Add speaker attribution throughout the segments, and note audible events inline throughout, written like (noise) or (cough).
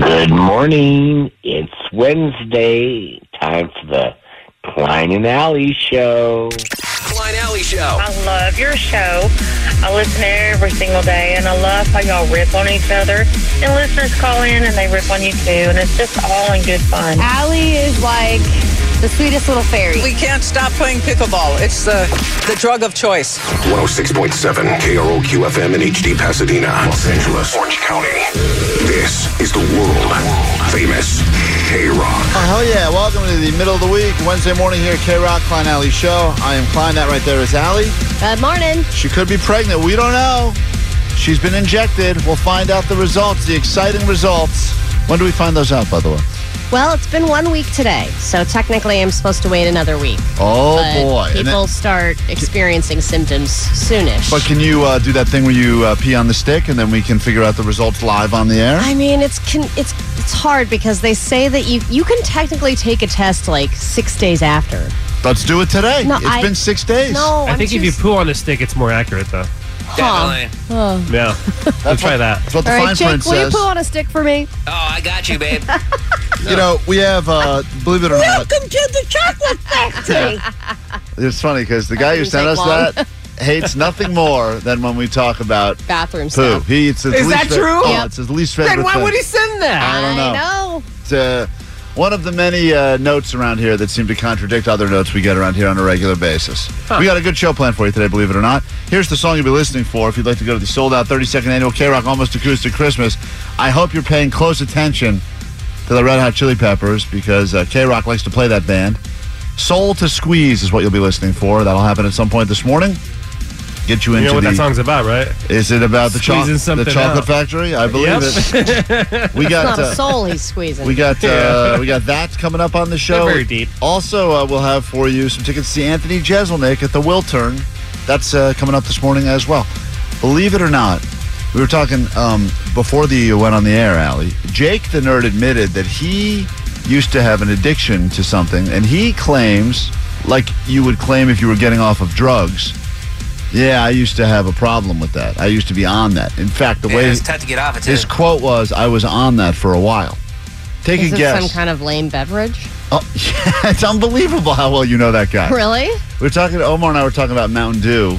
Speaker 1: Good morning. It's Wednesday. Time for the Klein and Alley Show.
Speaker 2: Klein Alley Show.
Speaker 3: I love your show. I listen every single day, and I love how y'all rip on each other. And listeners call in, and they rip on you too, and it's just all in good fun.
Speaker 4: Allie is like the sweetest little fairy.
Speaker 5: We can't stop playing pickleball. It's the the drug of choice.
Speaker 6: 106.7 KROQ FM in HD Pasadena, Los Angeles, Orange County. This is the world famous K Rock.
Speaker 7: Oh, hell yeah. Welcome to the middle of the week, Wednesday morning here, K Rock Klein Alley Show. I am Klein. That right there is Alley.
Speaker 8: Good morning.
Speaker 7: She could be pregnant. We don't know. She's been injected. We'll find out the results, the exciting results. When do we find those out, by the way?
Speaker 8: Well, it's been one week today, so technically I'm supposed to wait another week.
Speaker 7: Oh,
Speaker 8: but
Speaker 7: boy. And
Speaker 8: People
Speaker 7: that-
Speaker 8: start experiencing symptoms soonish.
Speaker 7: but can you uh, do that thing where you uh, pee on the stick and then we can figure out the results live on the air?
Speaker 8: I mean, it's con- it's it's hard because they say that you you can technically take a test like six days after.
Speaker 7: Let's do it today.
Speaker 8: No,
Speaker 7: It's
Speaker 8: I-
Speaker 7: been six days.
Speaker 8: No,
Speaker 9: I
Speaker 8: I'm
Speaker 9: think if
Speaker 8: too
Speaker 9: you
Speaker 8: s-
Speaker 9: poo on a stick, it's more accurate, though.
Speaker 8: huh.
Speaker 2: Definitely.
Speaker 8: Oh.
Speaker 10: Hmm. (laughs)
Speaker 9: Yeah. Let's try that.
Speaker 7: That's what the
Speaker 8: All right,
Speaker 7: fine
Speaker 8: Jake,
Speaker 7: print
Speaker 8: will you
Speaker 7: says.
Speaker 8: put on a stick for me?
Speaker 2: Oh, I got you, babe.
Speaker 7: You know, we have, uh, believe it or not,
Speaker 3: Welcome to the chocolate factory.
Speaker 7: (laughs) it's funny because the guy who
Speaker 8: didn't
Speaker 7: sent us
Speaker 8: take long.
Speaker 7: that hates nothing more than when we talk about
Speaker 8: Bathroom
Speaker 7: poo.
Speaker 8: stuff.
Speaker 7: He, it's his
Speaker 5: Is
Speaker 7: least
Speaker 5: that true?
Speaker 7: Oh,
Speaker 5: Yep.
Speaker 7: it's his least favorite thing.
Speaker 5: send that?
Speaker 7: I don't know.
Speaker 8: I know.
Speaker 7: It's, uh, one of the many uh, notes around here that seem to contradict other notes we get around here on a regular basis. We got a good show planned for you today, believe it or not. Here's the song you'll be listening for if you'd like to go to the sold out 32nd annual K Rock Almost Acoustic Christmas. I hope you're paying close attention to the Red Hot Chili Peppers because uh, K Rock likes to play that band. Soul to Squeeze is what you'll be listening for. That'll happen at some point this morning. Get you
Speaker 9: You
Speaker 7: into
Speaker 9: know what
Speaker 7: the.
Speaker 9: that song's about, right?
Speaker 7: Is it about the, cho-
Speaker 9: Squeezing
Speaker 7: the
Speaker 9: something
Speaker 7: chocolate
Speaker 9: out.
Speaker 7: factory? I believe
Speaker 9: (laughs)
Speaker 7: it. we got
Speaker 8: Not
Speaker 7: uh,
Speaker 8: a soul he's squeezing.
Speaker 7: we got uh,
Speaker 9: Yeah.
Speaker 7: we got that coming up on the show.
Speaker 9: They're very deep.
Speaker 7: Also, uh, we'll have for you some tickets to see Anthony Jeselnik at the Wiltern. That's uh, coming up this morning as well. Believe it or not, we were talking um, before the you went on the air, Allie. Jake the nerd admitted that he used to have an addiction to something, and he claims, like you would claim if you were getting off of drugs. Yeah, I used to have a problem with that. I used to be on that. In fact, the
Speaker 2: Yeah,
Speaker 7: way
Speaker 2: it's tough to get off it, too.
Speaker 7: his quote was, "I was on that for a while." Take
Speaker 8: Is
Speaker 7: a
Speaker 8: it
Speaker 7: guess.
Speaker 8: some kind of lame beverage?
Speaker 7: Oh, (laughs) yeah, it's unbelievable how well you know that guy.
Speaker 8: Really?
Speaker 7: We're talking. Omar and I were talking about Mountain Dew,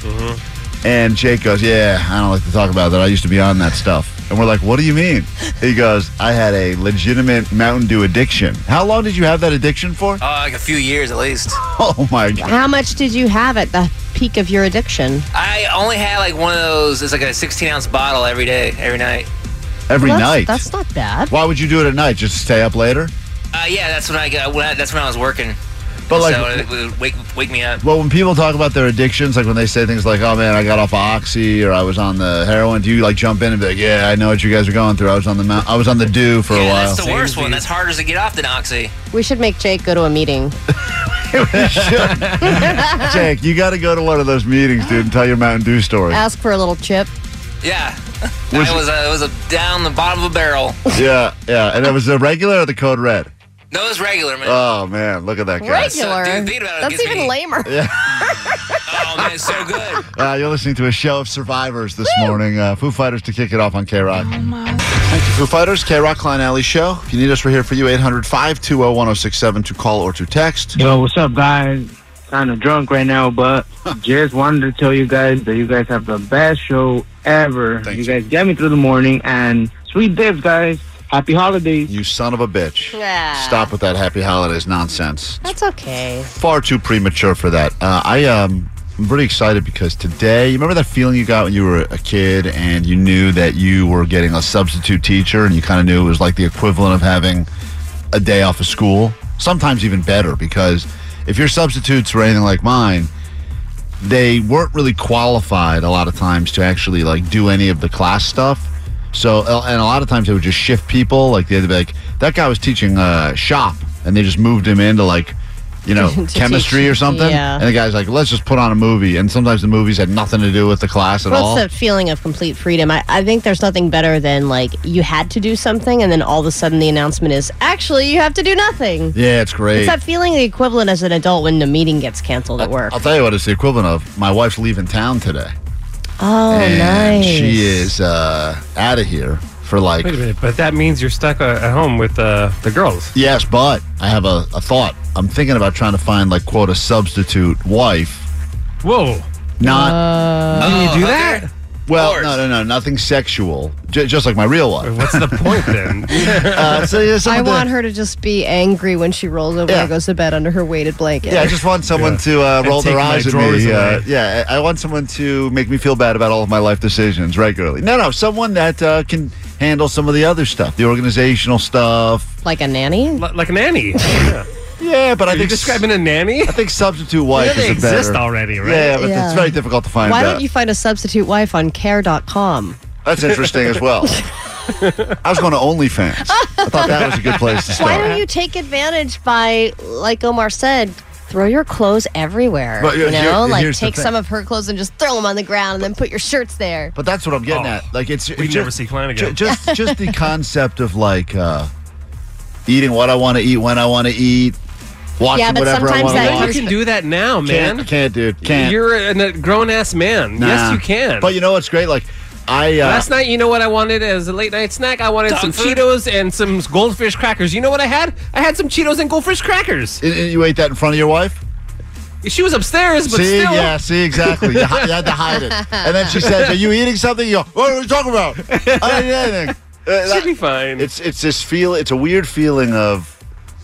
Speaker 8: Mm-hmm.
Speaker 7: and Jake goes, "Yeah, I don't like to talk about that. I used to be on that stuff." And we're like, "What do
Speaker 8: (laughs)
Speaker 7: you mean?" He goes, "I had a legitimate Mountain Dew addiction. How long did you have that addiction for?" (laughs)
Speaker 2: Oh, like a few years at least.
Speaker 7: Oh my god!
Speaker 8: How much did you have at the peak of your addiction?
Speaker 2: I only had like one of those. It's like a 16 ounce bottle every day, every night.
Speaker 7: Every
Speaker 8: that's,
Speaker 7: night.
Speaker 8: That's not bad.
Speaker 7: Why would you do it at night? Just to stay up later?
Speaker 2: Uh, yeah, that's when I got. When I, that's when I was working.
Speaker 7: But like,
Speaker 2: so it would wake wake me up.
Speaker 7: well, when people talk about their addictions, like when they say things like, "Oh man, I got off of oxy" or "I was on the heroin," do you like jump in and be like, "Yeah, I know what you guys are going through. I was on the mount- I was on the dew for
Speaker 2: yeah,
Speaker 7: a while."
Speaker 2: that's the
Speaker 9: Same
Speaker 2: worst one.
Speaker 9: thing.
Speaker 2: That's harder to get off than oxy.
Speaker 8: We should make Jake go to a (laughs) meeting.
Speaker 7: (laughs) Jake, you got to go to one of those meetings, dude, and tell your Mountain Dew story.
Speaker 8: Ask for a little chip.
Speaker 2: Yeah, (laughs)
Speaker 7: Was
Speaker 2: I
Speaker 7: it-
Speaker 2: was uh, it was a, down the bottom of a barrel.
Speaker 7: yeah, yeah. And it was the regular or the code red?
Speaker 2: No, it was regular, man.
Speaker 7: Oh, man. Look at that guy.
Speaker 8: Regular.
Speaker 2: So, dude, think about it, it
Speaker 8: That's
Speaker 2: gives
Speaker 8: even
Speaker 2: me-
Speaker 8: lamer.
Speaker 2: oh man, it's so good.
Speaker 7: Uh, you're listening to a show of survivors this morning. Uh, Foo Fighters to kick it off on K Rock. Thank you, Foo Fighters. K Rock Klein Alley Show. If you need us, we're here for you. 800 520 1067 to call or to text.
Speaker 11: Yo, what's up, guys? Kind of drunk right now, but just wanted to tell you guys that you guys have the best show ever.
Speaker 7: Thanks.
Speaker 11: you guys get me through the morning and sweet dips, guys.
Speaker 7: Happy holidays. You son of a bitch.
Speaker 12: Ah.
Speaker 7: Stop with that happy holidays nonsense.
Speaker 12: That's okay.
Speaker 7: far too premature for that. Uh, I um, I'm pretty excited because today, you remember that feeling you got when you were a kid and you knew that you were getting a substitute teacher and you kind of knew it was like the equivalent of having a day off of school. Sometimes even better because if your substitutes were anything like mine, they weren't really qualified a lot of times to actually like do any of the class stuff. So, uh, and a lot of times they would just shift people. Like they'd be like, that guy was teaching uh, shop, and they just moved him into like, you
Speaker 8: (laughs)
Speaker 7: know,
Speaker 8: To
Speaker 7: chemistry
Speaker 8: teach-
Speaker 7: or something.
Speaker 8: yeah.
Speaker 7: And the guy's like, let's just put on a movie. And sometimes the movies had nothing to do with the class at all.
Speaker 8: What's the feeling of complete freedom? I, I think there's nothing better than like you had to do something and then all of a sudden the announcement is actually you have to do nothing.
Speaker 7: yeah, it's great.
Speaker 8: It's that feeling the equivalent as an adult when the meeting gets canceled at work.
Speaker 7: I'll tell you what it's the equivalent of. My wife's leaving town today.
Speaker 8: Oh,
Speaker 7: and
Speaker 8: nice.
Speaker 7: She is uh, out of here for like
Speaker 10: Wait a minute, but that means you're stuck uh, at home with uh, the girls.
Speaker 7: Yes, but I have a, a thought. I'm thinking about trying to find like quote a substitute wife.
Speaker 10: Whoa.
Speaker 7: Not
Speaker 4: Uh,
Speaker 10: Can
Speaker 2: Oh,
Speaker 10: you do that?
Speaker 7: Well, no, no, no, nothing sexual. J- just like my real
Speaker 10: (laughs)
Speaker 7: wife.
Speaker 10: What's the
Speaker 9: (laughs)
Speaker 10: point then?
Speaker 7: uh, so yeah, someone
Speaker 4: I
Speaker 7: that-
Speaker 4: want her to just be angry when she rolls over
Speaker 7: Yeah.
Speaker 4: and goes to bed under her weighted blanket.
Speaker 7: Yeah, I just want someone to uh,
Speaker 10: And
Speaker 7: roll
Speaker 10: take
Speaker 7: their
Speaker 10: my
Speaker 7: eyes at
Speaker 10: drawers
Speaker 7: me. Uh,
Speaker 10: away.
Speaker 7: yeah, I I want someone to make me feel bad about all of my life decisions regularly. No, no, someone that uh, can handle some of the other stuff, the organizational stuff.
Speaker 8: Like a nanny?
Speaker 10: like
Speaker 9: (laughs)
Speaker 10: a nanny.
Speaker 7: Yeah, but I
Speaker 10: Are you
Speaker 7: think
Speaker 10: describing a nanny. I
Speaker 7: think substitute wife
Speaker 10: they
Speaker 7: is a better.
Speaker 10: exist already, right?
Speaker 7: Yeah, but
Speaker 4: Yeah.
Speaker 7: it's very difficult to find.
Speaker 4: Why
Speaker 7: that.
Speaker 4: don't you find a substitute wife on care.com?
Speaker 7: That's interesting as well. I was going to OnlyFans. I thought that was a good place to
Speaker 8: Why
Speaker 7: start.
Speaker 8: don't you take advantage by, like Omar said, throw your clothes everywhere?
Speaker 7: But, uh,
Speaker 8: you know,
Speaker 7: here-
Speaker 8: like
Speaker 7: here's the
Speaker 8: take
Speaker 7: thing.
Speaker 8: some of her clothes and just throw them on the ground and then put your shirts there.
Speaker 7: But that's what I'm getting at. Like it's we
Speaker 10: can Oh, never see Klein again. (laughs)
Speaker 7: just just the concept of like uh, eating what I want to eat when I want to eat, watching
Speaker 10: Yeah, but
Speaker 7: whatever I
Speaker 10: sometimes
Speaker 7: want
Speaker 10: that
Speaker 7: to watch.
Speaker 10: You can do that now,
Speaker 7: Can't-
Speaker 10: man.
Speaker 7: can't, dude. Can't.
Speaker 10: You're an- a grown ass man.
Speaker 7: Nah.
Speaker 10: Yes, you can.
Speaker 7: But you know what's great? Like I uh,
Speaker 10: Last night, you know what I wanted as a late night snack? I wanted some Cheetos and some goldfish crackers. You know what I had? I had some Cheetos and goldfish crackers.
Speaker 7: And- and you ate that in front of your wife.
Speaker 10: She was upstairs, but
Speaker 7: see,
Speaker 10: still.
Speaker 7: yeah, see, exactly. You, hi- you had to hide it. And then she says, "Are you eating something?" You go, "What are we talking about?" I didn't eat anything. Uh, that-
Speaker 10: Should be fine.
Speaker 7: It's it's this feel. It's a weird feeling of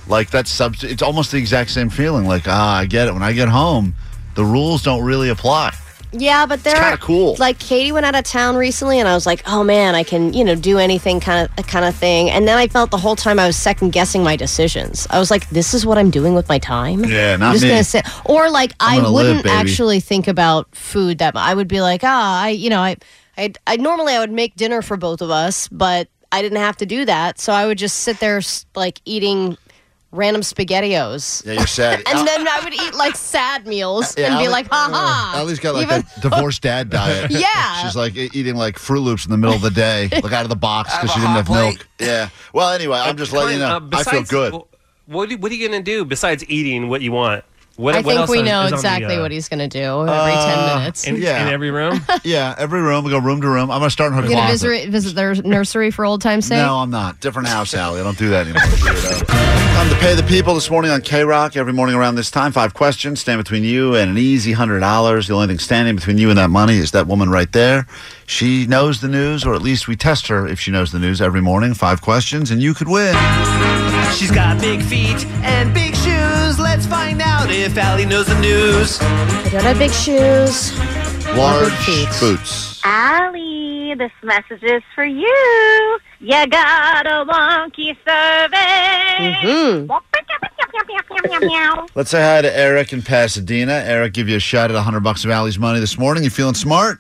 Speaker 7: like that sub. It's almost the exact same feeling. Like ah, I get it. When I get home, the rules don't really apply.
Speaker 8: Yeah, but there
Speaker 7: kinda
Speaker 8: are
Speaker 7: cool.
Speaker 8: Like Katie went out of town recently, and I was like, "Oh man, I can you know do anything kind of kind of thing." And then I felt the whole time I was second guessing my decisions. I was like, "This is what I'm doing with my time."
Speaker 7: Yeah,
Speaker 8: I'm
Speaker 7: not
Speaker 8: just
Speaker 7: me.
Speaker 8: gonna sit, or like
Speaker 7: I'm
Speaker 8: I
Speaker 7: gonna live,
Speaker 8: wouldn't
Speaker 7: baby.
Speaker 8: actually think about food that much. I would be like, "Ah, I you know I I I normally I would make dinner for both of us, but I didn't have to do that, so I would just sit there s- like eating." Random spaghettios.
Speaker 7: Yeah, you're sad.
Speaker 8: and then I would eat like sad meals
Speaker 7: Yeah,
Speaker 8: and be
Speaker 7: Ali-
Speaker 8: like, ha ha.
Speaker 7: Ellie's got like
Speaker 8: Even-
Speaker 7: a divorced dad diet.
Speaker 8: Yeah.
Speaker 7: she's like e- eating like Fruit Loops in the middle of the day, like out of the box because she didn't have milk. Yeah. Well, anyway, I'm just letting you know.
Speaker 10: Uh,
Speaker 7: I feel
Speaker 10: besides-
Speaker 7: good.
Speaker 10: wh- What, are- what are you going to do besides eating what you want? What,
Speaker 8: I
Speaker 10: what
Speaker 8: think
Speaker 10: else
Speaker 8: we
Speaker 10: is-
Speaker 8: know
Speaker 10: is on the,
Speaker 8: exactly
Speaker 10: uh,
Speaker 8: what he's going to do every
Speaker 7: Uh,
Speaker 8: 10 minutes.
Speaker 10: in, in
Speaker 8: (laughs)
Speaker 10: every room?
Speaker 7: yeah, every room. We go room to room. I'm gonna start in her
Speaker 4: You're going to
Speaker 7: closet.
Speaker 4: visit, visit their nursery for old time's sake?
Speaker 7: No, I'm not. Different house, Allie. I don't do that anymore. (laughs) weirdo. Time to pay the people this morning on K Rock. Every morning around this time, five questions stand between you and an easy hundred dollars. The only thing standing between you and that money is that woman right there. She knows the news, or at least we test her if she knows the news every morning. Five questions, and you could win.
Speaker 13: She's got big feet and big shoes. Let's find out if Allie knows the news.
Speaker 8: I don't have big shoes.
Speaker 7: Large boots.
Speaker 14: Allie, this message is for you. You got a wonky survey. (laughs) Meow, meow, meow, meow.
Speaker 7: Let's say hi to Eric in Pasadena. Eric, give you a shot at hundred bucks of Allie's money this morning. You feeling smart?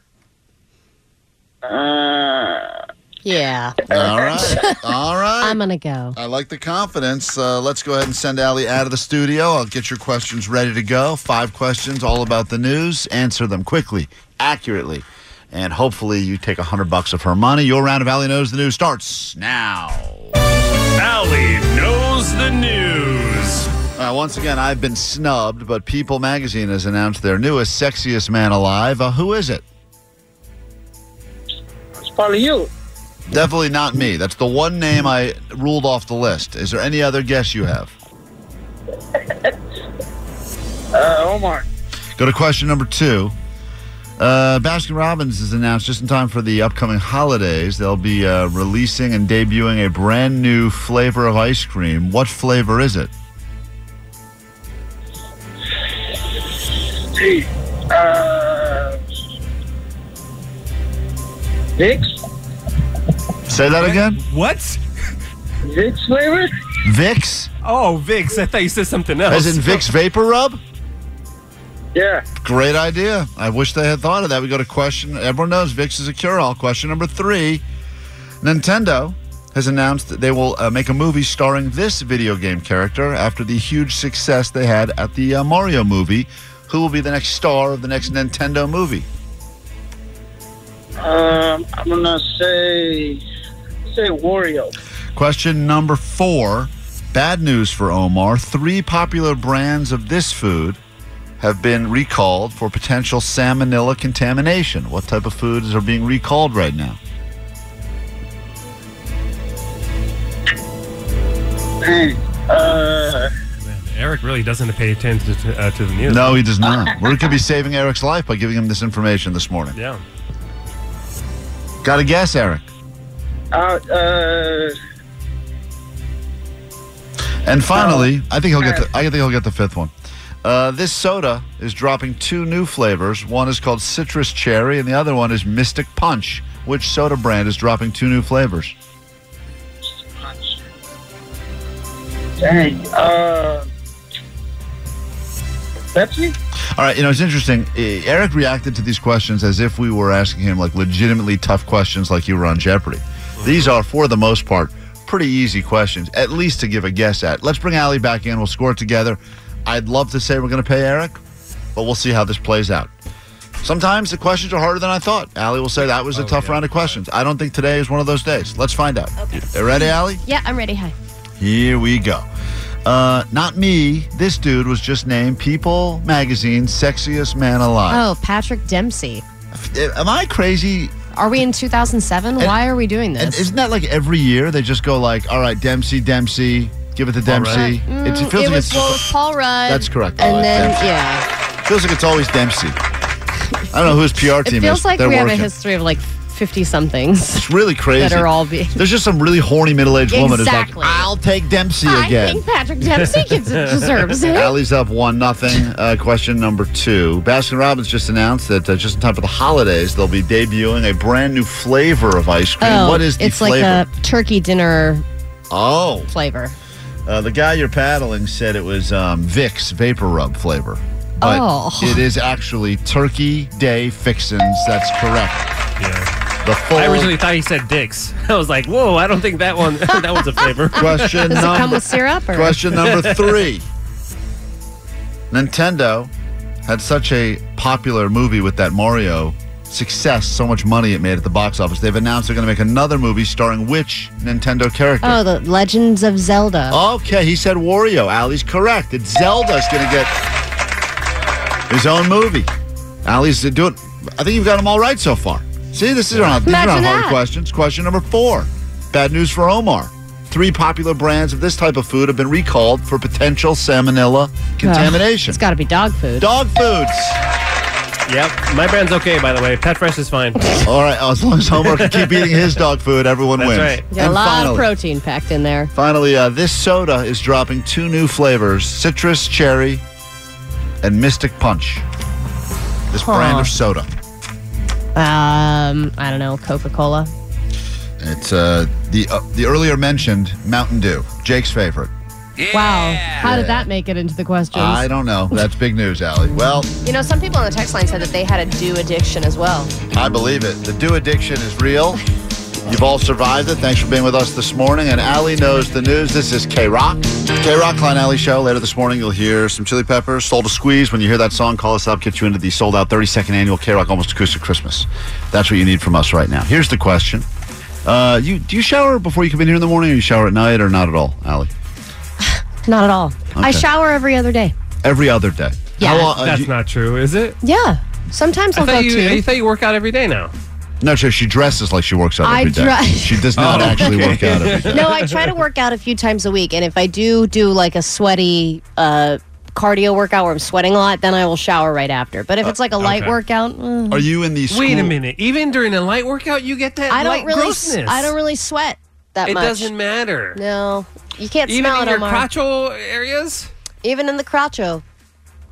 Speaker 8: Yeah.
Speaker 7: All right. All right.
Speaker 8: I'm going to go.
Speaker 7: I like the confidence. Uh, let's go ahead and send Allie out of the studio. I'll get your questions ready to go. Five questions, all about the news. Answer them quickly, accurately, and hopefully you take a hundred bucks of her money. Your round of Allie knows the news starts now.
Speaker 10: Allie knows the news.
Speaker 7: Uh, once again, I've been snubbed, but People Magazine has announced their newest sexiest man alive. Uh, who is it?
Speaker 11: It's probably you.
Speaker 7: Definitely not me. That's the one name I ruled off the list. Is there any other guess
Speaker 11: (laughs)
Speaker 7: you have?
Speaker 11: Uh, Omar. Uh,
Speaker 7: Go to question number two. Uh, Baskin Robbins is announced just in time for the upcoming holidays. They'll be uh, releasing and debuting a brand new flavor of ice cream. What flavor is it?
Speaker 11: Uh, Vicks?
Speaker 7: Say that again.
Speaker 10: What?
Speaker 11: Vicks flavor?
Speaker 7: Vicks?
Speaker 10: Oh, Vicks. I thought you said something
Speaker 9: Oh,
Speaker 10: else.
Speaker 7: As in Vicks Vapor Rub?
Speaker 11: Yeah.
Speaker 7: Great idea. I wish they had thought of that. We go to question. Everyone knows Vicks is a cure-all. Question number three: Nintendo has announced that they will uh, make a movie starring this video game character after the huge success they had at the uh, Mario movie. Who will be the next star of the next Nintendo movie?
Speaker 11: Um, I'm gonna say say Wario.
Speaker 7: Question number four. Bad news for Omar. Three popular brands of this food have been recalled for potential salmonella contamination. What type of foods are being recalled right now?
Speaker 11: Uh,
Speaker 10: Eric really doesn't pay attention to, uh, to the news.
Speaker 7: No, he does (laughs) not. we could be saving Eric's life by giving him this information this morning.
Speaker 10: Yeah.
Speaker 7: Got a guess, Eric?
Speaker 11: uh, uh,
Speaker 7: And finally, I think he'll get. The, I think he'll get the fifth one. Uh, this soda is dropping two new flavors. One is called citrus cherry, and the other one is Mystic Punch. Which soda brand is dropping two new flavors?
Speaker 11: dang. Uh, Pepsi?
Speaker 7: All right, you know it's interesting. Eh, Eric reacted to these questions as if we were asking him like legitimately tough questions, like you were on Jeopardy. These are, for the most part, pretty easy questions, at least to give a guess at. Let's bring Allie back in. We'll score it together. I'd love to say we're going to pay Eric, but we'll see how this plays out. Sometimes the questions are harder than I thought. Allie will say that was a tough round of questions. I don't think today is one of those days. Let's find out. You ready, Allie?
Speaker 8: Yeah, I'm ready. Hi.
Speaker 7: Here we go. Uh, not me. This dude was just named People Magazine's sexiest man alive. Eh,
Speaker 8: Oh, Patrick Dempsey. Oh.
Speaker 7: Am I crazy?
Speaker 8: Are we in 2007? Why are we doing
Speaker 7: And
Speaker 8: this?
Speaker 7: isn't that like every year they just go like, all right, Dempsey, Dempsey, give it to Dempsey.
Speaker 8: Mm, it, was, well, it was Paul Rudd.
Speaker 7: That's correct.
Speaker 8: And
Speaker 7: Paul
Speaker 8: then,
Speaker 7: Rudd.
Speaker 8: yeah.
Speaker 7: feels like it's always Dempsey. I don't know whose PR
Speaker 8: It
Speaker 7: team
Speaker 8: feels
Speaker 7: is.
Speaker 8: like
Speaker 7: They're
Speaker 8: we have a
Speaker 7: working.
Speaker 8: history of like 50
Speaker 7: (laughs)
Speaker 8: somethings.
Speaker 7: It's really
Speaker 8: (laughs)
Speaker 7: crazy.
Speaker 8: that are all
Speaker 7: (laughs)
Speaker 8: being-
Speaker 7: There's just some really horny middle-aged woman who's like,
Speaker 8: Exactly.
Speaker 7: I'll take Dempsey again.
Speaker 8: Patrick Dempsey gets,
Speaker 7: (laughs)
Speaker 8: deserves it.
Speaker 7: Allie's up one nothing. Uh, question number two. Baskin Robbins just announced that uh, just in time for the holidays, they'll be debuting a brand new flavor of ice cream.
Speaker 8: Oh,
Speaker 7: what is the
Speaker 8: it's
Speaker 7: flavor?
Speaker 8: like a turkey dinner
Speaker 7: oh,
Speaker 8: flavor.
Speaker 7: uh, the guy you're paddling said it was um, Vicks Vapor Rub flavor, but
Speaker 8: Oh.
Speaker 7: it is actually Turkey Day Fixins. That's correct.
Speaker 10: Yeah.
Speaker 7: The full
Speaker 10: I originally thought he said dicks. (laughs) I was like, whoa, I don't think that one (laughs) that one's a flavor.
Speaker 7: Question Does it come number- with
Speaker 8: syrup?
Speaker 7: Question number three. Nintendo had such a popular movie with that Mario success, so much money it made at the box office. They've announced they're going to make another movie starring which Nintendo character?
Speaker 8: Oh, the Legends of Zelda.
Speaker 7: Okay, he said Wario. Allie's correct. It's Zelda's going to get his own movie. Allie's doing. I think you've got them all right so far. See, this is not, these are not
Speaker 15: Imagine
Speaker 7: hard
Speaker 15: that.
Speaker 7: questions. Question number four. Bad news for Omar. Three popular brands of this type of food have been recalled for potential salmonella contamination.
Speaker 8: it's got to be dog food.
Speaker 7: Dog foods.
Speaker 10: Yep. My brand's okay, by the way. Pet Fresh is fine.
Speaker 7: all right. As long as Omar can keep eating his dog food, everyone
Speaker 10: That's
Speaker 7: wins.
Speaker 10: right.
Speaker 8: You got a
Speaker 7: And
Speaker 8: lot
Speaker 7: finally,
Speaker 8: of protein packed in there.
Speaker 7: Finally, uh, this soda is dropping two new flavors citrus, cherry, and mystic punch. This
Speaker 8: Huh.
Speaker 7: brand of soda.
Speaker 8: Um, I don't know, Coca Cola.
Speaker 7: It's uh, the uh, the earlier mentioned Mountain Dew, Jake's favorite.
Speaker 8: Wow. How did that make it into the questions?
Speaker 7: I don't know. That's big news, Allie. Well,
Speaker 8: You know, some people on the text line said that they had a do addiction as well.
Speaker 7: I believe it. The Dew addiction is real. You've all survived it. Thanks for being with us this morning. And Allie knows the news. This is K Rock. K Rock Klein Alley Show. Later this morning, you'll hear some Chili Peppers, Soul to Squeeze. When you hear that song, call us up, get you into the sold out 32nd annual K Rock Almost Acoustic Christmas. That's what you need from us right now. Here's the question uh, you Do you shower before you come in here in the morning, or you shower at night, or not at all, Allie?
Speaker 8: Not at all. I
Speaker 7: Okay.
Speaker 8: shower every other day.
Speaker 7: Every other day. uh,
Speaker 8: Yeah.
Speaker 10: That's not true, is it?
Speaker 8: Yeah. Sometimes
Speaker 10: I
Speaker 8: I'll go
Speaker 10: thought you,
Speaker 8: two.
Speaker 10: I thought you work out every day now.
Speaker 7: No, sure. She dresses like she works out
Speaker 8: I
Speaker 7: every day.
Speaker 8: dress-
Speaker 7: She does not
Speaker 10: (laughs) Oh,
Speaker 7: actually
Speaker 10: okay.
Speaker 7: work out
Speaker 10: (laughs)
Speaker 7: every day.
Speaker 8: no, I try to work out a few times a week, and if I do do like a sweaty uh, cardio workout where I'm sweating a lot, then I will shower right after. But if
Speaker 10: Uh,
Speaker 8: it's like a light
Speaker 10: okay.
Speaker 8: workout, mm.
Speaker 7: Are you in the school?
Speaker 10: Wait a minute. Even during a light workout, you get that
Speaker 8: I don't
Speaker 10: light
Speaker 8: really.
Speaker 10: grossness.
Speaker 8: I don't really sweat that
Speaker 10: it
Speaker 8: much.
Speaker 10: doesn't matter.
Speaker 8: No, you can't
Speaker 10: Even
Speaker 8: smell
Speaker 10: in
Speaker 8: it.
Speaker 10: your
Speaker 8: Omar.
Speaker 10: crotchal areas.
Speaker 8: Even in the crotcho,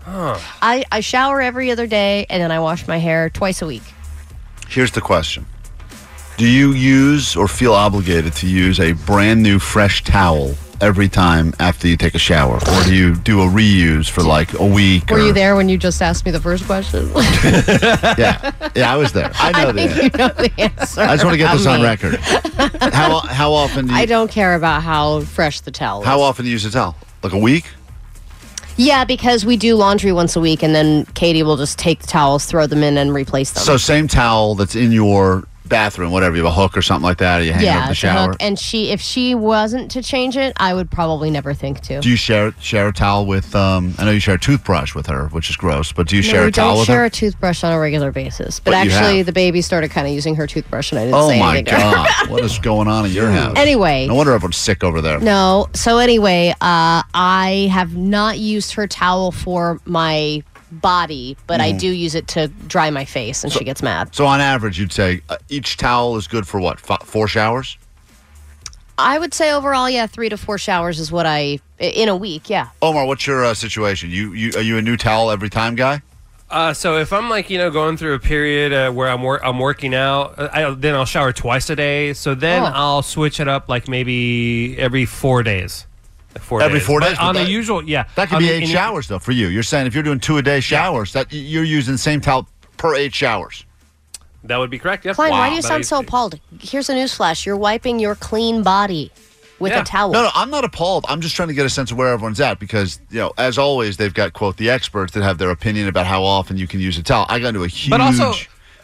Speaker 10: Huh.
Speaker 8: I I shower every other day and then I wash my hair twice a week.
Speaker 7: Here's the question Do you use or feel obligated to use a brand new fresh towel every time after you take a shower? Or do you do a reuse for like a week?
Speaker 4: Were
Speaker 7: or-
Speaker 4: you there when you just asked me the first question?
Speaker 8: (laughs)
Speaker 7: yeah. Yeah, I was there. I know that.
Speaker 4: think you know the answer.
Speaker 7: I just want to get
Speaker 4: about
Speaker 7: this on
Speaker 4: me.
Speaker 8: (laughs)
Speaker 7: record. How, how often do you,
Speaker 4: I don't care about how fresh the towel is.
Speaker 7: how often do you use a towel? Like a week?
Speaker 8: Yeah, because we do laundry once a week, and then Katie will just take the towels, throw them in, and replace them.
Speaker 7: So same towel that's in your bathroom, whatever, you have a hook or something like that, or you hang it up in the
Speaker 8: it's a hook.
Speaker 7: shower.
Speaker 8: And she, if she wasn't to change it, I would probably never think to.
Speaker 7: Do you share share a towel with? Um, I know you share a toothbrush with her, which is gross. But do you
Speaker 8: No,
Speaker 7: share
Speaker 8: we
Speaker 7: a towel
Speaker 8: don't
Speaker 7: with
Speaker 8: share
Speaker 7: her?
Speaker 8: a toothbrush on a regular basis, but,
Speaker 7: But you
Speaker 8: actually,
Speaker 7: have.
Speaker 8: the baby started kind of using her toothbrush, and I didn't
Speaker 7: oh
Speaker 8: say
Speaker 7: my
Speaker 8: anything. to her. (laughs)
Speaker 7: god, what is going on in your house?
Speaker 8: Anyway.
Speaker 7: no wonder everyone's sick over there.
Speaker 8: No. So anyway, uh, I have not used her towel for my body, but I
Speaker 7: Mhm.
Speaker 8: do use it to dry my face, and she gets mad.
Speaker 7: So on average, you'd say uh, each towel is good for what? F- four showers?
Speaker 8: I would say overall, yeah, three to four showers is what I in a week. Yeah.
Speaker 7: Omar, what's your uh, situation? You you are you a new towel every time guy?
Speaker 10: Uh, so if I'm like you know going through a period uh, where I'm wor- I'm working out, uh, I, then I'll shower twice a day. So then
Speaker 7: Oh.
Speaker 10: I'll switch it up like maybe every four days. Like Four
Speaker 7: every
Speaker 10: days.
Speaker 7: four
Speaker 10: But
Speaker 7: days but
Speaker 10: on
Speaker 7: that-
Speaker 10: the usual, yeah.
Speaker 7: That could
Speaker 10: on
Speaker 7: be
Speaker 10: the-
Speaker 7: eight
Speaker 10: in-
Speaker 7: showers though for you. You're saying if you're doing two a day showers, that y- you're using the same towel per eight showers.
Speaker 10: That would be correct. Yes.
Speaker 8: Klein, why do you sound so appalled? Here's a newsflash: you're wiping your clean body with
Speaker 7: Yeah.
Speaker 8: a towel.
Speaker 7: No, no, I'm not appalled. I'm just trying to get a sense of where everyone's at because, you know, as always, they've got, quote, the experts that have their opinion about how often you can use a towel. I got into a huge
Speaker 10: But also,
Speaker 7: uh,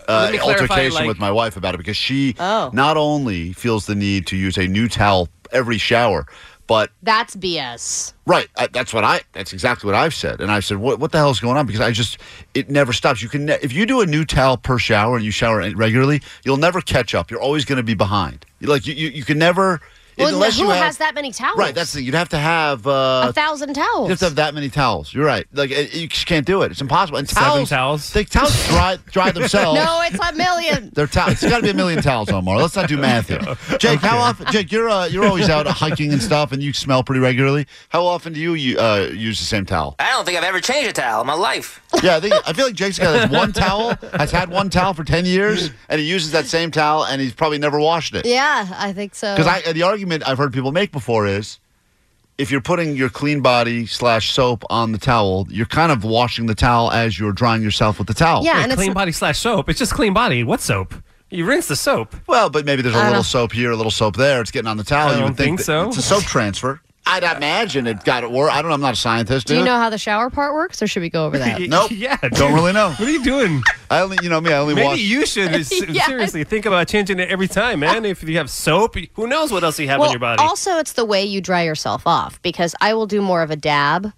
Speaker 10: let me clarify,
Speaker 7: altercation
Speaker 10: like-
Speaker 7: with my wife about it because she
Speaker 8: Oh.
Speaker 7: not only feels the need to use a new towel every shower, but
Speaker 8: That's BS.
Speaker 7: Right. I, that's what I. That's exactly what I've said. And I've said, what What the hell's going on? Because I just, it never stops. You can, ne- if you do a new towel per shower and you shower regularly, you'll never catch up. You're always going to be behind. Like you, you, you can never.
Speaker 8: Well,
Speaker 7: unless
Speaker 8: who
Speaker 7: you have,
Speaker 8: has that many towels?
Speaker 7: Right. That's the thing. You'd have to have uh,
Speaker 8: a thousand towels.
Speaker 7: You have to have that many towels. You're right. Like it, you just can't do it. It's impossible. And towels, towels. They towels dry dry themselves.
Speaker 8: no, it's a million.
Speaker 7: They're towels. It's got to be a million towels, Omar. Let's not do math here. Jake, how often? Jake, you're uh, you're always out hiking and stuff, and you smell pretty regularly. How often do you you, uh, use the same towel?
Speaker 2: I don't think I've ever changed a towel in my life.
Speaker 7: Yeah, I think I feel like Jake's got this one towel. Has had one towel for ten years, and he uses that same towel, and he's probably never washed
Speaker 8: (laughs)
Speaker 7: it.
Speaker 8: Yeah, I think so.
Speaker 7: Because I the argument I've heard people make before is if you're putting your clean body slash soap on the towel, you're kind of washing the towel as you're drying yourself with the towel.
Speaker 10: Yeah, clean body slash soap. It's just clean body. What soap? You rinse
Speaker 8: (laughs)
Speaker 10: the soap.
Speaker 7: Well, but maybe there's a
Speaker 10: I
Speaker 7: little
Speaker 10: don't-
Speaker 7: soap here, a little soap there. It's getting on the towel.
Speaker 10: I
Speaker 7: you
Speaker 10: don't
Speaker 7: would think,
Speaker 10: think
Speaker 7: that
Speaker 10: so.
Speaker 7: It's a soap transfer. I'd imagine it got it worse. I don't know. I'm not a scientist.
Speaker 4: Do you
Speaker 7: dude.
Speaker 4: know how the shower part works, or should we go over
Speaker 7: (laughs)
Speaker 10: (laughs)
Speaker 4: that?
Speaker 7: Nope.
Speaker 10: Yeah.
Speaker 7: Don't really know.
Speaker 10: What are
Speaker 7: (laughs)
Speaker 10: you doing?
Speaker 7: I only, you know me. I only
Speaker 10: Maybe
Speaker 7: wash.
Speaker 8: (laughs)
Speaker 10: you should s-
Speaker 4: Yes.
Speaker 10: seriously think about changing it every time, man. If you have soap, who knows what else you have
Speaker 8: well,
Speaker 10: on your body?
Speaker 8: also it's the way you dry yourself off because I will do more of a dab,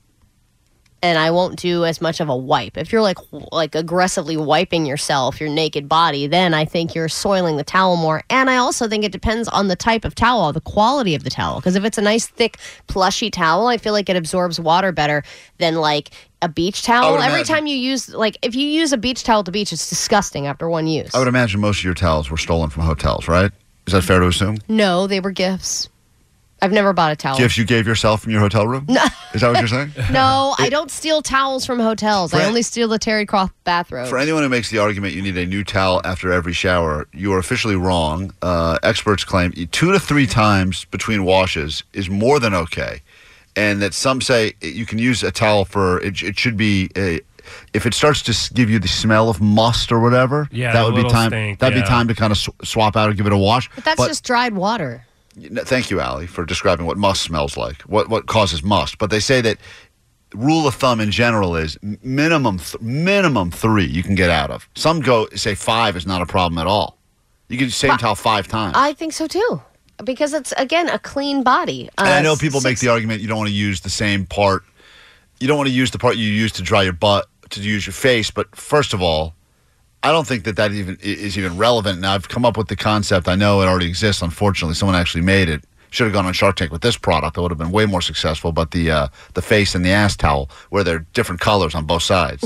Speaker 8: and I won't do as much of a wipe. If you're like like aggressively wiping yourself, your naked body, then I think you're soiling the towel more. And I also think it depends on the type of towel, the quality of the towel. Because if it's a nice thick plushy towel, I feel like it absorbs water better than like. A beach towel.
Speaker 7: would
Speaker 8: Every
Speaker 7: imagine.
Speaker 8: time you use, like, if you use a beach towel to beach, it's disgusting after one use.
Speaker 7: I would imagine most of your towels were stolen from hotels, right? Is that fair to assume?
Speaker 8: No, they were gifts. I've never bought a towel.
Speaker 7: Gifts you gave yourself from your hotel room?
Speaker 8: Oh. No.
Speaker 7: Is that what you're saying? (laughs)
Speaker 8: No, I don't steal towels from hotels. I
Speaker 7: Fran-
Speaker 8: only steal the terry cloth bathrobe.
Speaker 7: For anyone who makes the argument you need a new towel after every shower, you are officially wrong. Uh, experts claim two to three times between washes is more than okay, and that some say you can use a towel for it. It should be a, if it starts to s- give you the smell of must or whatever.
Speaker 10: Yeah,
Speaker 7: that
Speaker 10: the
Speaker 7: would be
Speaker 10: little
Speaker 7: time.
Speaker 10: stink,
Speaker 7: that'd
Speaker 10: yeah.
Speaker 7: be time to kind of sw- swap out or give it a wash.
Speaker 8: but that's just dried water.
Speaker 7: No, Thank you, Allie, for describing what must smells like, what, what causes must. But they say that rule of thumb in general is m- minimum th- minimum three you can get out of. Some go say five is not a problem at all. You can same towel five times.
Speaker 8: I think so too, because it's again a clean body. Uh,
Speaker 7: and I know people make the argument you don't want to use the same part. You don't want to use the part you use to dry your butt to use your face. But first of all, I don't think that that even i- is even relevant. Now I've come up with the concept. I know it already exists. Unfortunately, someone actually made it. Should have gone on Shark Tank with this product. That would have been way more successful. But the uh, the face and the ass towel, where they're different colors on both sides.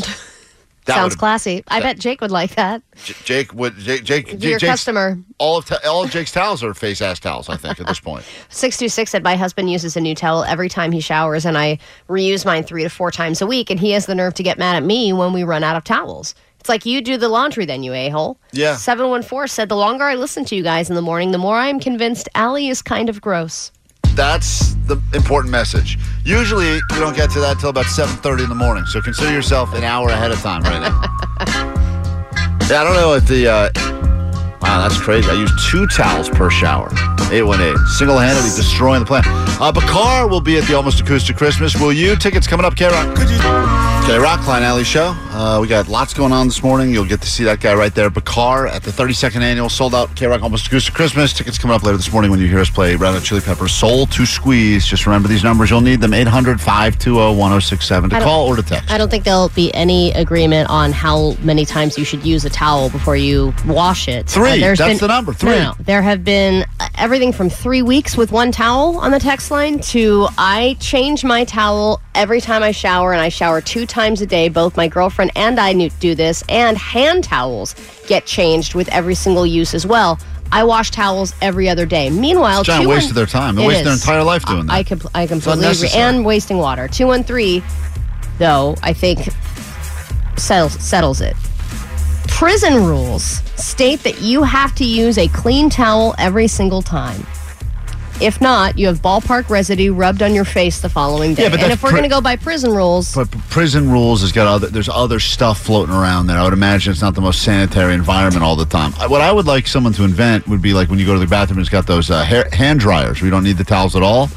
Speaker 7: That
Speaker 4: Sounds
Speaker 7: would've-
Speaker 4: classy. I bet Jake would like that.
Speaker 7: J- Jake would Jake Jake, Jake
Speaker 4: Your
Speaker 7: Jake's-
Speaker 4: customer.
Speaker 7: All of ta- all of Jake's towels are face ass towels. I think at this point.
Speaker 8: 626 said, My husband uses a new towel every time he showers, and I reuse mine three to four times a week. And he has the nerve to get mad at me when we run out of towels. It's like you do the laundry then, you a hole.
Speaker 7: Yeah.
Speaker 8: 714 said, The longer I listen to you guys in the morning, the more I am convinced Allie is kind of gross.
Speaker 7: That's the important message. Usually, you don't get to that till about seven thirty in the morning. So consider yourself an hour ahead of time right now. yeah, I don't know if the. Uh, wow, that's crazy. I use two towels per shower. Eight one eight, single handedly destroying the planet. Uh, Bakar will be at the Almost Acoustic Christmas. Will you? Tickets coming up, K Rock. K Rock, Klein Alley Show. Uh, we got lots going on this morning. You'll get to see that guy right there, Bakar, at the 32nd annual sold out K Rock Almost Acoustic Christmas. Tickets coming up later this morning when you hear us play Red Hot Chili Peppers Soul to Squeeze. Just remember these numbers. You'll need them 800 520 1067
Speaker 8: I
Speaker 7: to
Speaker 8: don't-
Speaker 7: call or to text.
Speaker 8: I don't think there'll be any agreement on how many times you should use a towel before you wash it. Uh,
Speaker 7: Three.
Speaker 8: there's
Speaker 7: That's the number. Three.
Speaker 8: No, no. there have been uh, everything from three weeks with one towel on the text line to I change my towel every time I shower, and I shower two times a day. Both my girlfriend and I knew- do this, and hand towels get changed with every single use as well. I wash towels every other day. Meanwhile,
Speaker 7: It's a giant
Speaker 8: two
Speaker 7: waste
Speaker 8: and-
Speaker 7: of their time. They
Speaker 8: It
Speaker 7: waste their
Speaker 8: is.
Speaker 7: entire life doing that.
Speaker 8: I, compl- I completely agree.
Speaker 7: unnecessary.
Speaker 8: And wasting water. 213, though, I think settles, settles it. Prison rules state that you have to use a clean towel every single time. If not, you have ballpark residue rubbed on your face the following day.
Speaker 7: Yeah, but
Speaker 8: and
Speaker 7: that's
Speaker 8: if we're
Speaker 7: pri-
Speaker 8: going to go by prison rules,
Speaker 7: But p- prison rules has got other. There's other stuff floating around there. I would imagine it's not the most sanitary environment all the time. I- What I would like someone to invent would be like when you go to the bathroom, it's got those uh, hair, hand dryers. We don't need the towels at all.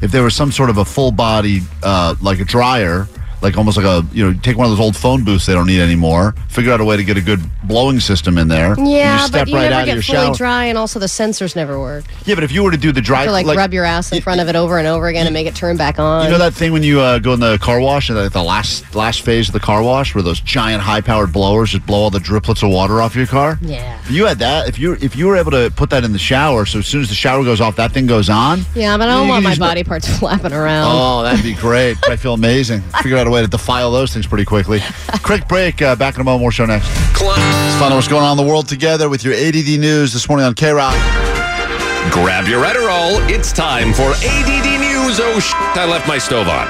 Speaker 7: If there was some sort of a full body, uh, like a dryer, like almost like a you know, take one of those old phone booths they don't need anymore. Figure out a way to get a good blowing system in there. and
Speaker 8: yeah,
Speaker 7: you step
Speaker 8: but you
Speaker 7: right
Speaker 8: never
Speaker 7: out of
Speaker 8: get
Speaker 7: your
Speaker 8: fully
Speaker 7: shower.
Speaker 8: dry, and also the sensors never work.
Speaker 7: yeah, but if you were to do the
Speaker 8: You
Speaker 7: dry,
Speaker 8: have to like, rub your ass in front of it over and over again and make it turn back on.
Speaker 7: You know that thing when you uh, go in the car wash and like the last last phase of the car wash, where those giant high-powered blowers just blow all the driplets of water off your car.
Speaker 8: Yeah.
Speaker 7: If you had that. If you if you were able to put that in the shower, so as soon as the shower goes off, that thing goes on.
Speaker 8: yeah, but I don't
Speaker 7: You
Speaker 8: want
Speaker 7: can
Speaker 8: my
Speaker 7: just-
Speaker 8: body parts (laughs) flapping around.
Speaker 7: (laughs) Oh, that'd be great. I feel
Speaker 8: (laughs)
Speaker 7: amazing. Figure out a way to defile those things pretty quickly. Quick break. Uh, back in a moment. More show next. Let's find out what's going on in the world together with your ADD news this morning on K Rock.
Speaker 15: Grab your Adderall. It's time for ADD News. Oh, sh- I left my stove on.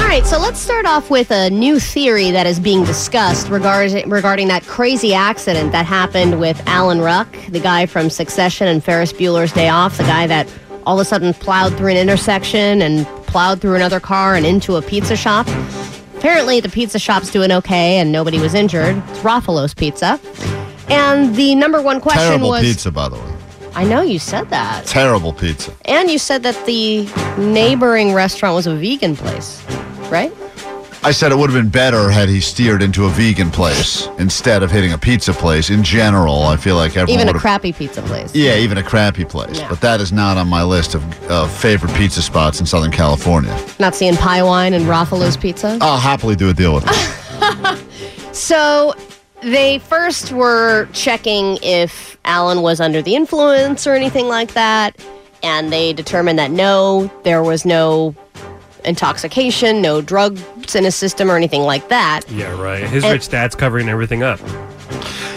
Speaker 8: All right, so let's start off with a new theory that is being discussed regarding regarding that crazy accident that happened with Alan Ruck, the guy from Succession and Ferris Bueller's Day Off, the guy that all of a sudden plowed through an intersection and plowed through another car and into a pizza shop. Apparently, the pizza shop's doing okay and nobody was injured. It's Ruffalo's Pizza, and the number one question
Speaker 7: Terrible
Speaker 8: was:
Speaker 7: pizza, by the way.
Speaker 8: I know you said that.
Speaker 7: Terrible pizza.
Speaker 8: And you said that the neighboring restaurant was a vegan place, right?
Speaker 7: I said it would have been better had he steered into a vegan place instead of hitting a pizza place. In general, I feel like everyone
Speaker 8: Even a
Speaker 7: would have-
Speaker 8: crappy pizza place.
Speaker 7: Yeah, even a crappy place. But that is not on my list of, of favorite pizza spots in Southern California.
Speaker 8: Not seeing pie wine and Ruffalo's pizza.
Speaker 7: I'll happily do a deal with
Speaker 8: (laughs)
Speaker 7: it.
Speaker 8: So they first were checking if Alan was under the influence or anything like that. And they determined that no, there was no intoxication, no drugs in his system or anything like that.
Speaker 9: Yeah, right. His
Speaker 8: And-
Speaker 9: rich dad's covering everything up.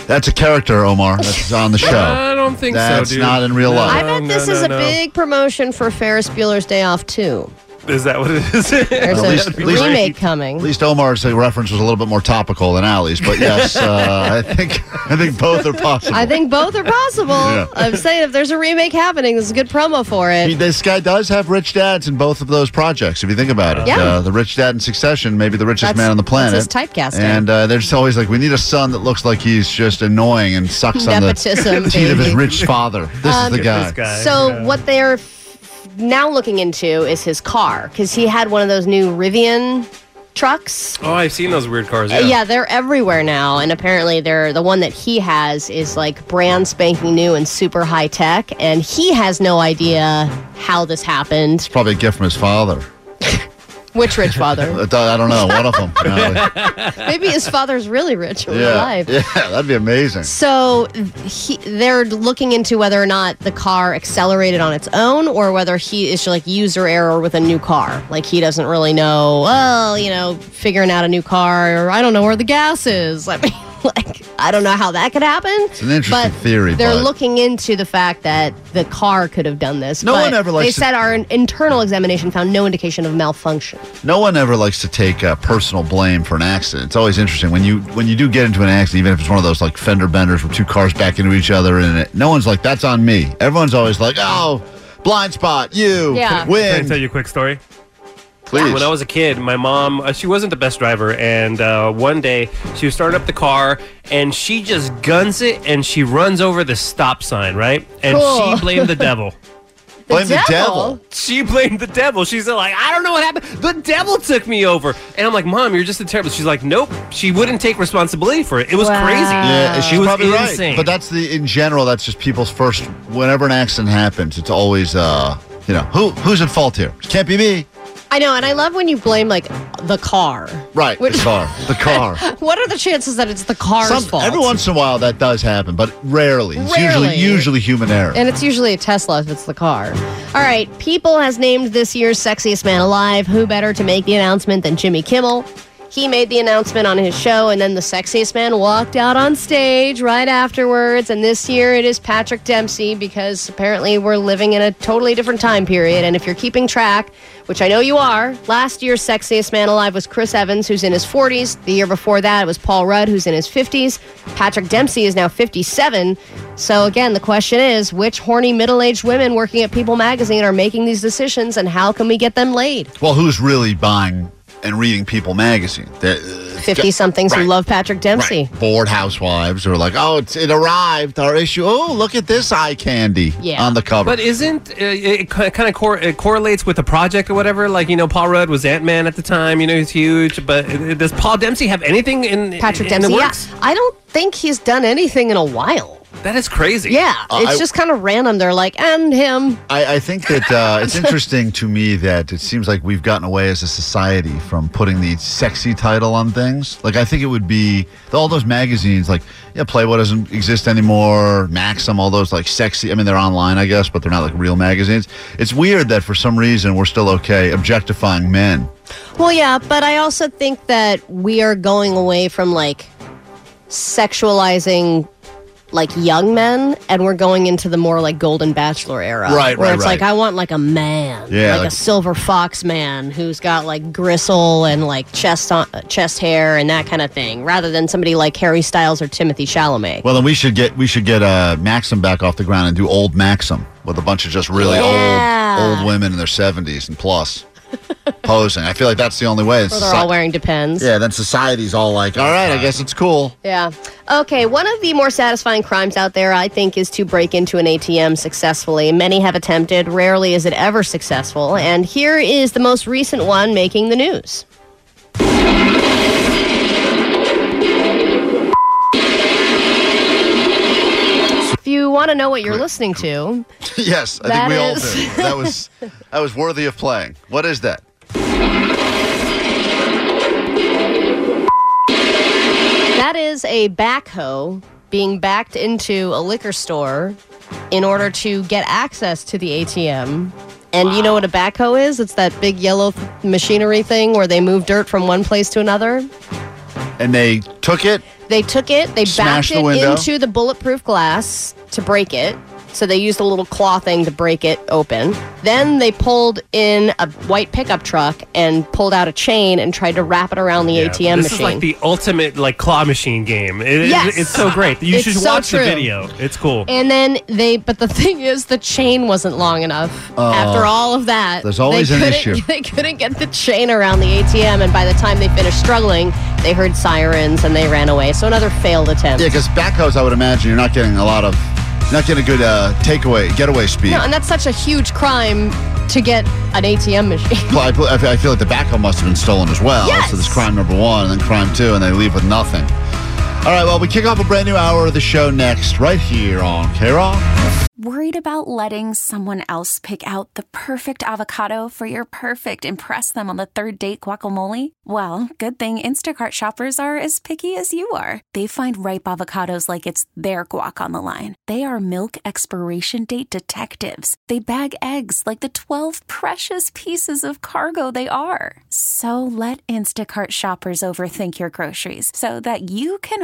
Speaker 7: That's a character, Omar. That's on the show.
Speaker 8: (laughs)
Speaker 9: I don't think so,
Speaker 7: Oh. That's
Speaker 9: dude.
Speaker 7: not in real
Speaker 9: No.
Speaker 8: I
Speaker 7: life.
Speaker 8: bet this
Speaker 9: no,
Speaker 8: is a
Speaker 9: no.
Speaker 8: big promotion for Ferris Bueller's Day Off, too.
Speaker 9: Is that what it is?
Speaker 7: (laughs)
Speaker 8: There's a remake coming.
Speaker 7: At least Omar's uh, reference was a little bit more topical than Ali's, but yes, uh, I think (laughs) I think both are possible.
Speaker 8: I think both are possible.
Speaker 7: (laughs) Yeah.
Speaker 8: I'm saying if there's a remake happening, this is a good promo for it.
Speaker 7: He- this guy does have rich dads in both of those projects. If you think about it,
Speaker 8: Yeah.
Speaker 7: uh, the rich dad in Succession, maybe the richest
Speaker 8: That's-
Speaker 7: man on the planet.
Speaker 8: that's his typecasting.
Speaker 7: and uh, they're just always like, we need a son that looks like he's just annoying and sucks on the (laughs)
Speaker 8: Nepotism,
Speaker 7: teeth of his
Speaker 8: baby. (laughs)
Speaker 7: rich father. This
Speaker 8: Um,
Speaker 7: is the guy.
Speaker 8: So what they're f- now looking into is his car because he had one of those new Rivian trucks.
Speaker 9: Oh, I've seen those weird cars.
Speaker 8: Uh,
Speaker 9: Yeah.
Speaker 8: Yeah. they're everywhere now, and apparently they're the one that he has is like brand spanking new and super high tech, and he has no idea how this happened.
Speaker 7: Probably a gift from his father.
Speaker 8: Which rich father?
Speaker 7: (laughs) I, thought- I don't know. One
Speaker 8: (laughs)
Speaker 7: of them.
Speaker 8: Maybe his father's really rich and
Speaker 7: yeah. (laughs)
Speaker 8: alive.
Speaker 7: Yeah, that'd be amazing.
Speaker 8: So he, they're looking into whether or not the car accelerated on its own or whether he is like user error with a new car. Like he doesn't really know, well, you know, figuring out a new car or I don't know where the gas is. I (laughs) mean, like, I don't know how that could happen. It's
Speaker 7: an interesting
Speaker 8: but
Speaker 7: theory,
Speaker 8: They're
Speaker 7: but-
Speaker 8: looking into the fact that the car could have done this.
Speaker 7: No
Speaker 8: but
Speaker 7: one ever likes
Speaker 8: They
Speaker 7: to-
Speaker 8: said our internal examination found no indication of malfunction.
Speaker 7: No one ever likes to take uh, personal blame for an accident. It's always interesting when you when you do get into an accident, even if it's one of those like fender benders where two cars back into each other, and it, no one's like, "That's on me." Everyone's always like, "Oh, blind spot, you
Speaker 9: Can I- Can I
Speaker 7: win."
Speaker 9: tell you a quick story?
Speaker 7: Please.
Speaker 9: When I was a kid, my mom, uh, she wasn't the best driver. And uh, one day, she was starting up the car and she just guns it and she runs over the stop sign, right? And
Speaker 13: Cool.
Speaker 9: she blamed the
Speaker 8: (laughs)
Speaker 9: devil.
Speaker 13: Blame the devil?
Speaker 9: She blamed the devil. She's like, I don't know what happened. The devil took me over. And I'm like, Mom, you're just a terrible. She's like, Nope. She wouldn't take responsibility for it. It was crazy.
Speaker 7: Yeah,
Speaker 9: It
Speaker 7: she's
Speaker 9: was
Speaker 7: probably
Speaker 9: insane.
Speaker 7: right. But that's the in general. That's just people's first. Whenever an accident happens, it's always uh, you know, who who's at fault here? It can't be me.
Speaker 8: I know, and I love when you blame like the car.
Speaker 7: Right.
Speaker 8: Which-
Speaker 7: the car. The car.
Speaker 8: (laughs) what are the chances that it's the car's
Speaker 7: Some-
Speaker 8: fault?
Speaker 7: Every once in a while that does happen, but rarely. It's
Speaker 8: Rarely.
Speaker 7: usually usually human error.
Speaker 8: And it's usually a Tesla if it's the car. All right, People has named this year's sexiest man alive. Who better to make the announcement than Jimmy Kimmel? He made the announcement on his show, and then the sexiest man walked out on stage right afterwards. And this year it is Patrick Dempsey because apparently we're living in a totally different time period. And if you're keeping track, which I know you are, last year's sexiest man alive was Chris Evans, who's in his 40s. The year before that, it was Paul Rudd, who's in his 50s. Patrick Dempsey is now 57. So, again, the question is which horny middle aged women working at People magazine are making these decisions, and how can we get them laid?
Speaker 7: Well, who's really buying and reading People magazine? uh,
Speaker 8: 50 somethings who love Patrick Dempsey.
Speaker 7: Bored housewives are like, oh, it's, it arrived, our issue. Oh, look at this eye candy on the cover.
Speaker 9: But isn't uh, it kind of cor- it correlates with the project or whatever? Like you know, Paul Rudd was Ant Man at the time. You know, he's huge. But uh, does Paul Dempsey have anything in
Speaker 8: Patrick
Speaker 9: in
Speaker 8: Dempsey.
Speaker 9: The
Speaker 8: yeah.
Speaker 9: works?
Speaker 8: I don't think he's done anything in a while.
Speaker 9: That is crazy.
Speaker 8: Yeah,
Speaker 7: Uh,
Speaker 8: it's
Speaker 7: I-
Speaker 8: just kind of random. They're like, and him.
Speaker 7: I, I think that uh, it's interesting to me that it seems like we've gotten away as a society from putting the sexy title on things. Like, I think it would be all those magazines, like, yeah, Playboy doesn't exist anymore, Maxim, all those, like, sexy. I mean, they're online, I guess, but they're not like real magazines. It's weird that for some reason we're still okay objectifying men.
Speaker 8: Well, yeah, but I also think that we are going away from like sexualizing like young men and we're going into the more like golden bachelor era
Speaker 13: Right,
Speaker 8: where
Speaker 13: right,
Speaker 8: it's like
Speaker 13: right.
Speaker 8: i want like a man
Speaker 13: Yeah,
Speaker 8: like,
Speaker 13: like-
Speaker 8: a silver fox man who's got like gristle and like chest on, uh, chest hair and that kind of thing rather than somebody like harry styles or timothy chalamet
Speaker 7: Well, then we should get we should get uh, Maxim back off the ground and do old Maxim with a bunch of just really
Speaker 8: Yeah.
Speaker 7: old old women in their seventies and plus posing. I feel like that's the only way.
Speaker 8: where they're all wearing depends
Speaker 7: yeah, then society's all like, all right, I guess it's cool.
Speaker 8: Yeah. Okay, one of the more satisfying crimes out there, I think, is to break into an ATM successfully. Many have attempted, rarely is it ever successful. And here is the most recent one making the news. If you want to know what you're listening to,
Speaker 7: (laughs) yes, I
Speaker 8: That
Speaker 7: think we all
Speaker 8: is-
Speaker 7: (laughs) do. That was that was worthy of playing. What is that?
Speaker 8: that is a backhoe being backed into a liquor store in order to get access to the ATM. And you know what a backhoe is? It's that big yellow th- machinery thing where they move dirt from one place to another.
Speaker 7: And they took it.
Speaker 8: They took it, they
Speaker 7: Smashed the
Speaker 8: backed it
Speaker 7: window.
Speaker 8: into the bulletproof glass to break it. So they used a little claw thing to break it open. Then they pulled in a white pickup truck and pulled out a chain and tried to wrap it around the
Speaker 9: Yeah,
Speaker 8: ATM
Speaker 9: this
Speaker 8: machine.
Speaker 9: is like the ultimate like claw machine game. It- it-
Speaker 8: Yes.
Speaker 9: it's so great. You
Speaker 8: (laughs) It's
Speaker 9: should
Speaker 8: so
Speaker 9: watch
Speaker 8: true.
Speaker 9: the video. It's cool.
Speaker 8: And then they, but the (laughs) thing is, the chain wasn't long enough.
Speaker 9: Oh.
Speaker 8: After all of that,
Speaker 9: There's
Speaker 8: they
Speaker 9: always an
Speaker 8: couldn't-
Speaker 9: issue.
Speaker 8: (laughs) They couldn't get the chain around the ATM, and by the time they finished struggling, they heard sirens and they ran away. So another failed attempt.
Speaker 7: Yeah, because backhoes, I would imagine you're not getting a lot of, you're not getting a good uh, takeaway getaway speed.
Speaker 8: No, and that's such a huge crime to get an ATM machine. (laughs)
Speaker 7: Well, I, feel- I feel- I feel like the backhoe must have been stolen as well. So there's crime number one and then crime two, and they leave with nothing. All right, well, we kick off a brand new hour of the show next, right here on K Rock.
Speaker 16: Worried about letting someone else pick out the perfect avocado for your perfect impress them on the third date guacamole? Well, good thing Instacart shoppers are as picky as you are. They find ripe avocados like it's their guac on the line. They are milk expiration date detectives. They bag eggs like the 12 precious pieces of cargo they are. So let Instacart shoppers overthink your groceries so that you can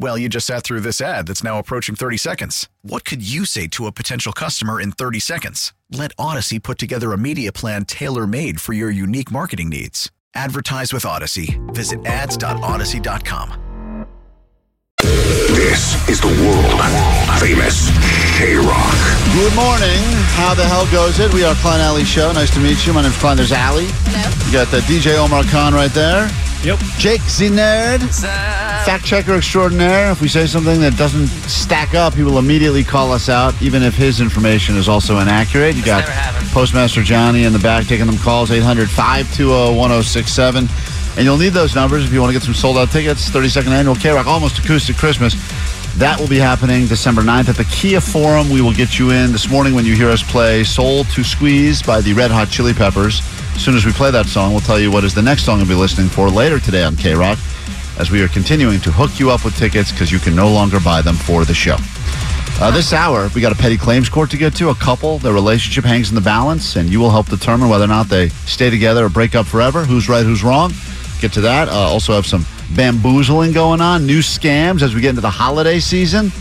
Speaker 17: Well, you just sat through this ad that's now approaching 30 seconds. What could you say to a potential customer in 30 seconds? Let Odyssey put together a media plan tailor made for your unique marketing needs. Advertise with Odyssey. Visit ads.odyssey.com.
Speaker 6: This is the world famous K Rock.
Speaker 7: Good morning. How the hell goes it? We are Klein Alley Show. Nice to meet you. My name's Klein. There's Alley. Hello. You got the DJ Omar Khan right there. Yep. Jake Z Nerd. Fact checker extraordinaire. If we say something that doesn't stack up, he will immediately call us out, even if his information is also inaccurate. You got Postmaster Johnny in the back taking them calls 800 520 1067. And you'll need those numbers if you want to get some sold out tickets. 32nd annual K Rock, almost acoustic Christmas. That will be happening December 9th at the Kia Forum. We will get you in this morning when you hear us play Soul to Squeeze by the Red Hot Chili Peppers. As soon as we play that song, we'll tell you what is the next song you'll be listening for later today on K Rock as we are continuing to hook you up with tickets because you can no longer buy them for the show. Uh, this hour, we got a petty claims court to get to. A couple, their relationship hangs in the balance, and you will help determine whether or not they stay together or break up forever. Who's right, who's wrong? Get to that. Uh, also, have some bamboozling going on, new scams as we get into the holiday season.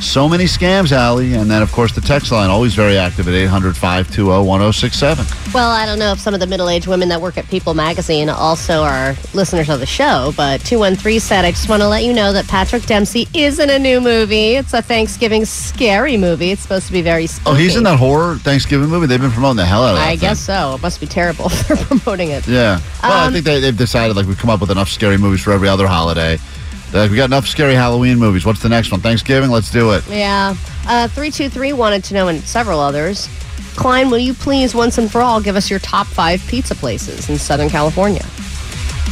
Speaker 7: So many scams, Allie. And then, of course, the text line, always very active at 800 520 1067.
Speaker 8: Well, I don't know if some of the middle aged women that work at People Magazine also are listeners of the show, but 213 said, I just want to let you know that Patrick Dempsey is in a new movie. It's a Thanksgiving scary movie. It's supposed to be very spooky.
Speaker 7: Oh, he's in that horror Thanksgiving movie. They've been promoting the hell out of that.
Speaker 8: I
Speaker 7: thing.
Speaker 8: guess so. It must be terrible (laughs) if they're promoting it.
Speaker 7: Yeah. Well, I
Speaker 8: Um,
Speaker 7: think they, they've decided like we've come up with enough scary movies for every other holiday. They're like, we got enough scary Halloween movies. What's the next one? Thanksgiving. Let's do it.
Speaker 8: Yeah. Uh, 323 wanted to know, and several others. Klein, will you please, once and for all, give us your top five pizza places in Southern California?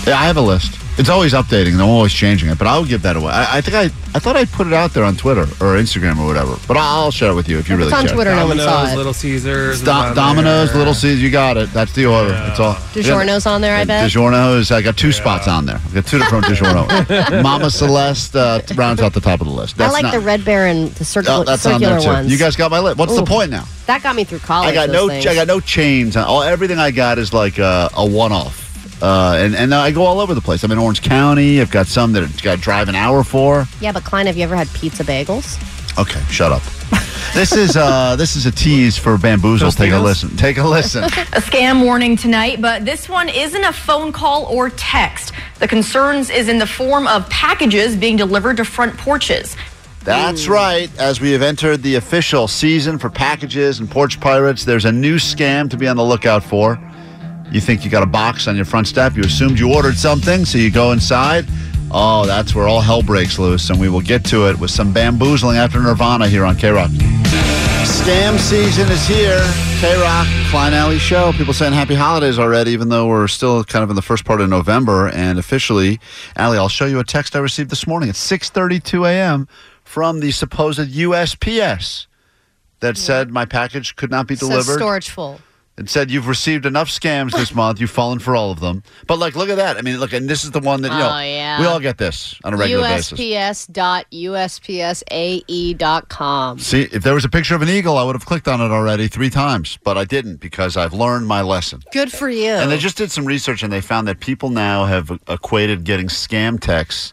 Speaker 7: Yeah, I have a list. It's always updating. and I'm always changing it, but I'll give that away. I, I think I, I thought I put it out there on Twitter or Instagram or whatever. But I'll, I'll share it with you if you really care.
Speaker 9: Domino's, Little Caesars,
Speaker 7: Do- Domino's, Little Caesars. You got it. That's the order. It's all.
Speaker 8: DiGiorno's on there, I bet.
Speaker 7: DiGiorno's. I got two spots on there. I got two different DiGiorno. Mama Celeste uh, rounds out the top of the list.
Speaker 8: I
Speaker 7: That's
Speaker 8: like
Speaker 7: not,
Speaker 8: the Red Bear and the circu-
Speaker 7: Oh, that's on
Speaker 8: circular
Speaker 7: there too.
Speaker 8: ones.
Speaker 7: You guys got my list. What's the
Speaker 8: Ooh.
Speaker 7: point now?
Speaker 8: That got me through college.
Speaker 7: I got
Speaker 8: those
Speaker 7: no.
Speaker 8: things.
Speaker 7: I got no chains. On. All everything I got is like a, a one-off, uh, and and I go all over the place. I'm in Orange County. I've got some that I got to drive an hour for.
Speaker 8: Yeah, but Klein, have you ever had pizza bagels?
Speaker 7: Okay, shut up. (laughs) this is uh, this is a tease for bamboozle. Take a listen. Take a listen.
Speaker 18: a scam warning tonight, but this one isn't a phone call or text. The concerns is in the form of packages being delivered to front porches.
Speaker 7: That's right. As we have entered the official season for packages and porch pirates, there's a new scam to be on the lookout for. You think you got a box on your front step, you assumed you ordered something, so you go inside. Oh, that's where all hell breaks loose, and we will get to it with some bamboozling after Nirvana here on K Rock. Scam season is here. K Rock, Klein Alley Show. People saying happy holidays already, even though we're still kind of in the first part of November. And officially, Alley, I'll show you a text I received this morning at 6.32 a.m. from the supposed USPS that said my package could not be
Speaker 8: Says
Speaker 7: delivered.
Speaker 8: storage full.
Speaker 7: It said you've received enough scams this month. You've fallen for all of them. But like, look at that. I mean, look, and this is the one that you know
Speaker 8: Oh, yeah.
Speaker 7: we all get this on a regular basis.
Speaker 8: E USPS.USPSAE.com.
Speaker 7: See, if there was a picture of an eagle, I would have clicked on it already three times, but I didn't because I've learned my lesson.
Speaker 8: Good for you.
Speaker 7: And they just did some research and they found that people now have equated getting scam texts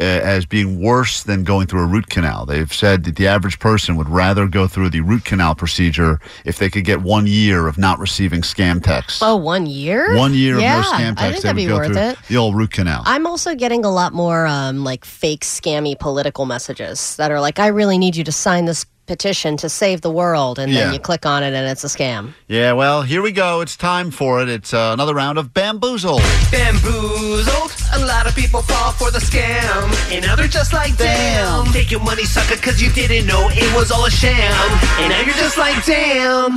Speaker 7: uh, as being worse than going through a root canal. They've said that the average person would rather go through the root canal procedure if they could get one year of not receiving scam texts.
Speaker 8: Oh, one year?
Speaker 7: One year
Speaker 8: yeah,
Speaker 7: of no scam
Speaker 8: I
Speaker 7: texts.
Speaker 8: think
Speaker 7: they
Speaker 8: that'd
Speaker 7: would
Speaker 8: be
Speaker 7: go
Speaker 8: worth
Speaker 7: through
Speaker 8: it.
Speaker 7: the old root canal.
Speaker 8: I'm also getting a lot more um, like fake scammy political messages that are like, I really need you to sign this petition to save the world, and
Speaker 7: Yeah.
Speaker 8: then you click on it and it's a scam.
Speaker 7: Yeah, well, here we go. It's time for it. It's uh, another round of bamboozle.
Speaker 13: Bamboozled. A lot of people fall for the scam. And others just like, damn. Take your money, sucker, because you didn't know it was all a sham. And now you're just like, damn.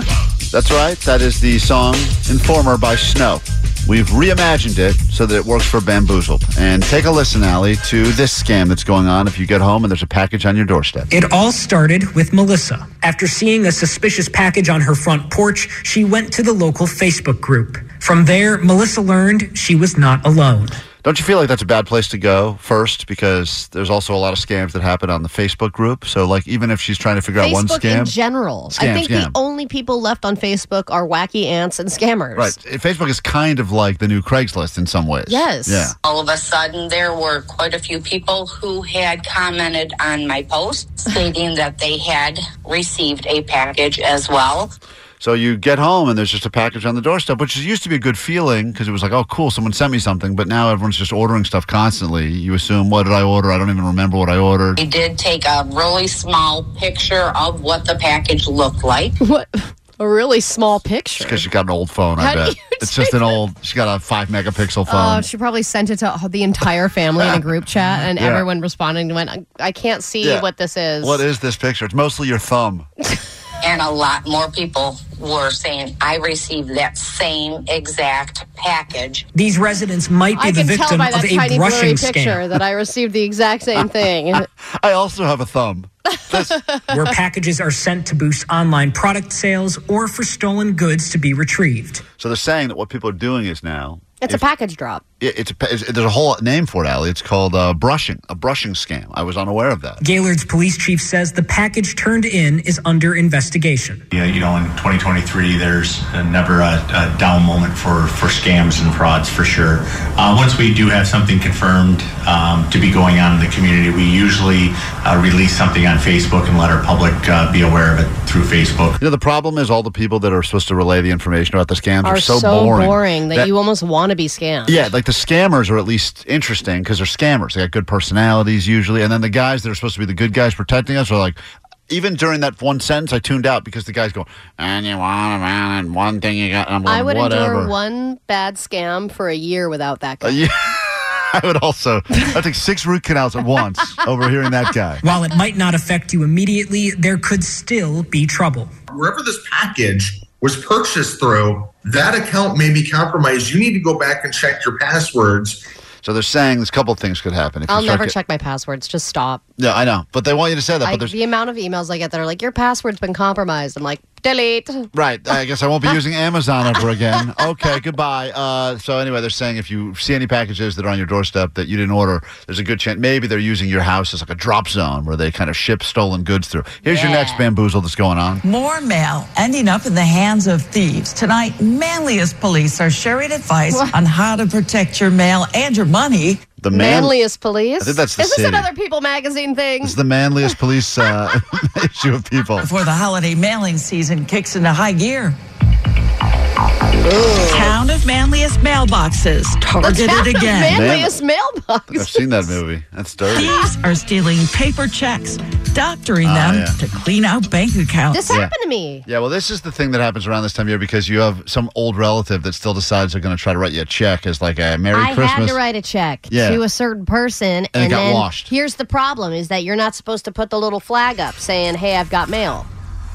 Speaker 7: That's right. That is the song Informer by Snow. We've reimagined it so that it works for Bamboozled. And take a listen, Allie, to this scam that's going on if you get home and there's a package on your doorstep.
Speaker 19: It all started with Melissa. After seeing a suspicious package on her front porch, she went to the local Facebook group. From there, Melissa learned she was not alone.
Speaker 7: Don't you feel like that's a bad place to go first? Because there's also a lot of scams that happen on the Facebook group. So, like, even if she's trying to figure out one
Speaker 8: Facebook
Speaker 7: scam,
Speaker 8: in general.
Speaker 7: Scam,
Speaker 8: I think
Speaker 7: scam.
Speaker 8: the only people left on Facebook are wacky ants and scammers.
Speaker 7: right? Facebook is kind of like the new Craigslist in some ways.
Speaker 8: Yes.
Speaker 7: Yeah.
Speaker 20: All of a sudden, there were quite a few people who had commented on my post
Speaker 16: (laughs)
Speaker 20: stating that they had received a package as well.
Speaker 7: So you get home and there's just a package on the doorstep, which is- used to be a good feeling because it was like, oh, cool, someone sent me something. But now everyone's just ordering stuff constantly. You assume, what did I order? I don't even remember what I ordered.
Speaker 20: I did take a really small picture of what the package looked like.
Speaker 8: What? A really small picture.
Speaker 7: Because she got an old phone,
Speaker 8: How
Speaker 7: I
Speaker 8: do
Speaker 7: bet.
Speaker 8: you (laughs)
Speaker 7: It's just an old. She got a five megapixel
Speaker 8: Oh,
Speaker 7: phone.
Speaker 8: she probably sent it to the entire family in a
Speaker 7: (laughs)
Speaker 8: group chat, and
Speaker 7: Yeah.
Speaker 8: everyone responding went, "I- "I can't see
Speaker 7: Yeah.
Speaker 8: what this is."
Speaker 7: what is this picture? It's mostly
Speaker 8: (laughs)
Speaker 7: your thumb.
Speaker 20: And a lot more people were saying, I received that same exact package.
Speaker 19: These residents might be
Speaker 8: I
Speaker 19: the
Speaker 8: can tell
Speaker 19: victim
Speaker 8: by
Speaker 19: of
Speaker 8: that
Speaker 19: a
Speaker 8: tiny blurry
Speaker 19: brushing
Speaker 8: picture
Speaker 19: scam
Speaker 8: that I received the exact same
Speaker 7: (laughs)
Speaker 8: thing.
Speaker 7: I also have a thumb.
Speaker 8: (laughs)
Speaker 19: where packages are sent to boost online product sales or for stolen goods to be retrieved.
Speaker 7: So they're saying that what people are doing is now.
Speaker 8: It's a package drop.
Speaker 7: It, it's, a, pa- it's there's a whole name for it, Allie. It's called uh, brushing, a brushing scam. I was unaware of that.
Speaker 19: Gaylord's police chief says the package turned in is under investigation.
Speaker 21: Yeah, you know, in 2023, there's uh, never a, a down moment for, for scams and frauds for sure. Uh, once we do have something confirmed um, to be going on in the community, we usually uh, release something on Facebook and let our public uh, be aware of it through Facebook.
Speaker 7: You know, the problem is all the people that are supposed to relay the information about the scams are,
Speaker 8: Are so, boring, that, you almost want to be scammed.
Speaker 7: Yeah, like the scammers are at least interesting because they're scammers. They got good personalities usually. And then the guys that are supposed to be the good guys protecting us are like, even during that one sentence, I tuned out because the guy's going, and you want around and one thing you got. And I'm going,
Speaker 8: I would
Speaker 7: whatever.
Speaker 8: endure one bad scam for a year without that.
Speaker 7: Uh, (laughs) yeah. I would also, I take six root canals
Speaker 8: (laughs)
Speaker 7: at once overhearing that guy.
Speaker 19: While it might not affect you immediately, there could still be trouble.
Speaker 22: wherever this package was purchased through, that account may be compromised. You need to go back and check your passwords.
Speaker 7: So they're saying there's a couple things could happen. If you
Speaker 8: I'll
Speaker 7: start
Speaker 8: never
Speaker 7: get-
Speaker 8: check my passwords. Just stop.
Speaker 7: Yeah, I know. But they want you to say that.
Speaker 8: I-
Speaker 7: but there's
Speaker 8: the amount of emails I get that are like, "Your password's been compromised." I'm like, delete.
Speaker 7: Right. I guess
Speaker 8: (laughs)
Speaker 7: I won't be using Amazon ever again. Okay, goodbye. Uh, so anyway, they're saying if you see any packages that are on your doorstep that you didn't order, there's a good chance maybe they're using your house as like a drop zone where they kind of ship stolen goods through. Here's your next bamboozle that's going on.
Speaker 23: More mail ending up in the hands of thieves. Tonight, Manlius police are sharing advice
Speaker 8: What?
Speaker 23: on how to protect your mail and your money.
Speaker 7: The
Speaker 8: Manliest police.
Speaker 7: I think that's the
Speaker 8: Is this
Speaker 7: city.
Speaker 8: another People magazine thing? (laughs)
Speaker 7: It's the manliest police uh, (laughs) issue of people.
Speaker 23: Before the holiday mailing season kicks into high gear. Town of Manlius mailboxes targeted
Speaker 8: Town of
Speaker 23: again.
Speaker 8: Manlius (laughs) mailbox.
Speaker 7: I've seen that movie. That's dirty.
Speaker 23: Thieves are stealing paper checks, doctoring
Speaker 7: Ah,
Speaker 23: them
Speaker 7: yeah.
Speaker 23: to clean out bank accounts.
Speaker 8: This happened to me.
Speaker 7: Yeah, well, this is the thing that happens around this time of year because you have some old relative that still decides they're going to try to write you a check as like a Merry
Speaker 8: I
Speaker 7: Christmas.
Speaker 8: had to write a check
Speaker 7: Yeah.
Speaker 8: to a certain person, and,
Speaker 7: it got
Speaker 8: then
Speaker 7: washed.
Speaker 8: here's the problem: is that you're not supposed to put the little flag up saying, "Hey, I've got mail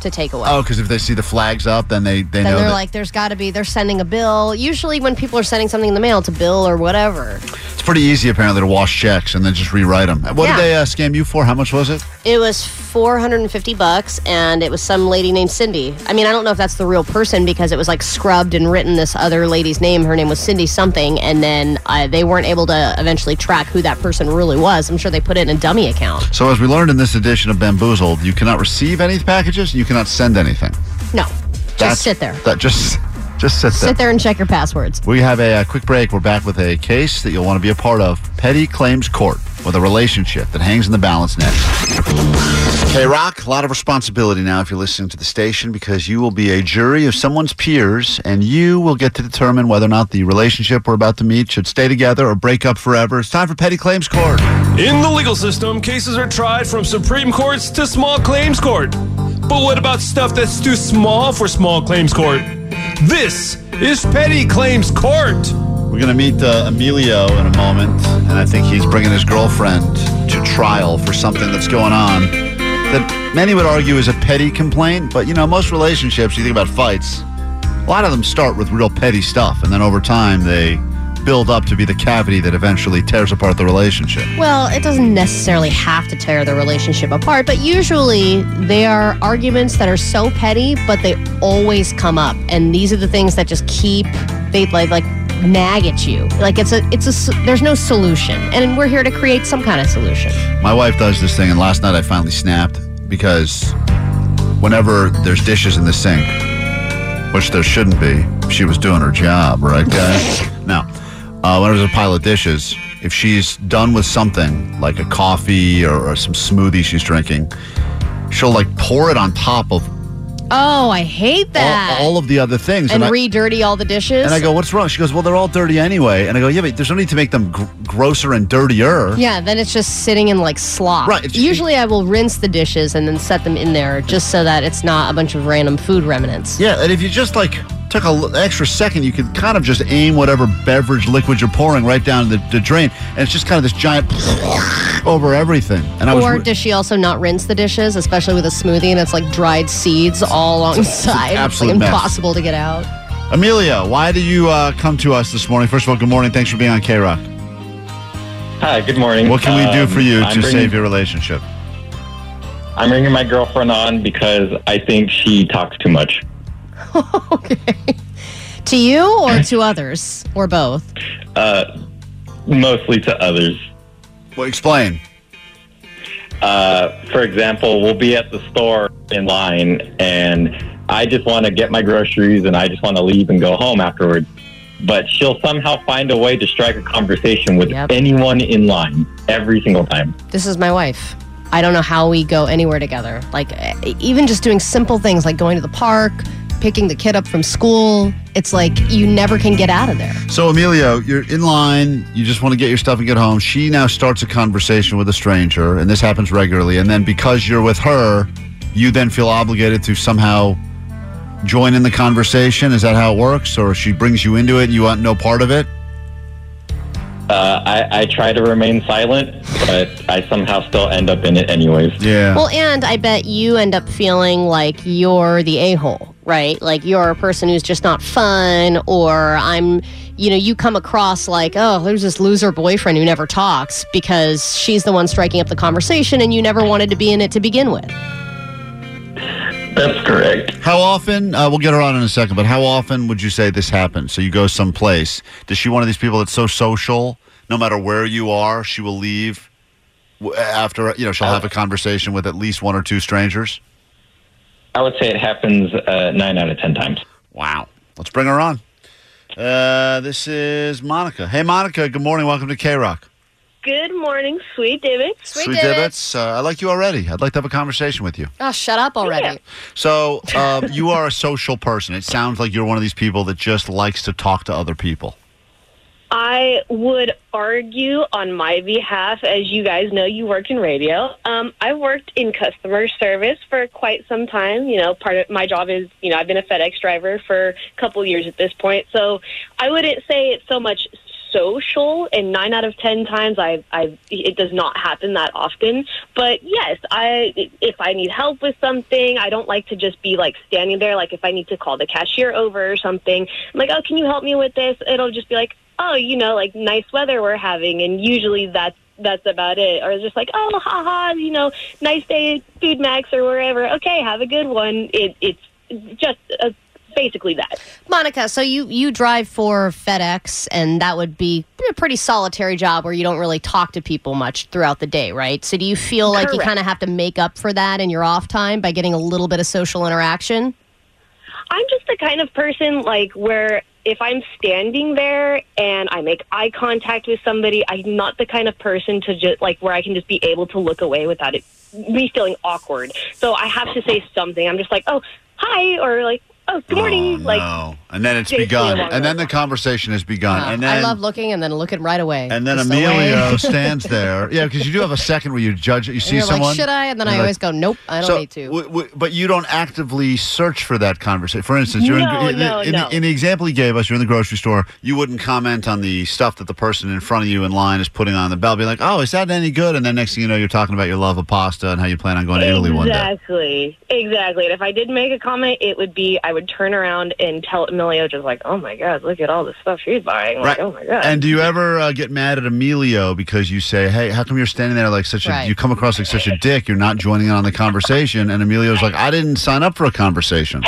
Speaker 8: to take away."
Speaker 7: Oh, because if they see the flags up, then they they
Speaker 8: then
Speaker 7: know
Speaker 8: they're
Speaker 7: that-
Speaker 8: like, "There's got to be." They're sending a bill. Usually, when people are sending something in the mail, it's a bill or whatever.
Speaker 7: It's pretty easy, apparently, to wash checks and then just rewrite them. What
Speaker 8: Yeah.
Speaker 7: did they uh, scam you for? How much was it?
Speaker 8: It was 450 bucks, and it was some lady named Cindy. I mean, I don't know if that's the real person because it was like scrubbed and written this other lady's name. Her name was Cindy something, and then uh, they weren't able to eventually track who that person really was. I'm sure they put it in a dummy account.
Speaker 7: So, as we learned in this edition of Bamboozled, you cannot receive any packages, you cannot send anything.
Speaker 8: No,
Speaker 7: That's-
Speaker 8: just sit there.
Speaker 7: That just, just sit there.
Speaker 8: Sit there and check your passwords.
Speaker 7: We have a, uh quick break. We're back with a case that you'll want to be a part of Petty Claims Court with a relationship that hangs in the balance next. K Rock, a lot of responsibility now if you're listening to the station because you will be a jury of someone's peers and you will get to determine whether or not the relationship we're about to meet should stay together or break up forever. It's time for Petty Claims Court.
Speaker 24: In the legal system, cases are tried from Supreme Courts to small claims court.
Speaker 1: But what about stuff that's too small for small claims court? This is petty claims court.
Speaker 7: We're going to meet uh, Emilio in a moment, and I think he's bringing his girlfriend to trial for something that's going on that many would argue is a petty complaint. But, you know, most relationships, you think about fights, a lot of them start with real petty stuff, and then over time, they build up to be the cavity that eventually tears apart the relationship.
Speaker 8: Well, it doesn't necessarily have to tear the relationship apart, but usually they are arguments that are so petty, but they always come up, and these are the things that just keep they like like nag at you. Like it's a it's a s- there's no solution, and we're here to create some kind of solution.
Speaker 7: My wife does this thing, and last night I finally snapped because whenever there's dishes in the sink, which there shouldn't be, she was doing her job, right, guys? now, uh, whenever there's a pile of dishes, if she's done with something like a coffee or, or some smoothie she's drinking, she'll like pour it on top of
Speaker 8: Oh, I hate that.
Speaker 7: all, all of the other things.
Speaker 8: and
Speaker 7: I-
Speaker 8: re-dirty all the dishes.
Speaker 7: and I go, what's wrong? She goes, well, they're all dirty anyway. And I go, yeah, but there's no need to make them gr- grosser and dirtier.
Speaker 8: Yeah, then it's just sitting in like slop.
Speaker 7: Right, it's-
Speaker 8: Usually I will rinse the dishes and then set them in there just so that it's not a bunch of random food remnants.
Speaker 7: Yeah, and if you just like took an extra second, you could kind of just aim whatever beverage liquid you're pouring right down the, the drain, and it's just kind of this giant (laughs) over everything. And I was
Speaker 8: or
Speaker 7: re-
Speaker 8: does she also not rinse the dishes, especially with a smoothie and it's like dried seeds all alongside?
Speaker 7: absolute
Speaker 8: it's
Speaker 7: mess.
Speaker 8: like impossible to get out.
Speaker 7: Amelia, why do you uh, come to us this morning? First of all, good morning. Thanks for being on K Rock.
Speaker 25: Hi, good morning.
Speaker 7: What can we do
Speaker 25: Um,
Speaker 7: for you
Speaker 25: I'm
Speaker 7: to
Speaker 25: bringing-
Speaker 7: save your relationship?
Speaker 25: I'm bringing my girlfriend on because I think she talks too much.
Speaker 8: To you or to others or both?
Speaker 25: Uh, mostly to others.
Speaker 7: Well, explain.
Speaker 25: Uh, for example, we'll be at the store in line, and I just want to get my groceries, and I just want to leave and go home afterwards. But she'll somehow find a way to strike a conversation with anyone in line every single time.
Speaker 8: This is my wife. I don't know how we go anywhere together. Like, eh, even just doing simple things like going to the park, picking the kid up from school, it's like you never can get out of there.
Speaker 7: So, Emilio, you're in line. You just want to get your stuff and get home. She now starts a conversation with a stranger, and this happens regularly. And then because you're with her, you then feel obligated to somehow join in the conversation. Is that how it works? Or she brings you into it and you want no part of it?
Speaker 25: Uh, I, I try to remain silent, but I somehow still end up in it anyways.
Speaker 7: Yeah.
Speaker 8: Well, and I bet you end up feeling like you're the a hole, right? Like you're a person who's just not fun, or I'm, you know, you come across like, oh, there's this loser boyfriend who never talks because she's the one striking up the conversation and you never wanted to be in it to begin with.
Speaker 25: That's correct.
Speaker 7: How often? Uh, we'll get her on in a second, but how often would you say this happens? So you go someplace. Does she one of these people that's so social? No matter where you are, she will leave w- after, you know, she'll have a conversation with at least one or two strangers?
Speaker 25: I would say it happens uh, nine out of ten times.
Speaker 7: Wow. Let's bring her on. Uh, this is Monica. Hey, Monica. Good morning. Welcome to K Rock.
Speaker 3: Good morning, sweet David.
Speaker 7: Divots. Uh, I like you already. I'd like to have a conversation with you.
Speaker 8: Oh, shut up already.
Speaker 7: So,
Speaker 8: (laughs)
Speaker 7: uh, you are a social person. It sounds like you're one of these people that just likes to talk to other people.
Speaker 3: I would argue on my behalf, as you guys know, you work in radio. Um, I worked in customer service for quite some time. You know, part of my job is, you know, I've been a FedEx driver for a couple years at this point. So I wouldn't say it's so much social and nine out of ten times I, I it does not happen that often but yes i if i need help with something i don't like to just be like standing there like if i need to call the cashier over or something i'm like oh can you help me with this it'll just be like oh you know like nice weather we're having and usually that's that's about it or just like oh haha you know nice day at food max or wherever okay have a good one it it's just uh, basically that
Speaker 8: Monica, so you you drive for FedEx, and that would be a pretty solitary job where you don't really talk to people much throughout the day, right? So do you feel like you
Speaker 3: Correct.
Speaker 8: kind of have to make up for that in your off time by getting a little bit of social interaction?
Speaker 3: I'm just the kind of person like where if I'm standing there and I make eye contact with somebody, I'm not the kind of person to just like where I can just be able to look away without it me feeling awkward. So I have to say something. I'm just like, oh, hi, or like, oh, good morning. like,
Speaker 7: no. And then it's begun. And then the conversation has begun. and then
Speaker 8: Uh, I love looking and then looking right away.
Speaker 7: and then
Speaker 8: Just the (laughs)
Speaker 7: Emilio
Speaker 8: way-
Speaker 7: stands there. Yeah, because you do have a second where you judge it. You
Speaker 8: And
Speaker 7: see
Speaker 8: you're
Speaker 7: someone.
Speaker 8: Like, Should I? And then I
Speaker 7: you're
Speaker 8: always
Speaker 7: like-
Speaker 8: go, nope, I don't
Speaker 7: So,
Speaker 8: need to.
Speaker 7: w- w- but you don't actively search for that conversation. For instance, you're
Speaker 8: No,
Speaker 7: in,
Speaker 8: no,
Speaker 7: in, in,
Speaker 8: no.
Speaker 7: in the example he gave us. You're in the grocery store. You wouldn't comment on the stuff that the person in front of you in line is putting on the bell. Be like, "Oh, is that any good?" And then next thing you know, you're talking about your love of pasta and how you plan on going to Italy one day.
Speaker 3: Exactly. Exactly. And if I did make a comment, it would be I would turn around and tell Emilio just like, "Oh my god, look at all the stuff she's buying." Like, "Oh my god."
Speaker 7: And do you ever uh, get mad at Emilio because you say, "Hey, how come you're standing there like such a?
Speaker 3: Right.
Speaker 7: You come across like such a dick. You're not joining in on the conversation." And Emilio's like, "I didn't sign up for a conversation."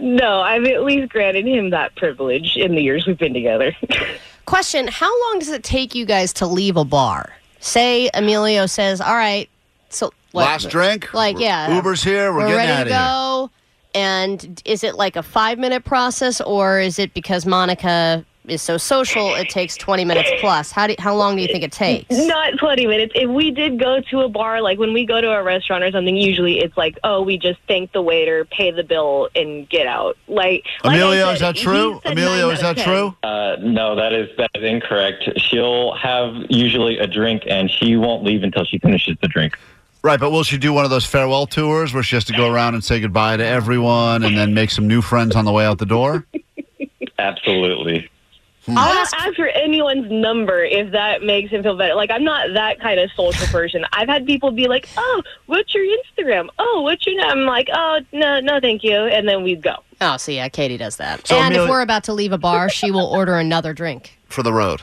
Speaker 3: no, I've at least granted him that privilege in the years we've been together. (laughs)
Speaker 8: Question How long does it take you guys to leave a bar? Say Emilio says, all right, so.
Speaker 7: Last drink?
Speaker 8: Like, yeah.
Speaker 7: Uber's here, we're
Speaker 8: We're
Speaker 7: getting
Speaker 8: ready
Speaker 7: outta
Speaker 8: to go. And is it like a five minute process or is it because Monica is so social, it takes 20 minutes plus? How, do, how long do you think it takes?
Speaker 3: Not 20 minutes. If we did go to a bar, like when we go to a restaurant or something, usually it's like, oh, we just thank the waiter, pay the bill, and get out. Like, like I
Speaker 7: Emilio,
Speaker 3: said,
Speaker 7: is that
Speaker 3: he
Speaker 7: true?
Speaker 3: said
Speaker 7: Emilio,
Speaker 3: nine
Speaker 7: is
Speaker 3: out of
Speaker 7: that
Speaker 3: 10.
Speaker 7: true?
Speaker 25: Uh, no, that is that is incorrect. She'll have usually a drink, and she won't leave until she finishes the drink.
Speaker 7: Right, but will she do one of those farewell tours where she has to go around and say goodbye to everyone and then make some new friends on the way out the (laughs) door?
Speaker 25: Absolutely.
Speaker 3: I'll ask, for anyone's number if that makes him feel better. Like I'm not that kind of social person. I've had people be like, "Oh, what's your Instagram? Oh, what's your?" name?" I'm like, "Oh, no, no, thank you," and then we'd go.
Speaker 8: Oh, so yeah, Katie does that.
Speaker 7: So
Speaker 8: and if
Speaker 7: Amelia-
Speaker 8: we're about to leave a bar, she will order another drink.
Speaker 7: For the road.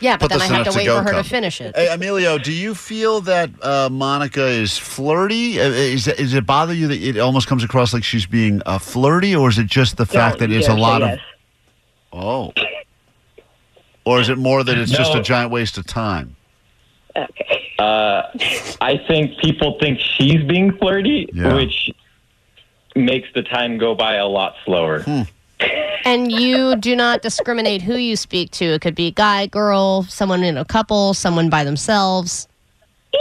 Speaker 8: Yeah, but
Speaker 7: Put
Speaker 8: then I
Speaker 7: this in
Speaker 8: have
Speaker 7: a
Speaker 8: to wait
Speaker 7: to-go
Speaker 8: for her
Speaker 7: cup.
Speaker 8: to finish it.
Speaker 7: Hey, Emilio, do you feel that uh, Monica is flirty? Uh, Is, is it bother you that it almost comes across like she's being uh, flirty, or is it just the fact that it's a
Speaker 25: yes,
Speaker 7: lot
Speaker 25: yes.
Speaker 7: of. Oh. Or is it more that it's just
Speaker 25: No.
Speaker 7: a giant waste of time?
Speaker 25: Uh, I think people think she's being flirty, which makes the time go by a lot slower.
Speaker 8: And you do not discriminate who you speak to. It could be guy, girl, someone in a couple, someone by themselves.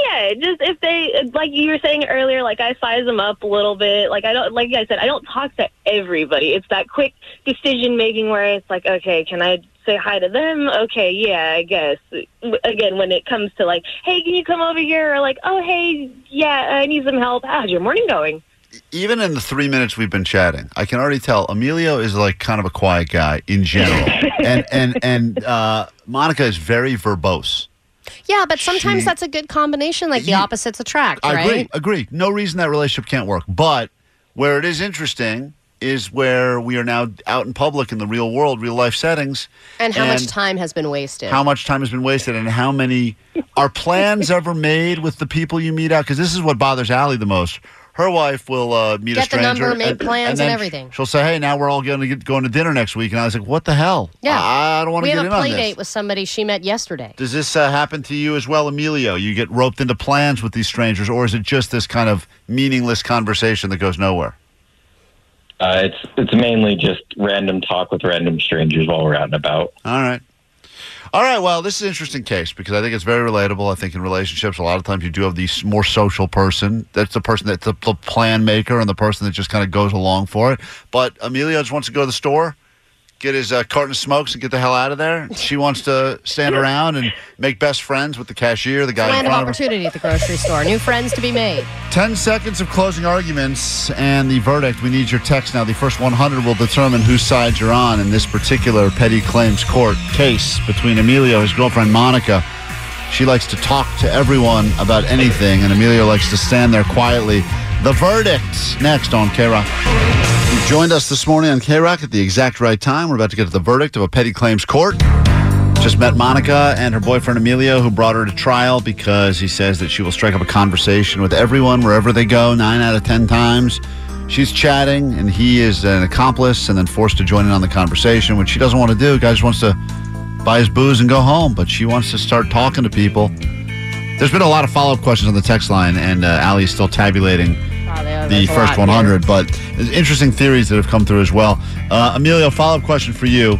Speaker 3: Yeah, just if they like you were saying earlier, like I size them up a little bit. Like I don't, like I said, I don't talk to everybody. It's that quick decision making where it's like, okay, can I say hi to them? Okay, yeah, I guess. W- Again, when it comes to like, hey, can you come over here? Or like, oh, hey, yeah, I need some help. How's your morning going?
Speaker 7: even in the three minutes we've been chatting, I can already tell Emilio is like kind of a quiet guy in general, and and and uh, Monica is very verbose.
Speaker 8: Yeah, but sometimes
Speaker 7: She-
Speaker 8: that's a good combination. Like the opposites attract,
Speaker 7: I
Speaker 8: right?
Speaker 7: agree, agree. No reason that relationship can't work, but where it is interesting is where we are now out in public in the real world, real life settings,
Speaker 8: And how much time has been wasted?
Speaker 7: how much time has been wasted and how many are plans ever made with the people you meet out because this is what bothers Allie the most her wife will uh, meet a
Speaker 8: Get the
Speaker 7: stranger
Speaker 8: number, make plans and
Speaker 7: then
Speaker 8: everything.
Speaker 7: she'll say hey now we're all going to get going to dinner next week and i was like what the hell
Speaker 8: yeah,
Speaker 7: i, I don't want
Speaker 8: We
Speaker 7: to get
Speaker 8: have a
Speaker 7: in on
Speaker 8: play
Speaker 7: this
Speaker 8: date with somebody she met yesterday.
Speaker 7: does this uh, happen to you as well emilio you get roped into plans with these strangers or is it just this kind of meaningless conversation that goes nowhere
Speaker 25: Uh, it's it's mainly just random talk with random strangers while we're out and about.
Speaker 7: All right. All right. Well, this is an interesting case because I think it's very relatable. I think in relationships, a lot of times you do have the s- more social person. That's the person that's the, the plan maker and the person that just kind of goes along for it. But Emilio just wants to go to the store, get his uh, carton of smokes, and get the hell out of there. She wants to stand around and make best friends with the cashier, the guy in
Speaker 8: Land of
Speaker 7: front of her.
Speaker 8: opportunity at the grocery store. New friends to be made.
Speaker 7: 10 seconds of closing arguments and the verdict. We need your text now. The first 100 will determine whose side you're on in this particular petty claims court case between Emilio, his girlfriend Monica. She likes to talk to everyone about anything, and Emilio likes to stand there quietly. The verdict next on K Rock. You joined us this morning on K Rock at the exact right time. We're about to get to the verdict of a petty claims court. Just met Monica and her boyfriend Emilio, who brought her to trial because he says that she will strike up a conversation with everyone wherever they go, nine out of ten times. She's chatting, and he is an accomplice and then forced to join in on the conversation, which she doesn't want to do. Guy just wants to buy his booze and go home, but she wants to start talking to people. There's been a lot of follow up questions on the text line, and uh, Allie is still tabulating the
Speaker 8: there's a
Speaker 7: first
Speaker 8: lot
Speaker 7: 100, but there's interesting theories that have come through as well. Uh, Emilio, follow up question for you.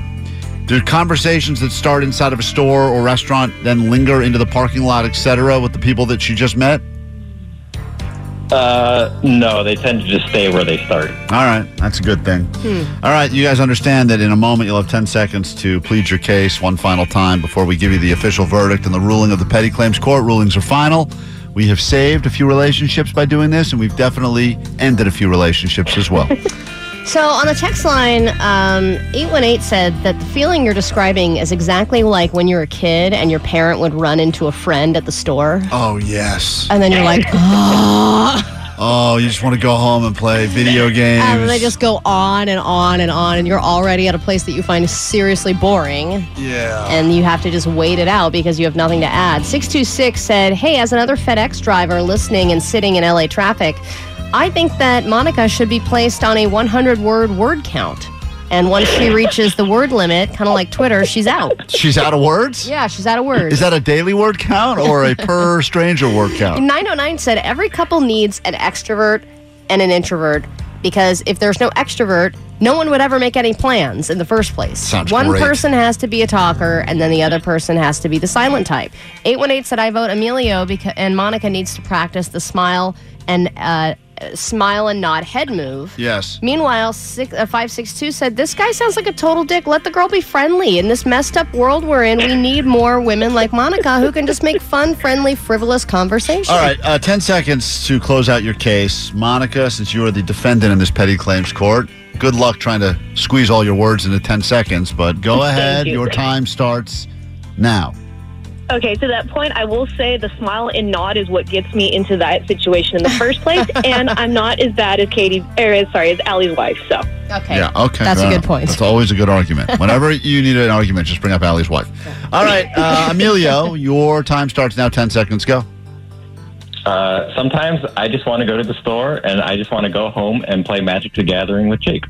Speaker 7: Do conversations that start inside of a store or restaurant then linger into the parking lot, etc., with the people that she just met?
Speaker 25: Uh, no, they tend to just stay where they start.
Speaker 7: All right, that's a good thing.
Speaker 8: Hmm.
Speaker 7: All right, you guys understand that in a moment you'll have 10 seconds to plead your case one final time before we give you the official verdict and the ruling of the Petty Claims Court. Rulings are final. We have saved a few relationships by doing this, and we've definitely ended a few relationships as well.
Speaker 8: So on the text line, um, 818 said that the feeling you're describing is exactly like when you're a kid and your parent would run into a friend at the store.
Speaker 7: (laughs) oh, yes.
Speaker 8: And then you're like, oh.
Speaker 7: Oh, you just want to go home and
Speaker 8: (laughs)
Speaker 7: play video games.
Speaker 8: And they just go on and on and on, and you're already at a place that you find seriously boring.
Speaker 7: yeah.
Speaker 8: and you have to just wait it out because you have nothing to add. 626 said, Hey, as another FedEx driver listening and sitting in LA traffic, I think that Monica should be placed on a 100 word word count. And once she reaches the word limit, kind of like Twitter, she's out.
Speaker 7: She's out of words?
Speaker 8: Yeah, she's out of words.
Speaker 7: Is that a daily word count
Speaker 8: (laughs)
Speaker 7: or a per stranger word count?
Speaker 8: 909 said every couple needs an extrovert and an introvert because if there's no extrovert, no one would ever make any plans in the first place.
Speaker 7: Sounds
Speaker 8: one
Speaker 7: great.
Speaker 8: person has to be a talker, and then the other person has to be the silent type. 818 said, I vote Emilio because, and Monica needs to practice the smile and uh, smile and nod head move.
Speaker 7: Yes.
Speaker 8: Meanwhile, six, uh, 562 said, This guy sounds like a total dick. Let the girl be friendly. In this messed up world we're in, we need more women like Monica who can just make fun, friendly, frivolous conversation.
Speaker 7: All right, uh, 10 seconds to close out your case. Monica, since you are the defendant in this petty claims court, good luck trying to squeeze all your words into 10 seconds, but go
Speaker 3: Thank
Speaker 7: ahead.
Speaker 3: you.
Speaker 7: Your time starts now.
Speaker 3: Okay, to that point, I will say the smile and nod is what gets me into that situation in the first place, and I'm not as bad as Katie, or sorry, as Allie's wife. So
Speaker 8: Okay.
Speaker 7: Yeah, okay.
Speaker 8: That's a
Speaker 7: fair
Speaker 8: good
Speaker 7: enough.
Speaker 8: point.
Speaker 7: That's always a good
Speaker 8: (laughs)
Speaker 7: argument. Whenever you need an argument, just bring up Allie's wife. All right,
Speaker 8: (laughs)
Speaker 7: uh, Emilio, your time starts now. 10 seconds, go.
Speaker 25: Uh, sometimes I just want to go to the store and I just want to go home and play Magic the Gathering with Jake.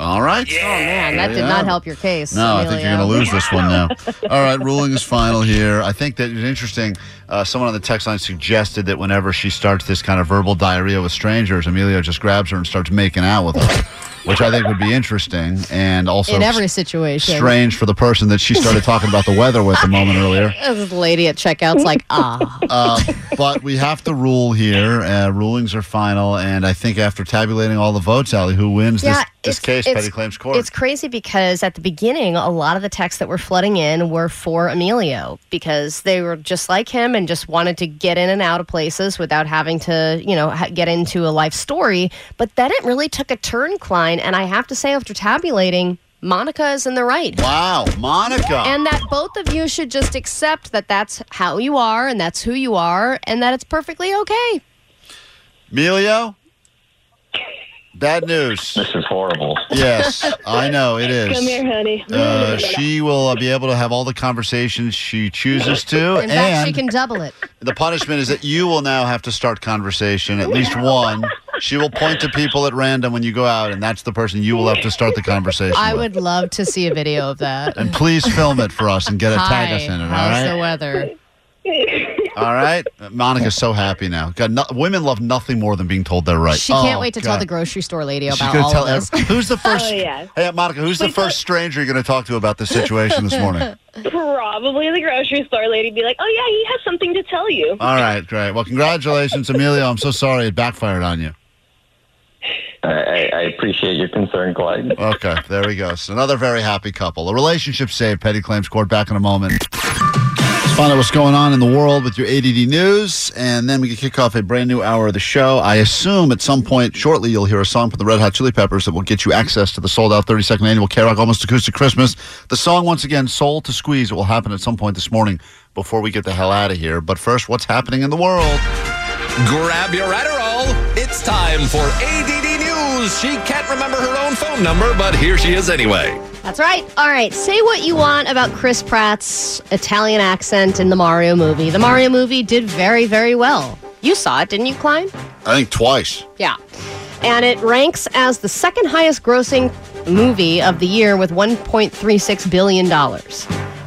Speaker 7: All right.
Speaker 8: Oh, man, that did not help your case.
Speaker 7: No, I think you're
Speaker 8: Emilio.
Speaker 7: going to lose this one now. (laughs) All right, ruling is final here. I think that it's interesting. Uh, someone on the text line suggested that whenever she starts this kind of verbal diarrhea with strangers, Emilio just grabs her and starts making out with her, which I think would be interesting and also
Speaker 8: In every situation.
Speaker 7: strange for the person that she started talking about the weather with a moment
Speaker 8: (laughs)
Speaker 7: earlier.
Speaker 8: This lady at checkout's like,
Speaker 7: (laughs)
Speaker 8: ah.
Speaker 7: Uh, but we have to rule here. Uh, rulings are final, and I think after tabulating all the votes, Allie, who wins this, this case, petty claims court?
Speaker 8: It's crazy because at the beginning, a lot of the texts that were flooding in were for Emilio because they were just like him and just wanted to get in and out of places without having to, you know, ha- get into a life story. But then it really took a turn, Klein. And I have to say, after tabulating, Monica is in the right.
Speaker 7: Wow, Monica.
Speaker 8: And that both of you should just accept that that's how you are and that's who you are and that it's perfectly okay.
Speaker 7: Emilio? Bad news.
Speaker 25: This is horrible.
Speaker 7: Yes, I know it is.
Speaker 3: come here, honey. (laughs)
Speaker 7: Uh, she will uh, be able to have all the conversations she chooses to,
Speaker 8: In fact, she
Speaker 7: Uh, and
Speaker 8: can double
Speaker 7: (laughs)
Speaker 8: it.
Speaker 7: the punishment is that you will now have to start conversation, at least one. She will point to people at random when you go out, and that's the person you will have to start the conversation
Speaker 8: I
Speaker 7: with.
Speaker 8: would love to see a video of
Speaker 7: (laughs)
Speaker 8: that.
Speaker 7: And please film it for us and get a tag us in it. All
Speaker 8: how's the
Speaker 7: right,
Speaker 8: weather?
Speaker 7: all right. Monica's so happy now. God, no, women love nothing more than being told they're right.
Speaker 8: She can't
Speaker 7: Oh,
Speaker 8: wait to tell
Speaker 7: God.
Speaker 8: the grocery store lady
Speaker 7: She's
Speaker 8: about
Speaker 7: gonna
Speaker 8: all
Speaker 7: tell
Speaker 8: of this. Oh,
Speaker 7: every-
Speaker 8: (laughs)
Speaker 7: Who's the first? Hey, Monica, who's the first stranger you're going to talk to about this situation this morning?
Speaker 8: (laughs)
Speaker 3: probably the grocery store lady be like, "Oh yeah, he has something to tell you."
Speaker 7: All right, great. Well, congratulations, Emilio. I'm so sorry it backfired on you.
Speaker 25: I, I, I appreciate your concern, Clyde.
Speaker 7: Okay, there we go. So another very happy couple. A relationship saved. Petty Claims Court back in a moment. Let's find out what's going on in the world with your ADD news, and then we can kick off a brand new hour of the show. I assume at some point shortly you'll hear a song from the Red Hot Chili Peppers that will get you access to the sold out 32nd annual K Rock Almost Acoustic Christmas. The song, once again, Soul to Squeeze, it will happen at some point this morning before we get the hell out of here. But first, what's happening in the world?
Speaker 15: Grab your Adderall. It's time for ADD News. She can't remember her own phone number, but here she is anyway.
Speaker 8: That's right. All right. Say what you want about Chris Pratt's Italian accent in the Mario movie. The Mario movie did very, very well. You saw it, didn't you, Klein?
Speaker 7: I think twice.
Speaker 8: Yeah. And it ranks as the second highest grossing movie of the year with $1.36 billion.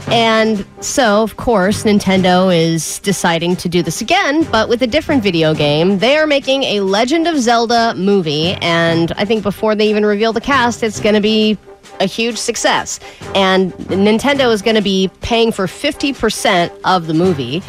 Speaker 8: And so, of course, Nintendo is deciding to do this again, but with a different video game. They are making a Legend of Zelda movie, and I think before they even reveal the cast, it's going to be a huge success. And Nintendo is going to be paying for 50% of the movie.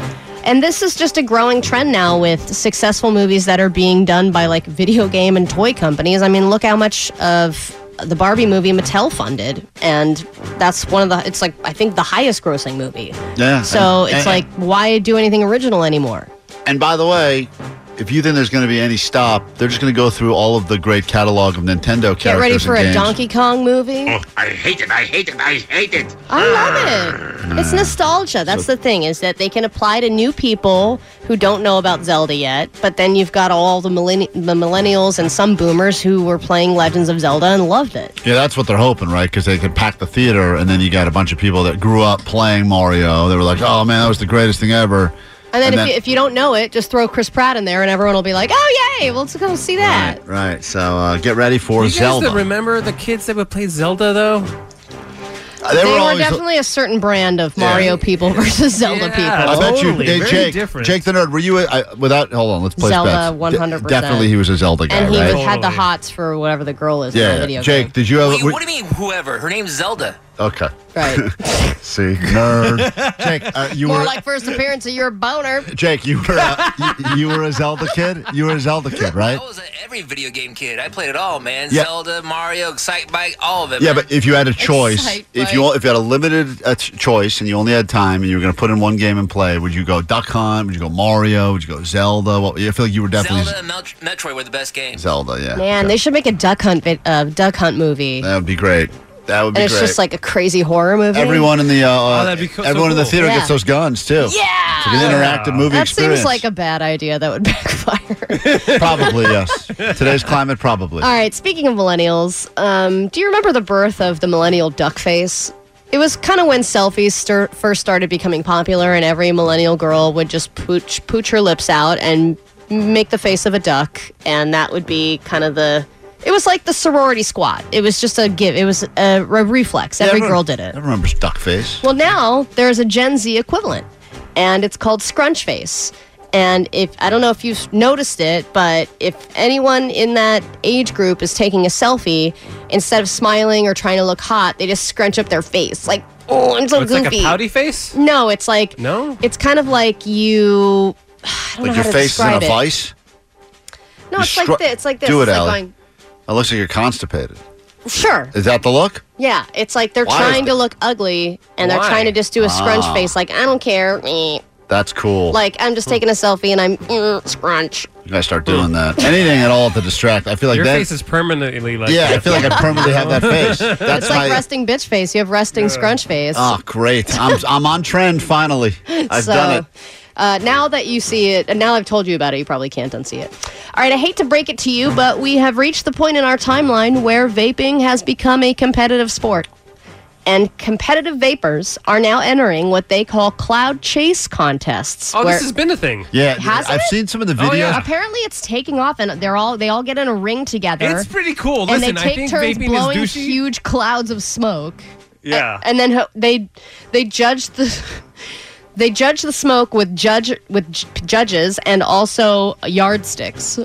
Speaker 8: And this is just a growing trend now with successful movies that are being done by like video game and toy companies. I mean, look how much of the Barbie movie Mattel funded, and that's one of the. It's like I think the highest grossing movie.
Speaker 7: Yeah.
Speaker 8: So
Speaker 7: And-
Speaker 8: it's
Speaker 7: and-
Speaker 8: like why do anything original anymore?
Speaker 7: And by the way, if you think there's going to be any stop, they're just going to go through all of the great catalog of Nintendo characters.
Speaker 8: Get ready for
Speaker 7: and
Speaker 8: a
Speaker 7: games.
Speaker 8: Donkey Kong movie.
Speaker 7: Oh, I hate it. I hate it. I hate it.
Speaker 8: I love it. It's nostalgia. That's the thing is that they can apply to new people who don't know about Zelda yet. But then you've got all the, millenni- the millennials and some boomers who were playing Legends of Zelda and loved it.
Speaker 7: Yeah, that's what they're hoping, right? Because they could pack the theater, and then you got a bunch of people that grew up playing Mario. They were like, "Oh man, that was the greatest thing ever."
Speaker 8: And then, if, you, if you don't know it, just throw Chris Pratt in there, and everyone will be like, "Oh yay, let's go see that."
Speaker 7: right, so uh, get ready for
Speaker 9: You guys
Speaker 7: Zelda.
Speaker 9: that remember the kids that would play Zelda though?
Speaker 7: They
Speaker 8: They,
Speaker 7: were
Speaker 8: were,
Speaker 7: always-
Speaker 8: definitely a certain brand of Mario people (laughs) versus Zelda people.
Speaker 7: I bet you, hey,
Speaker 8: Very
Speaker 7: Jake,
Speaker 8: different.
Speaker 7: Jake the nerd. Were you a, I, without? Hold on, let's play
Speaker 8: Zelda,
Speaker 7: bets. De-
Speaker 8: 100%.
Speaker 7: Definitely, he was a Zelda guy,
Speaker 8: and he
Speaker 7: right?
Speaker 8: would- had the hots for whatever the girl is in the
Speaker 7: yeah,
Speaker 8: video
Speaker 7: Jake,
Speaker 8: game.
Speaker 7: did you have?
Speaker 2: Wait,
Speaker 7: were-
Speaker 2: what do you mean, whoever? Her name's Zelda.
Speaker 7: Okay.
Speaker 8: Right.
Speaker 7: See, nerd. Jake, uh, you
Speaker 8: More
Speaker 7: were
Speaker 8: like first appearance of your boner.
Speaker 7: Jake. You were a, you, you were a Zelda kid. You were a Zelda kid, right?
Speaker 2: Every video game kid. I played it all, man.
Speaker 7: Yeah.
Speaker 2: Zelda, Mario, Excite Bike, all of it.
Speaker 7: Yeah,
Speaker 2: man.
Speaker 7: but if you had a choice,
Speaker 2: Excite
Speaker 7: if you if you had a limited uh, ch- choice and you only had time and you were going to put in one game and play, would you go Duck Hunt? Would you go Mario? Would you go Zelda? Well, I feel like you were definitely
Speaker 2: Zelda and Mel- Metroid were the best games.
Speaker 7: Zelda. Yeah,
Speaker 8: Man, they should make a duck hunt bit, uh, duck hunt movie,
Speaker 7: that would be great. That would
Speaker 8: and
Speaker 7: be
Speaker 8: it's
Speaker 7: great.
Speaker 8: just like a crazy horror movie.
Speaker 7: everyone in the uh,
Speaker 8: Oh, that'd be co- so
Speaker 7: everyone in the
Speaker 8: cool.
Speaker 7: theater
Speaker 8: Yeah.
Speaker 7: gets those guns too. Yeah, it's like an interactive movie
Speaker 8: that
Speaker 7: experience.
Speaker 8: seems like a bad idea. That would (laughs) backfire. (laughs)
Speaker 7: probably yes. Today's climate, probably.
Speaker 8: All right. Speaking of millennials, um, do you remember the birth of the millennial duck face? It was kind of when selfies stir- first started becoming popular, and every millennial girl would just pooch pooch her lips out and make the face of a duck, and that would be kind of the. It was like the sorority squat. It was just a give. It was a, a reflex. Every
Speaker 7: Yeah,
Speaker 8: girl did it.
Speaker 7: Everyone remembers Duckface.
Speaker 8: Well, now there's a Gen Z equivalent, and it's called Scrunch Face. And if I don't know if you've noticed it, but if anyone in that age group is taking a selfie, instead of smiling or trying to look hot, they just scrunch up their face like, "Oh, I'm so
Speaker 9: Oh, it's
Speaker 8: goofy."
Speaker 9: like a pouty face.
Speaker 8: No, it's like
Speaker 9: No?
Speaker 8: It's kind of like you. (sighs) I don't know
Speaker 7: Like
Speaker 8: how
Speaker 7: your
Speaker 8: to
Speaker 7: face is in a
Speaker 8: describe it.
Speaker 7: vice.
Speaker 8: No,
Speaker 7: You
Speaker 8: it's like
Speaker 7: scru-
Speaker 8: this. It's like this.
Speaker 7: Do it,
Speaker 8: it's like
Speaker 7: Ally.
Speaker 8: going,
Speaker 7: It looks like you're constipated.
Speaker 8: sure.
Speaker 7: Is that the look?
Speaker 8: Yeah, it's like they're
Speaker 7: Why is
Speaker 8: trying to look ugly and
Speaker 7: Why?
Speaker 8: they're trying to just do a scrunch
Speaker 7: Ah.
Speaker 8: face. Like I don't care. Eh.
Speaker 7: That's cool.
Speaker 8: Like I'm just taking a selfie and I'm mm, scrunch.
Speaker 7: You gotta start doing that. Anything at all to distract. I feel like
Speaker 9: Your
Speaker 7: that.
Speaker 9: face is permanently like.
Speaker 7: yeah, I
Speaker 9: that. (laughs)
Speaker 7: feel like I permanently have that face. That's
Speaker 8: it's like
Speaker 7: my.
Speaker 8: resting bitch face. You have resting scrunch face.
Speaker 7: oh, great! I'm I'm on trend
Speaker 8: (laughs)
Speaker 7: finally. I've
Speaker 8: so,
Speaker 7: done it.
Speaker 8: Uh, now that you see it, and now I've told you about it, you probably can't unsee it. All right, I hate to break it to you, but we have reached the point in our timeline where vaping has become a competitive sport. And competitive vapors are now entering what they call cloud chase contests.
Speaker 9: Oh,
Speaker 8: where-
Speaker 9: this has been a thing.
Speaker 7: Yeah,
Speaker 8: Hasn't
Speaker 7: I've
Speaker 8: it?
Speaker 7: seen some of the
Speaker 9: Oh,
Speaker 7: videos.
Speaker 9: yeah.
Speaker 8: Apparently, it's taking off, and they're all they all get in a ring together.
Speaker 9: It's pretty cool.
Speaker 8: And
Speaker 9: Listen,
Speaker 8: they
Speaker 9: I
Speaker 8: take
Speaker 9: think
Speaker 8: turns
Speaker 9: vaping is
Speaker 8: blowing
Speaker 9: douchey.
Speaker 8: huge clouds of smoke, (laughs)
Speaker 9: Yeah.
Speaker 8: and then ho- they they judge the. (laughs) They judge the smoke with judge with j- judges and also yardsticks.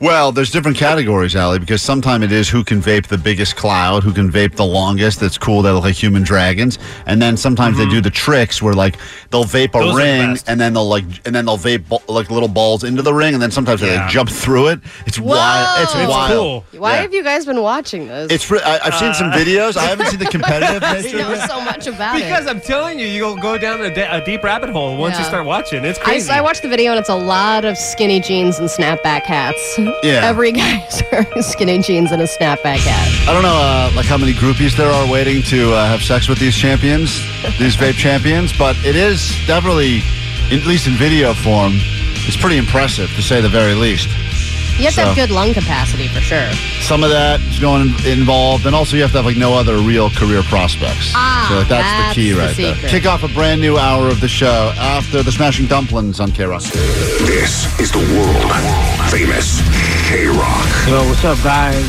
Speaker 7: Well, there's different categories, Allie, because sometimes it is who can vape the biggest cloud, who can vape the longest. That's cool. They look like human dragons. And then sometimes they do the tricks where like they'll vape
Speaker 9: Mm-hmm.
Speaker 7: a
Speaker 9: Those are the
Speaker 7: ring,
Speaker 9: best.
Speaker 7: and then they'll like, and then they'll vape bu- like little balls into the ring, and then sometimes they
Speaker 9: Yeah.
Speaker 7: like, jump through it. It's wild. It's,
Speaker 8: Whoa.
Speaker 7: wild.
Speaker 8: Why have you guys been watching this?
Speaker 7: It's. Re- I, I've seen some
Speaker 9: Uh.
Speaker 7: videos. I haven't
Speaker 9: (laughs)
Speaker 7: seen the competitive nature. of
Speaker 8: know
Speaker 7: it.
Speaker 8: so much about it.
Speaker 9: Because I'm telling you, you'll go down a, de- a deep rabbit hole once you
Speaker 8: Yeah.
Speaker 9: start watching. It's
Speaker 8: I,
Speaker 9: crazy.
Speaker 8: I watched the video and it's a lot of skinny jeans and snapback hats.
Speaker 7: Yeah.
Speaker 8: Every guy is wearing (laughs) skinny jeans and a snapback hat.
Speaker 7: I don't know, uh, like how many groupies there are waiting to uh, have sex with these champions,
Speaker 8: (laughs)
Speaker 7: these vape champions. But it is definitely, at least in video form, it's pretty impressive to say the very least.
Speaker 8: You have to have
Speaker 7: So-
Speaker 8: good lung capacity for sure.
Speaker 7: Some of that is going involved, and also you have to have like no other real career prospects.
Speaker 8: Ah,
Speaker 7: so like, that's,
Speaker 8: that's
Speaker 7: the key
Speaker 8: the
Speaker 7: right there.
Speaker 8: secret.
Speaker 7: Kick off a brand new hour of the show after the Smashing Dumplings on K Rock.
Speaker 6: This is the world famous K Rock.
Speaker 12: Yo, what's up, guys?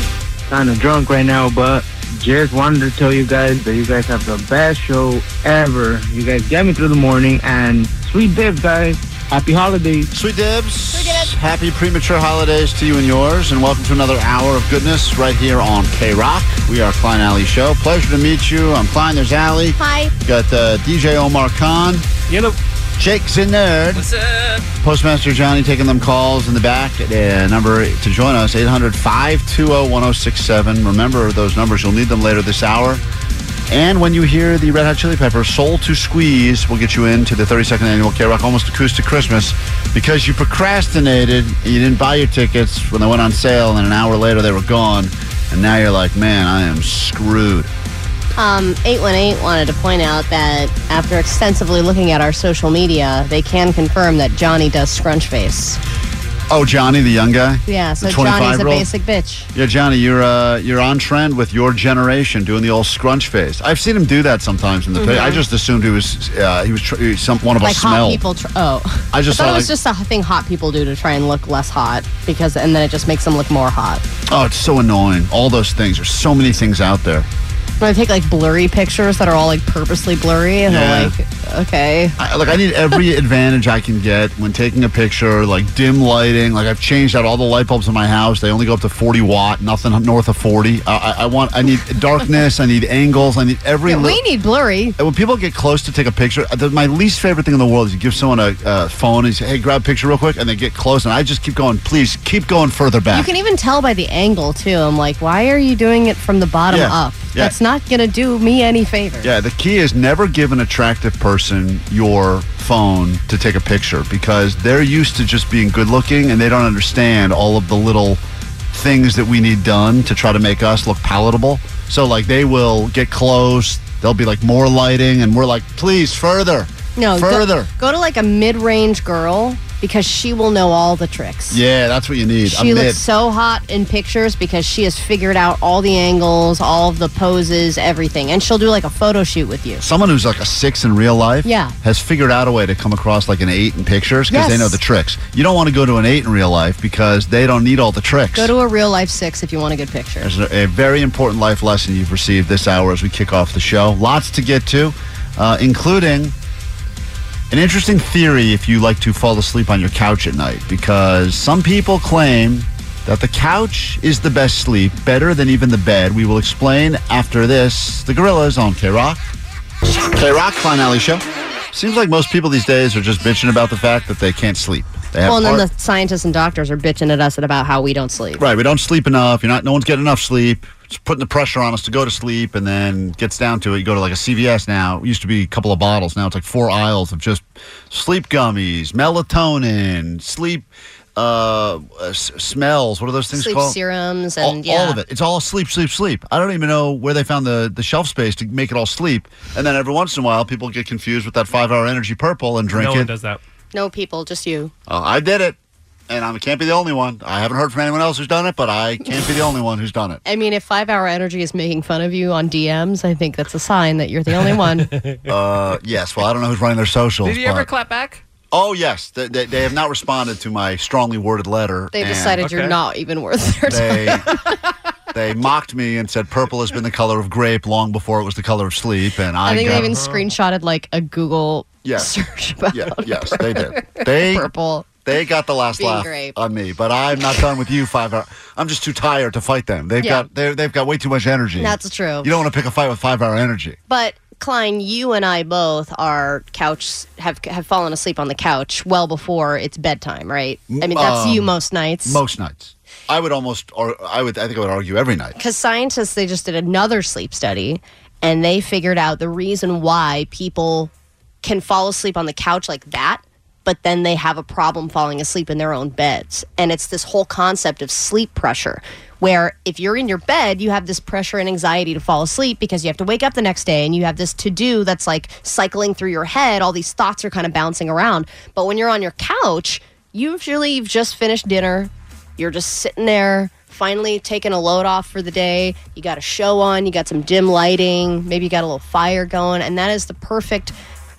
Speaker 12: Kind of drunk right now, but just wanted to tell you guys that you guys have the best show ever. You guys get me through the morning, and sweet dip, guys. Happy holidays.
Speaker 7: Sweet dibs. Happy premature holidays to you and yours, and welcome to another hour of goodness right here on K Rock. We are Klein Alley Show. Pleasure to meet you. I'm Klein. There's Alley.
Speaker 8: Hi.
Speaker 7: Got uh, DJ Omar Khan.
Speaker 9: Yellow.
Speaker 7: Jake's a nerd. What's up? Postmaster Johnny taking them calls in the back. Uh, number to join us, 800-520-1067. Remember those numbers. You'll need them later this hour. And when you hear the Red Hot Chili Peppers, Soul to Squeeze will get you into the 32nd Annual K-Rock Almost Acoustic Christmas because you procrastinated. You didn't buy your tickets when they went on sale, and an hour later they were gone. And now you're like, man, I am screwed.
Speaker 8: Um, 818 wanted to point out that after extensively looking at our social media, they can confirm that Johnny does scrunch face.
Speaker 7: Oh, Johnny, the young guy?
Speaker 8: Yeah, so
Speaker 7: The
Speaker 8: Johnny's a
Speaker 7: 25-year-old?
Speaker 8: basic bitch.
Speaker 7: Yeah, Johnny, you're uh, you're on trend with your generation doing the old scrunch face. I've seen him do that sometimes in the. pit.
Speaker 8: Mhm.
Speaker 7: I just assumed he was uh, he was tr- he- some one of
Speaker 8: like
Speaker 7: us smelled.
Speaker 8: hot people. Tr- oh,
Speaker 7: I just
Speaker 8: thought
Speaker 7: saw,
Speaker 8: it was
Speaker 7: like-
Speaker 8: just a thing hot people do to try and look less hot because, and then it just makes them look more hot.
Speaker 7: Oh, it's so annoying. All those things. There's so many things out there.
Speaker 8: When I take like blurry pictures that are all like purposely blurry, and
Speaker 7: Yeah.
Speaker 8: I'm like, okay,
Speaker 7: I, like I
Speaker 8: (laughs)
Speaker 7: need every advantage I can get when taking a picture, like dim lighting. Like I've changed out all the light bulbs in my house; they only go up to forty watt, nothing north of forty. I, I, I want, I need darkness, I need angles, I need every.
Speaker 8: Yeah,
Speaker 7: little.
Speaker 8: we need blurry.
Speaker 7: And when people get close to take a picture, uh, the, my least favorite thing in the world is you give someone a uh, phone and you say, "Hey, grab a picture real quick," and they get close, and I just keep going. Please keep going further
Speaker 8: You
Speaker 7: back.
Speaker 8: can even tell by the angle too. I'm like, why are you doing it from the bottom
Speaker 7: Yeah.
Speaker 8: up?
Speaker 7: Yeah.
Speaker 8: That's not gonna do me any favor.
Speaker 7: yeah, the key is never give an attractive person your phone to take a picture because they're used to just being good looking and they don't understand all of the little things that we need done to try to make us look palatable. So, like, they will get close, there'll be like more lighting, and we're like, please, further.
Speaker 8: No, go-
Speaker 7: further.
Speaker 8: Go, to like a mid-range girl because she will know all the tricks.
Speaker 7: Yeah, that's what you need.
Speaker 8: She
Speaker 7: a
Speaker 8: looks
Speaker 7: mid.
Speaker 8: so hot in pictures because she has figured out all the angles, all of the poses, everything, and she'll do like a photo shoot with you.
Speaker 7: Someone who's like a six in real life
Speaker 8: Yeah.
Speaker 7: has figured out a way to come across like an eight in pictures because they
Speaker 8: Yes.
Speaker 7: know the tricks. You don't want to go to an eight in real life because they don't need all the tricks.
Speaker 8: Go to a real life six if you want a good picture.
Speaker 7: There's a, a very important life lesson you've received this hour as we kick off the show. Lots to get to, uh, including an interesting theory if you like to fall asleep on your couch at night, because some people claim that the couch is the best sleep, better than even the bed. We will explain after this. The Gorillas on K Rock. K Rock Finale Show. Seems like most people these days are just bitching about the fact that they can't sleep. They have
Speaker 8: Well, and
Speaker 7: art-
Speaker 8: then the scientists and doctors are bitching at us about how we don't sleep.
Speaker 7: Right, we don't sleep enough. You're not. No one's getting enough sleep. It's putting the pressure on us to go to sleep, and then gets down to it. You go to like a CVS now. It used to be a couple of bottles. Now it's like four aisles of just sleep gummies, melatonin, sleep uh, uh, s- smells. What are those things
Speaker 8: Sleep
Speaker 7: called?
Speaker 8: serums and
Speaker 7: all,
Speaker 8: yeah.
Speaker 7: all of it. It's all sleep, sleep, sleep. I don't even know where they found the, the shelf space to make it all sleep. And then every once in a while, people get confused with that five hour energy purple and drink
Speaker 9: no
Speaker 7: it.
Speaker 9: one does that.
Speaker 8: No people, just you.
Speaker 7: Oh, I did it. And I can't be the only one. I haven't heard from anyone else who's done it, but I can't be the only one who's done it.
Speaker 8: I mean, if Five Hour Energy is making fun of you on DMs, I think that's a sign that you're the only
Speaker 7: (laughs)
Speaker 8: one.
Speaker 7: Uh, yes. Well, I don't know who's running their socials.
Speaker 8: Did he ever
Speaker 7: but-
Speaker 8: clap
Speaker 9: back?
Speaker 7: Oh, yes. They, they, they have not responded to my strongly worded letter.
Speaker 8: They
Speaker 7: and
Speaker 8: decided you're not even worth their time.
Speaker 7: (laughs) They, they mocked me and said purple has been the color of grape long before it was the color of sleep. And I,
Speaker 8: I think
Speaker 7: got,
Speaker 8: they even screenshotted like a Google
Speaker 7: Yes.
Speaker 8: (laughs) search about
Speaker 7: Yeah, yes, they did.
Speaker 8: (laughs)
Speaker 7: They
Speaker 8: purple.
Speaker 7: They got the last
Speaker 8: Being
Speaker 7: laugh
Speaker 8: grape.
Speaker 7: on me, but I'm not done with you. Five hour. I'm just too tired to fight them. They've
Speaker 8: Yeah.
Speaker 7: got they're- they've got way too much energy.
Speaker 8: That's true.
Speaker 7: You don't want to pick a fight with five hour energy.
Speaker 8: But Klein, you and I both are couch have have fallen asleep on the couch well before it's bedtime, right? I mean, that's
Speaker 7: Um,
Speaker 8: you most nights.
Speaker 7: Most nights, I would almost, or I would, I think I would argue every night.
Speaker 8: because scientists they just did another sleep study and they figured out the reason why people can fall asleep on the couch like that but then they have a problem falling asleep in their own beds and it's this whole concept of sleep pressure where if you're in your bed you have this pressure and anxiety to fall asleep because you have to wake up the next day and you have this to do that's like cycling through your head all these thoughts are kind of bouncing around but when you're on your couch usually you've just finished dinner you're just sitting there, finally taking a load off for the day. You got a show on, you got some dim lighting, maybe you got a little fire going, and that is the perfect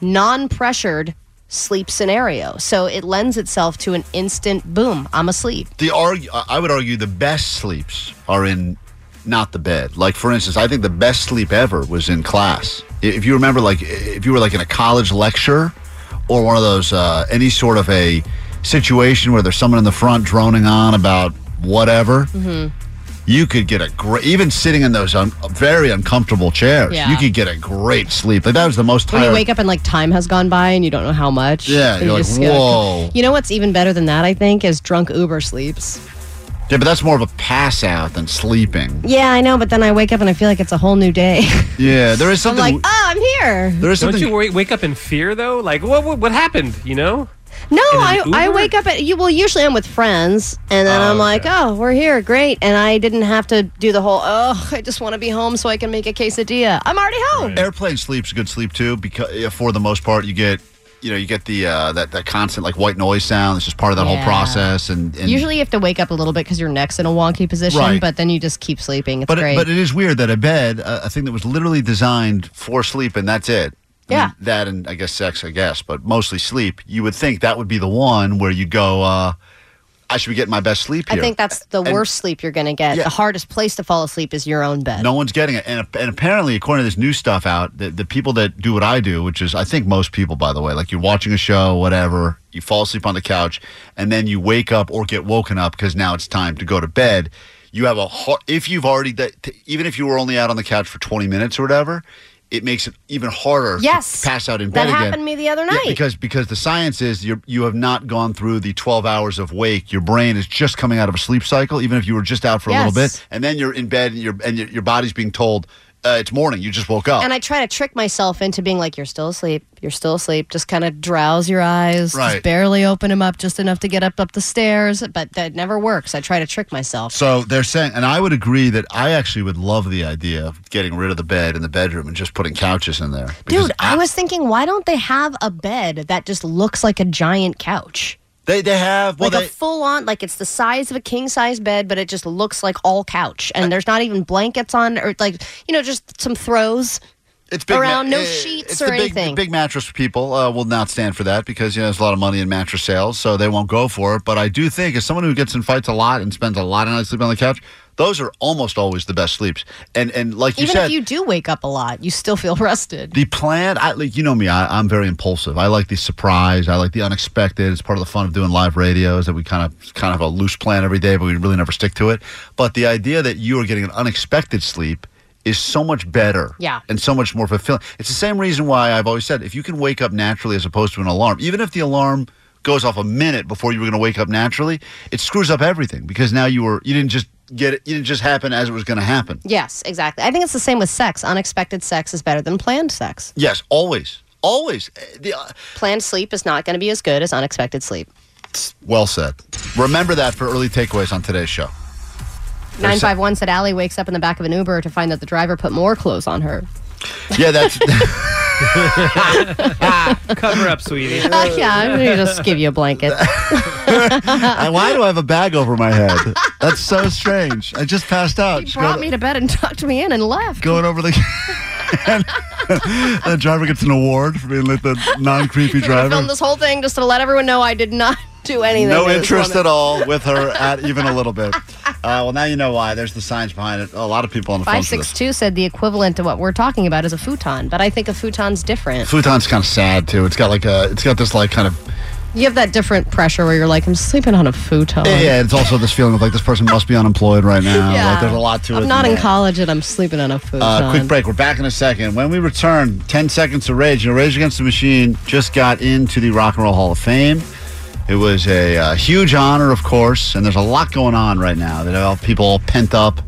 Speaker 8: non pressured sleep scenario. So it lends itself to an instant boom, I'm asleep.
Speaker 7: The argue, I would argue the best sleeps are in not the bed. Like for instance, I think the best sleep ever was in class. I- If you remember, like if you were like in a college lecture or one of those uh, any sort of a situation where there's someone in the front droning on about whatever.
Speaker 8: Mm-hmm.
Speaker 7: you could get a great, even sitting in those un- very uncomfortable chairs,
Speaker 8: Yeah.
Speaker 7: you could get a great sleep. Like that was the most
Speaker 8: When
Speaker 7: tired.
Speaker 8: you wake up and like time has gone by and you don't know how much.
Speaker 7: Yeah,
Speaker 8: and
Speaker 7: you're like,
Speaker 8: go-
Speaker 7: "Whoa."
Speaker 8: You know what's even better than that? I think is drunk Uber sleeps.
Speaker 7: yeah, but that's more of a pass out than sleeping.
Speaker 8: Yeah, I know, but then I wake up and I feel like it's a whole new day.
Speaker 7: Yeah, there is
Speaker 8: I'm
Speaker 7: something.
Speaker 8: (laughs) like, oh, I'm here.
Speaker 9: Don't you wa- wake up in fear though? Like what what, what happened? You know?
Speaker 8: No,
Speaker 9: In an
Speaker 8: I, I
Speaker 9: Uber?
Speaker 8: wake up at you. Well, usually I'm with friends, and then I'm like, oh, we're here, great, and I didn't have to do the whole. Oh, I just want to be home so I can make a quesadilla. I'm already home.
Speaker 7: Airplane sleep's good sleep too, because for the most part, you get you know you get the uh, that that constant like white noise sound. It's just part of that
Speaker 8: Yeah.
Speaker 7: whole process. And, and
Speaker 8: Usually you have to wake up a little bit because your neck's in a wonky position,
Speaker 7: Right.
Speaker 8: but then you just keep sleeping. It's
Speaker 7: but
Speaker 8: great.
Speaker 7: It, but it is weird that a bed, a, a thing that was literally designed for sleep, and that's it. I mean,
Speaker 8: Yeah.
Speaker 7: that and I guess sex, I guess, but mostly sleep. You would think that would be the one where you go, uh, I should be getting my best sleep
Speaker 8: I
Speaker 7: here.
Speaker 8: think that's the
Speaker 7: And-
Speaker 8: worst sleep you're going to get. The hardest place to fall asleep is your own bed.
Speaker 7: No one's getting it. And, and apparently, according to this new stuff out, the, the people that do what I do, which is, I think most people, by the way, like you're watching a show, whatever, you fall asleep on the couch, and then you wake up or get woken up because now it's time to go to bed. You have a, har- if you've already, that- t- even if you were only out on the couch for 20 minutes or whatever, it makes it even harder
Speaker 8: Yes.
Speaker 7: to pass out in
Speaker 8: that
Speaker 7: bed again.
Speaker 8: happened to me the other
Speaker 7: Yeah,
Speaker 8: night.
Speaker 7: because because the science is you you have not gone through the 12 hours of wake. Your brain is just coming out of a sleep cycle, even if you were just out for a little
Speaker 8: Yes.
Speaker 7: bit, and then you're in bed and your and your, your body's being told uh, it's morning. You just woke up.
Speaker 8: and I try to trick myself into being like, "You're still asleep. You're still asleep." Just kind of drowse your eyes,
Speaker 7: Right.
Speaker 8: just barely open them up, just enough to get up up the stairs. But that never works. I try to trick myself.
Speaker 7: so they're saying, and I would agree that I actually would love the idea of getting rid of the bed in the bedroom and just putting couches in there.
Speaker 8: Dude, I was thinking, why don't they have a bed that just looks like a giant couch?
Speaker 7: They they have well
Speaker 8: like
Speaker 7: they
Speaker 8: a full on, like it's the size of a king size bed, but it just looks like all couch, and there's not even blankets on, or like you know, just some throws
Speaker 7: it's big ma-
Speaker 8: around, no
Speaker 7: eh,
Speaker 8: sheets
Speaker 7: it's
Speaker 8: or
Speaker 7: the big,
Speaker 8: anything.
Speaker 7: Big mattress people uh, will not stand for that because you know there's a lot of money in mattress sales, so they won't go for it. But I do think as someone who gets in fights a lot and spends a lot of nights sleeping on the couch, those are almost always the best sleeps. And and like you
Speaker 8: even
Speaker 7: said,
Speaker 8: if you do wake up a lot, you still feel (laughs) rested.
Speaker 7: the plan, I, like, you know me, I, I'm very impulsive. I like the surprise. I like the unexpected. It's part of the fun of doing live radio is that we kind of kind of have a loose plan every day, but we really never stick to it. But the idea that you are getting an unexpected sleep is so much better
Speaker 10: Yeah.
Speaker 7: and so much more fulfilling. It's the same reason why I've always said if you can wake up naturally as opposed to an alarm, even if the alarm goes off a minute before you were going to wake up naturally, it screws up everything because now you were you didn't just get it, you didn't just happen as it was going to happen.
Speaker 8: Yes, exactly. I think it's the same with sex. Unexpected sex is better than planned sex.
Speaker 7: Yes, always. Always. Eh, The, uh,
Speaker 8: Planned sleep is not going to be as good as unexpected sleep.
Speaker 7: Well said. Remember that for early takeaways on today's show.
Speaker 8: Nine five one said Allie wakes up in the back of an Uber to find that the driver put more clothes on her. (laughs)
Speaker 7: Yeah, that's. (laughs)
Speaker 9: Ah, Cover up, sweetie.
Speaker 8: Uh, yeah, I'm gonna just give you a
Speaker 7: (laughs)
Speaker 8: blanket.
Speaker 7: And why do I have a bag over my head? That's so strange. I just passed out.
Speaker 8: He
Speaker 7: Just
Speaker 8: brought
Speaker 7: go-
Speaker 8: me to bed and (laughs) tucked me in and left.
Speaker 7: going over the. (laughs) and the driver gets an award for being like the non creepy
Speaker 8: I filmed
Speaker 7: driver.
Speaker 8: this whole thing just to let everyone know I did not (laughs) do anything.
Speaker 7: No
Speaker 8: to this
Speaker 7: interest
Speaker 8: woman.
Speaker 7: at all with her at even a little bit. Uh, well, now you know why. There's the science behind it. A lot of people on the phone.
Speaker 8: Five
Speaker 7: for
Speaker 8: six
Speaker 7: this.
Speaker 8: two said the equivalent to what we're talking about is a futon, but I think a futon's different.
Speaker 7: Futon's kind of sad too. It's got like a. It's got this like kind of
Speaker 8: You have that different pressure where you're like, I'm sleeping on a futon.
Speaker 7: Yeah, yeah, it's also this feeling of like this person must be unemployed right now.
Speaker 8: Yeah.
Speaker 7: Like there's a lot to it.
Speaker 8: I'm not in
Speaker 7: Yeah.
Speaker 8: college and I'm sleeping on a futon.
Speaker 7: Uh, quick break. We're back in a second. When we return, 10 seconds of rage. You know, Rage Against the Machine just got into the Rock and Roll Hall of Fame. It was a uh, huge honor, of course, and there's a lot going on right now that all people all pent up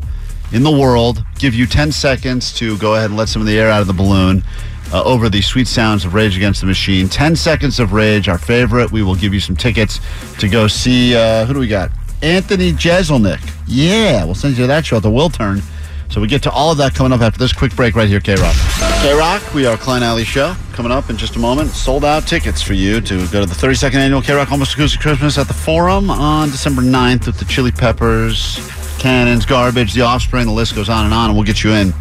Speaker 7: in the world. Give you 10 seconds to go ahead and let some of the air out of the balloon uh, over the sweet sounds of Rage Against the Machine. 10 seconds of rage, our favorite. We will give you some tickets to go see, uh, who do we got? Anthony Jeselnik. Yeah, we'll send you to that show at the Will Turn. So we get to all of that coming up after this quick break right here, K Rock. K Rock, we are Klein Alley Show coming up in just a moment. Sold out tickets for you to go to the 32nd annual K Rock Almost Acoustic Christmas at the Forum on December 9th with the Chili Peppers, Cannons, Garbage, The Offspring. The list goes on and on, and we'll get you in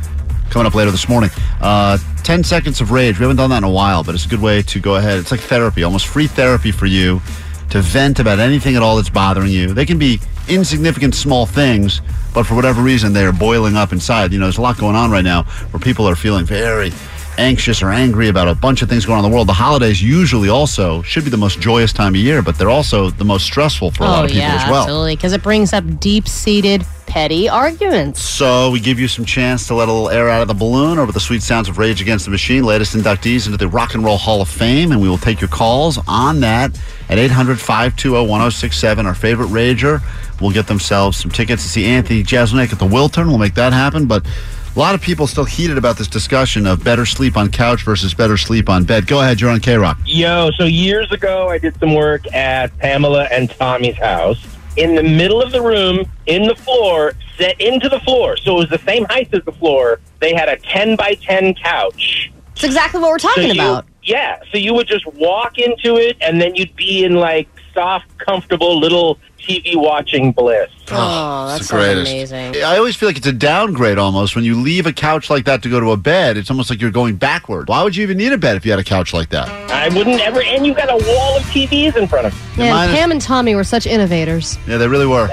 Speaker 7: coming up later this morning. Uh, 10 seconds of rage. We haven't done that in a while, but it's a good way to go ahead. It's like therapy, almost free therapy for you to vent about anything at all that's bothering you. They can be insignificant small things, but for whatever reason, they are boiling up inside. You know, there's a lot going on right now where people are feeling very anxious or angry about a bunch of things going on in the world. The holidays usually also should be the most joyous time of year, but they're also the most stressful for a lot of people
Speaker 8: Oh, yeah,
Speaker 7: as well.
Speaker 8: absolutely, because it brings up deep-seated petty arguments.
Speaker 7: So we give you some chance to let a little air out of the balloon over the sweet sounds of Rage Against the Machine, latest inductees into the Rock and Roll Hall of Fame, and we will take your calls on that at 800-520-1067. Our favorite Rager will get themselves some tickets to see Anthony Jeselnik at the Wilton. We'll make that happen, but a lot of people still heated about this discussion of better sleep on couch versus better sleep on bed. Go ahead, you're on K-Rock.
Speaker 10: Yo, so years ago, I did some work at Pamela and Tommy's house. In the middle of the room, in the floor, set into the floor. So it was the same height as (laughs) the floor. They had a 10 by 10 couch.
Speaker 8: It's exactly what we're talking
Speaker 10: so you-
Speaker 8: about.
Speaker 10: Yeah. So you would just walk into it, and then you'd be in like soft, comfortable little TV watching bliss.
Speaker 8: Oh,
Speaker 7: It's the greatest. I always feel like it's a downgrade almost when you leave a couch like that to go to a bed. It's almost like you're going backward. Why would you even need a bed if you had a couch like that?
Speaker 10: I wouldn't ever. And you got a wall of TVs in front of you.
Speaker 8: Man, Pam and Tommy were such innovators.
Speaker 7: Yeah, they really were.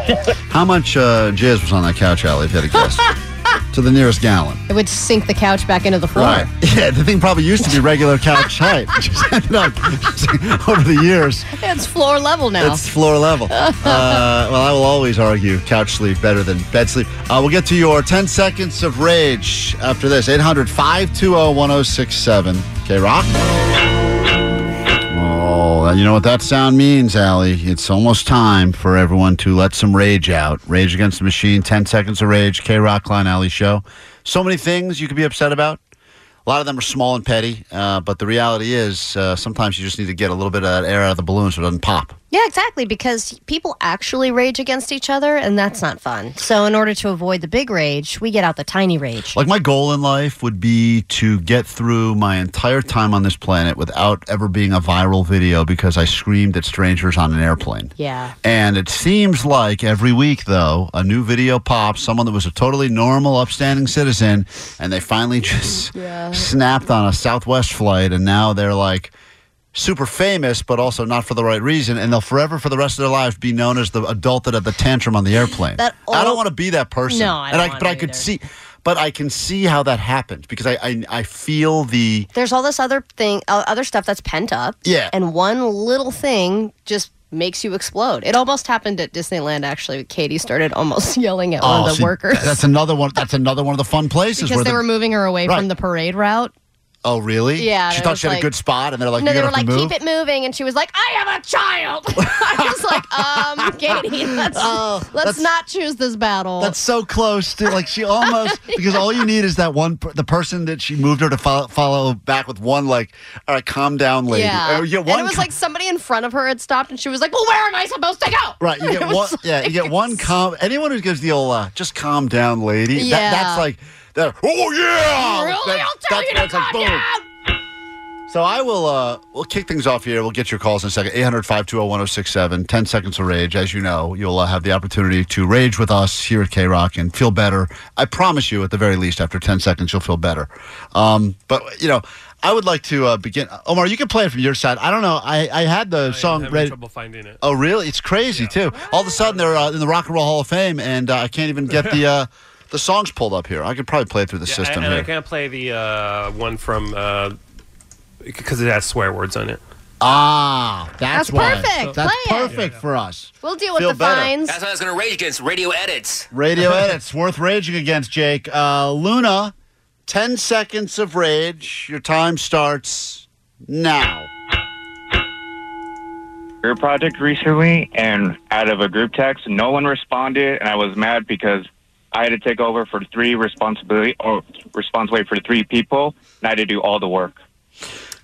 Speaker 7: How much uh, jizz was on that couch, Allie, if you had a guess? to the nearest gallon.
Speaker 8: It would sink the couch back into the floor.
Speaker 7: Yeah, the thing probably used to be regular couch height. It just ended up (laughs) over the years.
Speaker 8: It's floor level now.
Speaker 7: It's floor level. Uh, well, I will always argue couch sleep better than bed sleep. Uh, we'll get to your 10 seconds of rage after this. 800 520 1067. Okay, Rock? Oh, you know what that sound means, Allie? It's almost time for everyone to let some rage out. Rage Against the Machine, 10 seconds of rage, K Rock Klein Alley Show. So many things you could be upset about. A lot of them are small and petty, uh, but the reality is uh, sometimes you just need to get a little bit of that air out of the balloon so it doesn't pop.
Speaker 8: Yeah, exactly. Because people actually rage against each other, and that's not fun. So, in order to avoid the big rage, we get out the tiny rage.
Speaker 7: Like my goal in life would be to get through my entire time on this planet without ever being a viral video because I screamed at strangers on an airplane.
Speaker 8: Yeah.
Speaker 7: And it seems like every week, though, a new video pops, someone that was a totally normal, upstanding citizen, and
Speaker 8: (laughs)
Speaker 7: they finally just snapped on a Southwest flight, and now they're like super famous, but also not for the right reason, and they'll forever, for the rest of their lives, be known as the adult that had the tantrum on the airplane.
Speaker 8: That
Speaker 7: I
Speaker 8: all-
Speaker 7: don't want to be that person.
Speaker 8: No, I
Speaker 7: And
Speaker 8: don't wanna
Speaker 7: But I could see. But I can see how that happened because I, I I feel the
Speaker 8: There's all this other thing, uh, other stuff that's pent up.
Speaker 7: Yeah.
Speaker 8: And one little thing just makes you explode. It almost happened at Disneyland, actually. Katie started almost (laughs) yelling at one
Speaker 7: Oh,
Speaker 8: of the
Speaker 7: see,
Speaker 8: workers
Speaker 7: That's another one. That's another one of the fun
Speaker 8: (laughs)
Speaker 7: places
Speaker 8: because
Speaker 7: where
Speaker 8: they
Speaker 7: the-
Speaker 8: were moving her away
Speaker 7: Right.
Speaker 8: from the parade route.
Speaker 7: Oh, really?
Speaker 8: Yeah,
Speaker 7: She
Speaker 8: and it
Speaker 7: thought
Speaker 8: was
Speaker 7: she had a
Speaker 8: like-
Speaker 7: good spot, and they're like,
Speaker 8: no,
Speaker 7: you
Speaker 8: they
Speaker 7: gotta
Speaker 8: were like,
Speaker 7: move.
Speaker 8: keep it moving. And she was like, I am a child. (laughs) I was like, um, Katie, (laughs) let's,
Speaker 7: Oh,
Speaker 8: let's
Speaker 7: that's-
Speaker 8: not choose this battle.
Speaker 7: That's so close to like she
Speaker 8: (laughs)
Speaker 7: almost because all you need is that one per- the person that she moved her to follow, follow back with one like all right calm down lady
Speaker 8: Yeah.
Speaker 7: Or you get Oh,
Speaker 8: and
Speaker 7: one
Speaker 8: it was
Speaker 7: com-
Speaker 8: like somebody in front of her had stopped and she was like, Well, where am I supposed to go?
Speaker 7: right
Speaker 8: (laughs)
Speaker 7: you
Speaker 8: It
Speaker 7: get
Speaker 8: was
Speaker 7: one yeah you get
Speaker 8: (laughs)
Speaker 7: one calm anyone who gives the old uh, just calm down lady that-
Speaker 8: Yeah.
Speaker 7: that's like that, oh yeah
Speaker 8: Really?
Speaker 7: That-
Speaker 8: I'll tell
Speaker 7: that's
Speaker 8: you
Speaker 7: when
Speaker 8: to
Speaker 7: it's like,
Speaker 8: calm
Speaker 7: boom. So I will uh we'll kick things off here. We'll get your calls in a second. 800-520-1067. 10 seconds of rage. As you know, you'll uh, have the opportunity to rage with us here at K-Rock and feel better. I promise you at the very least after 10 seconds you'll feel better. Um but you know, I would like to uh, begin Omar, you can play it from your side. I don't know. I I had the song
Speaker 9: Oh, having
Speaker 7: ready.
Speaker 9: trouble finding it.
Speaker 7: Oh really? It's crazy too. All of a sudden they're uh, in the Rock and Roll Hall of Fame and uh, I can't even
Speaker 9: (laughs)
Speaker 7: get the uh the songs pulled up here. I could probably play it through the
Speaker 9: Yeah,
Speaker 7: system
Speaker 9: and, and
Speaker 7: here.
Speaker 9: I can't play the uh, one from because it has swear words on it.
Speaker 7: Ah,
Speaker 2: That's
Speaker 7: that's, why.
Speaker 2: perfect.
Speaker 7: That's
Speaker 2: Play it.
Speaker 7: perfect for us.
Speaker 8: We'll deal
Speaker 7: with Feel the better. fines.
Speaker 2: That's what I was going to rage against radio edits.
Speaker 7: Radio edits worth raging against, Jake. Uh, Luna, 10 seconds of rage. Your time starts now.
Speaker 26: career project recently, and out of a group text, no one responded, and I was mad because I had to take over for three responsibility or responsibility for three people, and I had to do all the work.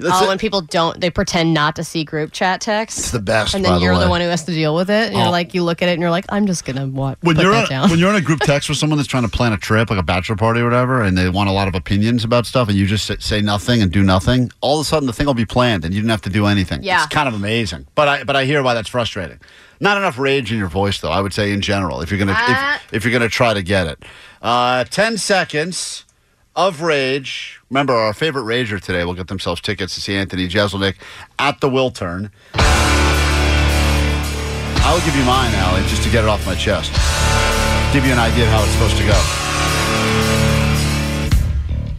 Speaker 8: oh, when people don't, they pretend not to see group chat texts. It's
Speaker 7: the best.
Speaker 8: And then
Speaker 7: by the
Speaker 8: you're the
Speaker 7: way.
Speaker 8: one who has to deal with it. And You're
Speaker 7: Oh.
Speaker 8: like, you look at it and you're like, I'm just gonna what
Speaker 7: When
Speaker 8: put
Speaker 7: you're,
Speaker 8: that
Speaker 7: on,
Speaker 8: down.
Speaker 7: when you're in a
Speaker 8: (laughs)
Speaker 7: group text with someone that's trying to plan a trip, like a bachelor party or whatever, and they want a lot of opinions about stuff, and you just sit- say nothing and do nothing, all of a sudden the thing will be planned and you didn't have to do anything.
Speaker 14: Yeah.
Speaker 7: It's kind of amazing. But I, but I hear why that's frustrating. Not enough rage in your voice, though, I would say in general, if you're going to
Speaker 14: Ah.
Speaker 7: if, if you're gonna try to get it. Uh, 10 seconds of rage. Remember, our favorite rager today will get themselves tickets to see Anthony Jeselnik at the Wiltern. I will give you mine, Allie, just to get it off my chest. Give you an idea of how it's supposed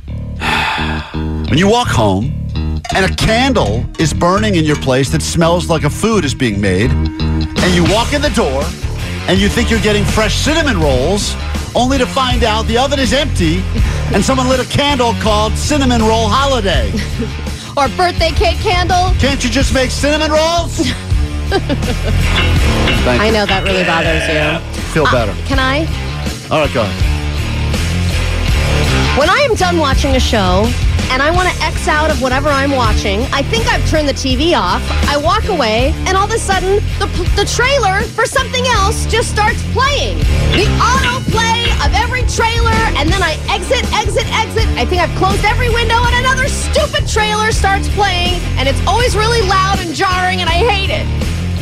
Speaker 7: to go. (sighs) When you walk home and a candle is burning in your place that smells like a food is being made, and you walk in the door and you think you're getting fresh cinnamon rolls, only to find out the oven is empty and someone lit a candle called Cinnamon Roll Holiday.
Speaker 8: Or birthday cake candle.
Speaker 7: Can't you just make cinnamon rolls? Thank
Speaker 8: I
Speaker 7: you.
Speaker 8: know that really bothers you.
Speaker 7: Feel better.
Speaker 8: Can I?
Speaker 7: All right, go ahead.
Speaker 8: When I am done watching a show and I want to X out of whatever I'm watching, I think I've turned the TV off. I walk away, and all of a sudden, the, the trailer for something else just starts playing. The autoplay of every trailer, and then I exit, exit, exit. I think I've closed every window, and another stupid trailer starts playing, and it's always really loud and jarring, and I hate it.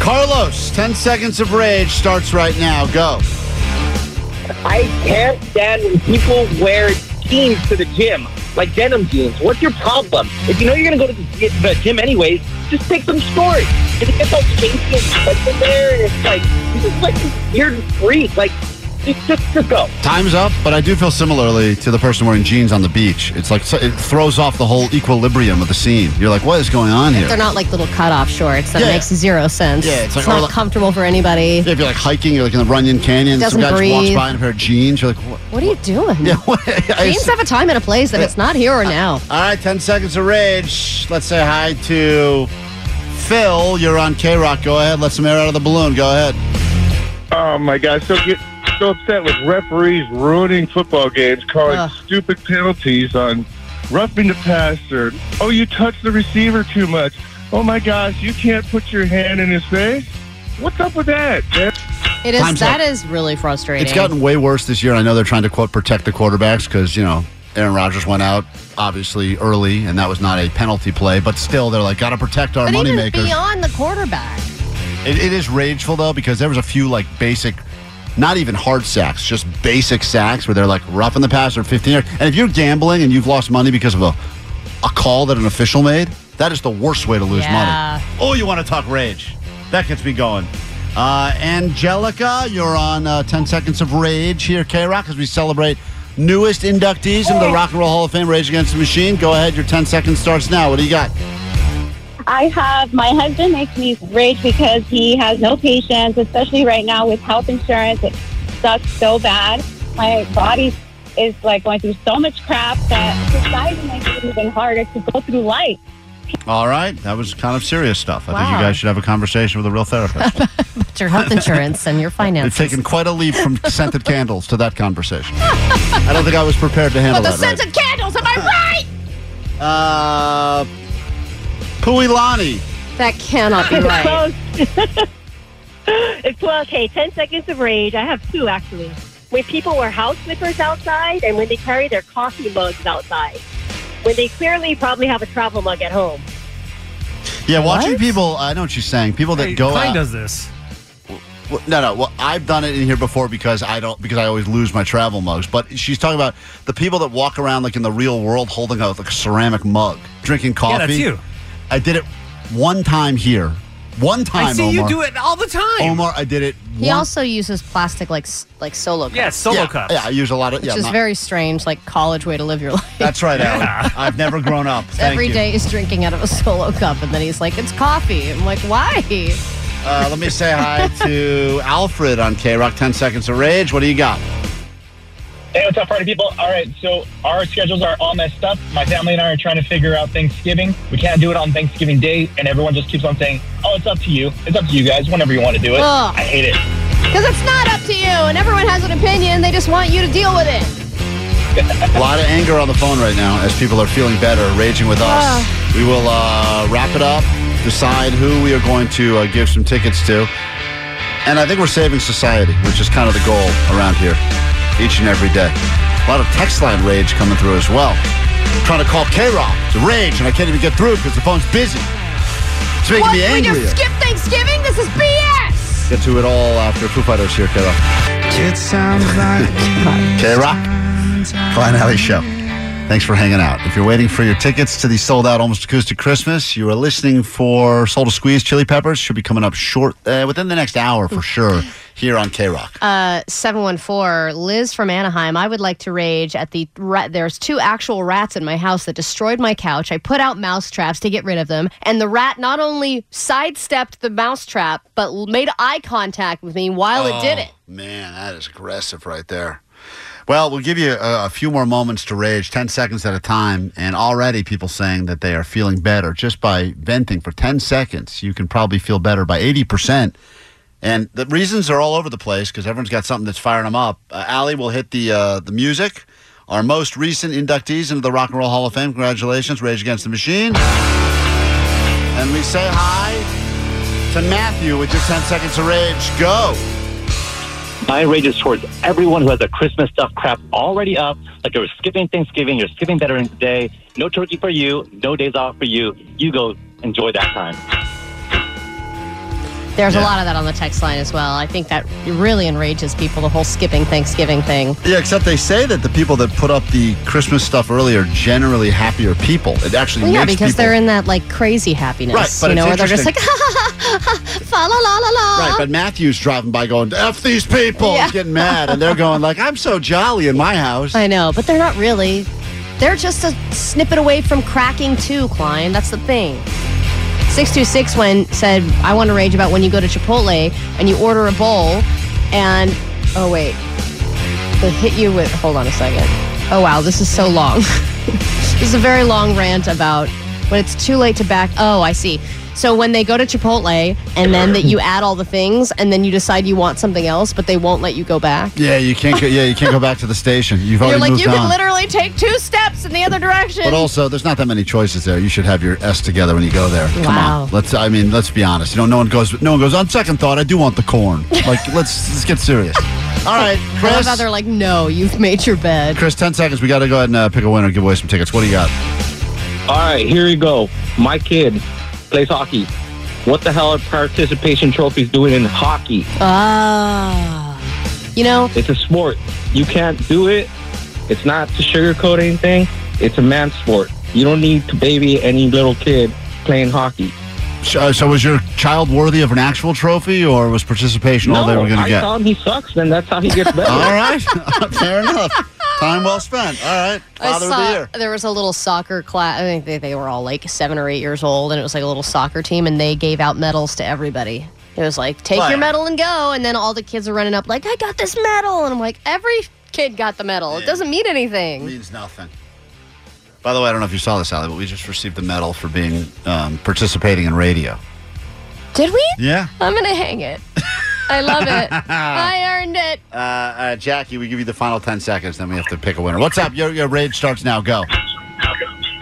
Speaker 7: Carlos, 10 seconds of rage starts right now. Go.
Speaker 10: I can't stand when people wear jeans to the gym, like denim jeans. What's your problem? If you know you're going to go to the, the gym anyways, just take some storage. And it gets all chasing and in there, and it's like, you just like this weird freak. Like, just, just, just go.
Speaker 7: Time's up, but I do feel similarly to the person wearing jeans on the beach. It's like so- it throws off the whole equilibrium of the scene. You're like, what is going on here?
Speaker 8: They're not like little cutoff shorts. That
Speaker 7: Yeah.
Speaker 8: makes zero sense.
Speaker 7: Yeah, it's like- or
Speaker 8: not
Speaker 7: like-
Speaker 8: comfortable for anybody.
Speaker 7: Yeah, if you're like hiking, you're like in the Runyon Canyon, some
Speaker 8: Doesn't
Speaker 7: guy just walks
Speaker 8: breathe.
Speaker 7: by in a pair of jeans. You're like, what? (laughs)
Speaker 8: What are you doing?
Speaker 7: Yeah, what? (laughs) I
Speaker 8: Jeans have a time and a place, and it's not here or now.
Speaker 7: All right, 10 seconds of rage. Let's say hi to Phil. You're on K Rock. Go ahead. Let some air out of the balloon. Go ahead.
Speaker 4: Oh my God! So get so upset with referees ruining football games, calling
Speaker 7: Uh,
Speaker 4: stupid penalties on roughing the passer. Oh, you touched the receiver too much. Oh my gosh, you can't put your hand in his face. What's up with that? man?
Speaker 8: It is. That
Speaker 7: Time's
Speaker 8: is really frustrating.
Speaker 7: It's gotten way worse this year. and I know they're trying to quote protect the quarterbacks because you know Aaron Rodgers went out obviously early, and that was not a penalty play. But still, they're like, got to protect our
Speaker 8: but even
Speaker 7: moneymakers.
Speaker 8: beyond the quarterback,
Speaker 7: It, it is rageful though because there was a few like basic. Not even hard sacks, just basic sacks where they're like roughing the passer 15 yards. And if you're gambling and you've lost money because of a, a call that an official made, that is the worst way to lose
Speaker 8: Yeah.
Speaker 7: money. Oh, you want to talk rage? That gets me going. Uh, Angelica, you're on uh, 10 Seconds of Rage here, K Rock, as we celebrate newest inductees into the Rock and Roll Hall of Fame, Rage Against the Machine. Go ahead, your 10 seconds starts now. What do you got?
Speaker 14: I have my husband makes me rage because he has no patience, especially right now with health insurance. It sucks so bad. My body is like going through so much crap that society makes it even harder to go through life.
Speaker 7: All right, that was kind of serious stuff. I think you
Speaker 8: Wow.
Speaker 7: guys should have a conversation with a
Speaker 8: (laughs)
Speaker 7: real therapist.
Speaker 8: but your health insurance
Speaker 7: (laughs)
Speaker 8: and your
Speaker 7: You've
Speaker 8: finances.
Speaker 7: taken quite a leap
Speaker 8: (laughs)
Speaker 7: from scented candles to that conversation. I don't think I was prepared to handle
Speaker 8: but the
Speaker 7: that. right?
Speaker 8: scented candles, am I right?
Speaker 7: Uh, Puilani.
Speaker 8: That cannot be
Speaker 7: (laughs)
Speaker 14: It's
Speaker 8: right.
Speaker 14: close. (laughs) it's close. Hey, 10 seconds of rage. I have two, actually. When people wear house slippers outside and when they carry their coffee mugs outside. When they clearly probably have a travel mug at home.
Speaker 7: Yeah, watching people. I know what she's saying. People that
Speaker 9: Hey,
Speaker 7: go.
Speaker 9: Klein
Speaker 7: out-
Speaker 9: does this.
Speaker 7: Well, no, no. Well, I've done it in here before because I don't because I always lose my travel mugs. But she's talking about the people that walk around like in the real world holding out like a ceramic mug, drinking coffee.
Speaker 9: Yeah, that's you.
Speaker 7: I did it one time here. One time.
Speaker 9: I see you
Speaker 7: Omar.
Speaker 9: do it all the time.
Speaker 7: Omar, I did it.
Speaker 8: He
Speaker 7: one-
Speaker 8: also uses plastic like s- like solo cups.
Speaker 7: yeah, Yeah, I use a lot of.
Speaker 8: Which
Speaker 7: yeah,
Speaker 8: is
Speaker 7: not-
Speaker 8: very strange, like college way to live your (laughs) life.
Speaker 7: (laughs) That's right, Alan. I've never grown up. Thank
Speaker 8: Every
Speaker 7: you.
Speaker 8: day he's drinking out of a solo cup, and then he's like, "It's coffee." I'm like, "Why?"
Speaker 7: Uh, let me say hi to Alfred on K Rock. Ten seconds of rage. What do you got?
Speaker 11: Hey, what's up, party people? All right, so our schedules are all messed up. My family and I are trying to figure out Thanksgiving. We can't do it on Thanksgiving Day, and everyone just keeps on saying, "Oh, it's up to you. It's up to you guys. Whenever you want to do it."
Speaker 8: Ugh.
Speaker 11: I hate it.
Speaker 8: Because it's not up to you, and everyone has an opinion. They just want you to deal with it.
Speaker 7: A lot of anger on the phone right now as people are feeling better, raging with us. We will uh, wrap it up, decide who we are going to uh, give some tickets to. And I think we're saving society, which is kind of the goal around here each and every day. A lot of text line rage coming through as well. trying to call K Rock to rage, and I can't even get through because the phone's busy. It's making
Speaker 8: what,
Speaker 7: me
Speaker 8: we
Speaker 7: angry.
Speaker 8: just skip Thanksgiving? This is BS.
Speaker 7: Get to it all after Foo Fighters here, K Rock. K Rock. Klein Alley Show. Thanks for hanging out. If you're waiting for your tickets to the sold out Almost Acoustic Christmas, you are listening for Soul to Squeeze Chili Peppers. Should be coming up short, uh, within the next hour for sure, here on K Rock.
Speaker 8: Uh, 714 Liz from Anaheim. I would like to rage at the rat. There's two actual rats in my house that destroyed my couch. I put out mouse traps to get rid of them, and the rat not only sidestepped the mouse trap but l- made eye contact with me while it did
Speaker 7: Oh,
Speaker 8: it.
Speaker 7: Man, that is aggressive right there. Well, we'll give you a, a few more moments to rage, 10 seconds at a time, and already people saying that they are feeling better just by venting for 10 seconds. You can probably feel better by 80%. And the reasons are all over the place because everyone's got something that's firing them up. Uh, Allie will hit the, uh, the music. Our most recent inductees into the Rock and Roll Hall of Fame. Congratulations, Rage Against the Machine. And we say hi to Matthew with your 10 seconds of rage. Go.
Speaker 10: My rage is towards everyone who has their Christmas stuff crap already up. Like you're skipping Thanksgiving, you're skipping Veterans Day. No turkey for you, no days off for you. You go enjoy that time.
Speaker 8: There's a
Speaker 10: Yeah.
Speaker 8: lot of that on the text line as well. I think that really enrages people, the whole skipping Thanksgiving thing.
Speaker 7: Yeah, except they say that the people that put up the Christmas stuff early are generally happier people. It actually
Speaker 8: Well, yeah,
Speaker 7: makes
Speaker 8: because
Speaker 7: people.
Speaker 8: they're in that like crazy happiness,
Speaker 7: Right, but
Speaker 8: you know,
Speaker 7: it's
Speaker 8: where they're just like,
Speaker 7: interesting.
Speaker 8: ha ha ha, ha, (laughs) fa la la la la.
Speaker 7: Right, but Matthew's driving by going, F these people.
Speaker 8: Yeah.
Speaker 7: He's getting mad. And they're going, like, I'm so jolly in my house.
Speaker 8: I know, but they're not really. They're just a snippet away from cracking too, Klein. That's the thing. 626 when said, I want to rage about when you go to Chipotle and you order a bowl and. Oh, wait. They hit you with. Hold on a second. Oh, wow. This is so long. (laughs) this is a very long rant about when it's too late to back. Oh, I see. So when they go to Chipotle and then that you add all the things and then you decide you want something else, but they won't let you go back.
Speaker 7: Yeah, you can't go yeah, you can't go back to the station. You've already
Speaker 8: You're like,
Speaker 7: moved
Speaker 8: you
Speaker 7: on.
Speaker 8: can literally take two steps in the other direction.
Speaker 7: but also, there's not that many choices there. You should have your S together when you go there. Come
Speaker 8: Wow.
Speaker 7: on, let's. I mean, let's be honest. You know, no one goes. No one goes. On second thought, I do want
Speaker 8: (laughs)
Speaker 7: the corn. Like, let's let's get serious. All right,
Speaker 8: I
Speaker 7: Chris.
Speaker 8: love how they're like, no, you've made your bed.
Speaker 7: Chris, ten seconds. We got to go ahead and uh, pick a winner. and Give away some tickets. What do you got?
Speaker 10: All right, here you go. My kid plays hockey. What the hell are participation trophies doing in hockey?
Speaker 8: Ah. You know,
Speaker 10: It's a sport. You can't do it. It's not to sugarcoat anything. It's a man sport. You don't need to baby any little kid playing hockey.
Speaker 7: uh, So, so was your child worthy of an actual trophy, or was participation all they were going
Speaker 10: I
Speaker 7: to get?
Speaker 10: tell him he sucks, then that's how he gets
Speaker 7: (laughs)
Speaker 10: better.
Speaker 7: All right, fair enough. Time well spent. All right, father
Speaker 8: I
Speaker 7: of the
Speaker 8: saw
Speaker 7: year.
Speaker 8: there was a little soccer class. I think they, they were all like seven or eight years old, and it was like a little soccer team, and they gave out medals to everybody. It was like, take
Speaker 13: Wow.
Speaker 8: your medal and go. And then all the kids are running up, like, I got this medal. And I'm like, every kid got the medal. It doesn't mean anything.
Speaker 7: means nothing. By the way, I don't know if you saw this, Allie, but we just received the medal for being um, participating in radio.
Speaker 8: Did we?
Speaker 7: Yeah.
Speaker 8: I'm going to hang it. I love it.
Speaker 7: (laughs)
Speaker 8: I earned it.
Speaker 7: Uh, uh, Jackie, we give you the final ten seconds, then we have to pick a winner. What's up? Your, your rage starts now. Go.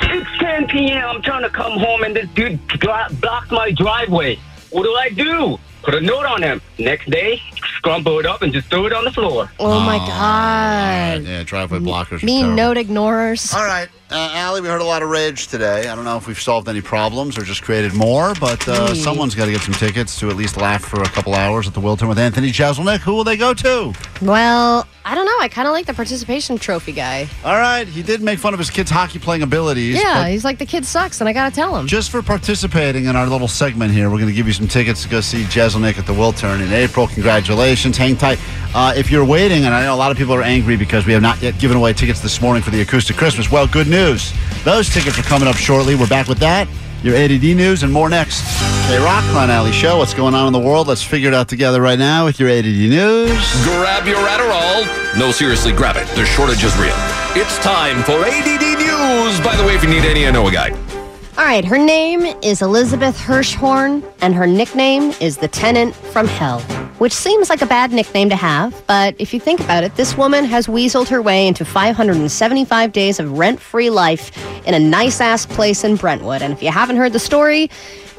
Speaker 16: It's 10 p.m. I'm trying to come home, and this dude dri- blocked my driveway. What do I do? Put a note on him. Next day, scrumple it up and just throw it on the floor.
Speaker 8: Oh, my God.
Speaker 7: Yeah, driveway blockers. are
Speaker 8: Mean
Speaker 7: terrible.
Speaker 8: note ignorers.
Speaker 7: All right. Uh, Allie, we heard a lot of rage today. I don't know if we've solved any problems or just created more, but uh,
Speaker 8: Please.
Speaker 7: someone's got to get some tickets to at least laugh for a couple hours at the Wilton with Anthony Jeselnik. Who will they go to?
Speaker 8: Well, I don't know. I kind of like the participation trophy guy.
Speaker 7: All right. He did make fun of his kids' hockey playing abilities.
Speaker 8: yeah,
Speaker 7: but
Speaker 8: he's like the kid sucks, and I gotta tell him.
Speaker 7: Just for participating in our little segment here, we're going to give you some tickets to go see Jeselnik at the Wiltern in April. Congratulations. Hang tight. Uh, if you're waiting, and I know a lot of people are angry because we have not yet given away tickets this morning for the Acoustic Christmas. Well, good news. Those tickets are coming up shortly. We're back with that. Your ADD news and more next. K Rock, Klein Alley Show. What's going on in the world? Let's figure it out together right now with your ADD news.
Speaker 15: Grab your Adderall. No, seriously, grab it. The shortage is real. It's time for ADD News. By the way, if you need any, I know a guy.
Speaker 8: All right, her name is Elizabeth Hirschhorn, and her nickname is the Tenant from Hell, which seems like a bad nickname to have, but if you think about it, this woman has weaseled her way into 575 days of rent free life in a nice ass place in Brentwood. And if you haven't heard the story,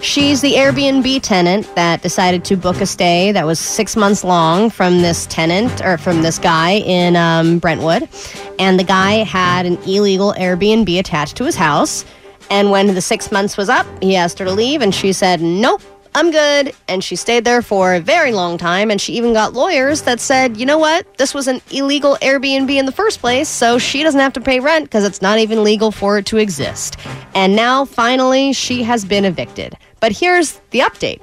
Speaker 8: She's the Airbnb tenant that decided to book a stay that was six months long from this tenant or from this guy in um, Brentwood. And the guy had an illegal Airbnb attached to his house. And when the six months was up, he asked her to leave, and she said, Nope, I'm good. And she stayed there for a very long time. And she even got lawyers that said, you know what? This was an illegal Airbnb in the first place. So she doesn't have to pay rent because it's not even legal for it to exist. And now, finally, she has been evicted. But here's the update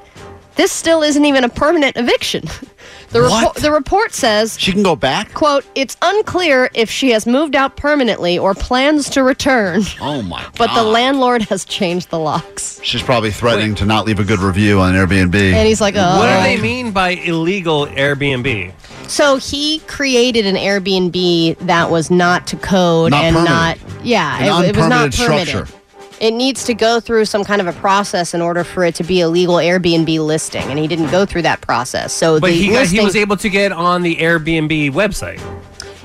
Speaker 8: this still isn't even a permanent eviction. (laughs) The, report the report says
Speaker 7: she can go back.
Speaker 8: Quote: It's unclear if she has moved out permanently or plans to return.
Speaker 7: Oh my god!
Speaker 8: But the
Speaker 9: Ah.
Speaker 8: landlord has changed the locks.
Speaker 7: She's probably threatening to not leave a good review on Airbnb.
Speaker 8: And he's like, oh.
Speaker 9: What do they mean by illegal Airbnb?
Speaker 8: So he created an Airbnb that was not to code
Speaker 9: Not
Speaker 8: and
Speaker 9: permitted.
Speaker 8: not yeah,
Speaker 9: An
Speaker 8: it, it was not
Speaker 9: unpermitted
Speaker 8: permitted.
Speaker 9: structure.
Speaker 8: It needs to go through some kind of a process in order for it to be a legal Airbnb listing, and he didn't go through that process. So
Speaker 9: But
Speaker 8: the
Speaker 9: he, got,
Speaker 8: listing,
Speaker 9: he was able to get on the Airbnb website.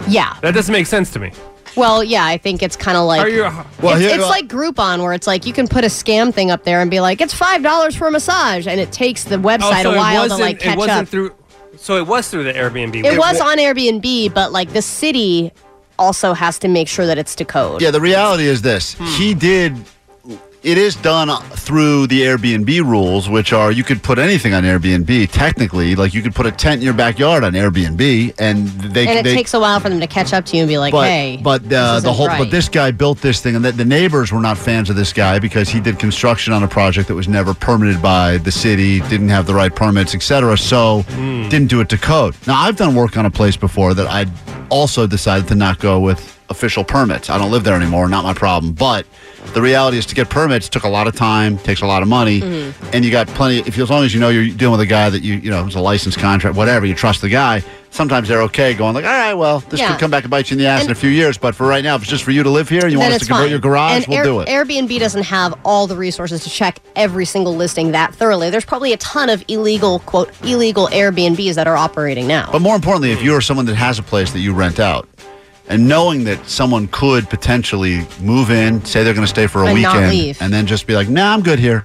Speaker 8: yeah.
Speaker 9: That doesn't make sense to me. Oh,
Speaker 8: Well, yeah, I think it's kind of like
Speaker 9: Are you- Well,
Speaker 8: it's,
Speaker 9: here-
Speaker 8: it's like Groupon, where it's like you can put a scam thing up there and be like, it's five dollars for a massage, and it takes the website
Speaker 9: Oh, so
Speaker 8: a
Speaker 9: it
Speaker 8: while to
Speaker 9: wasn't-
Speaker 8: like catch
Speaker 9: it wasn't
Speaker 8: up.
Speaker 9: Through, so it was through the Airbnb.
Speaker 8: It was
Speaker 9: wa-
Speaker 8: on Airbnb, but like the city also has to make sure that it's to code.
Speaker 7: Yeah, the reality is this. He did. It is done through the Airbnb rules, which are you could put anything on Airbnb. Technically, like you could put a tent in your backyard on Airbnb, and they
Speaker 8: and it
Speaker 7: they,
Speaker 8: takes a while for them to catch up to you and be like,
Speaker 7: but
Speaker 8: hey.
Speaker 7: but uh,
Speaker 8: isn't
Speaker 7: the whole
Speaker 8: right.
Speaker 7: but this guy built this thing, and the, the neighbors were not fans of this guy because he did construction on a project that was never permitted by the city, didn't have the right permits, etc. So
Speaker 13: Mm.
Speaker 7: didn't do it to code. Now I've done work on a place before that I also decided to not go with official permits. I don't live there anymore, not my problem. But the reality is to get permits took a lot of time, takes a lot of money,
Speaker 17: Mhm.
Speaker 8: Mm-hmm.
Speaker 7: and you got plenty. If you- as long as you know you're dealing with a guy that you you know is a licensed contract, whatever, you trust the guy. Sometimes they're okay going like, all right, well, this
Speaker 8: Yeah.
Speaker 7: could come back and bite you in the ass
Speaker 8: And-
Speaker 7: in a few years. But for right now, if it's just for you to live here, and you want
Speaker 8: then
Speaker 7: us to
Speaker 8: it's
Speaker 7: convert
Speaker 8: fine.
Speaker 7: your garage,
Speaker 8: and
Speaker 7: we'll
Speaker 8: Air-
Speaker 7: do it.
Speaker 8: Airbnb doesn't have all the resources to check every single listing that thoroughly. There's probably a ton of illegal, quote, illegal Airbnbs that are operating now.
Speaker 7: But more importantly, if you're someone that has a place that you rent out, and knowing that someone could potentially move in, say they're going to stay for a
Speaker 8: And not
Speaker 7: weekend,
Speaker 8: leave.
Speaker 7: and then just be like, "Nah, I'm good here,"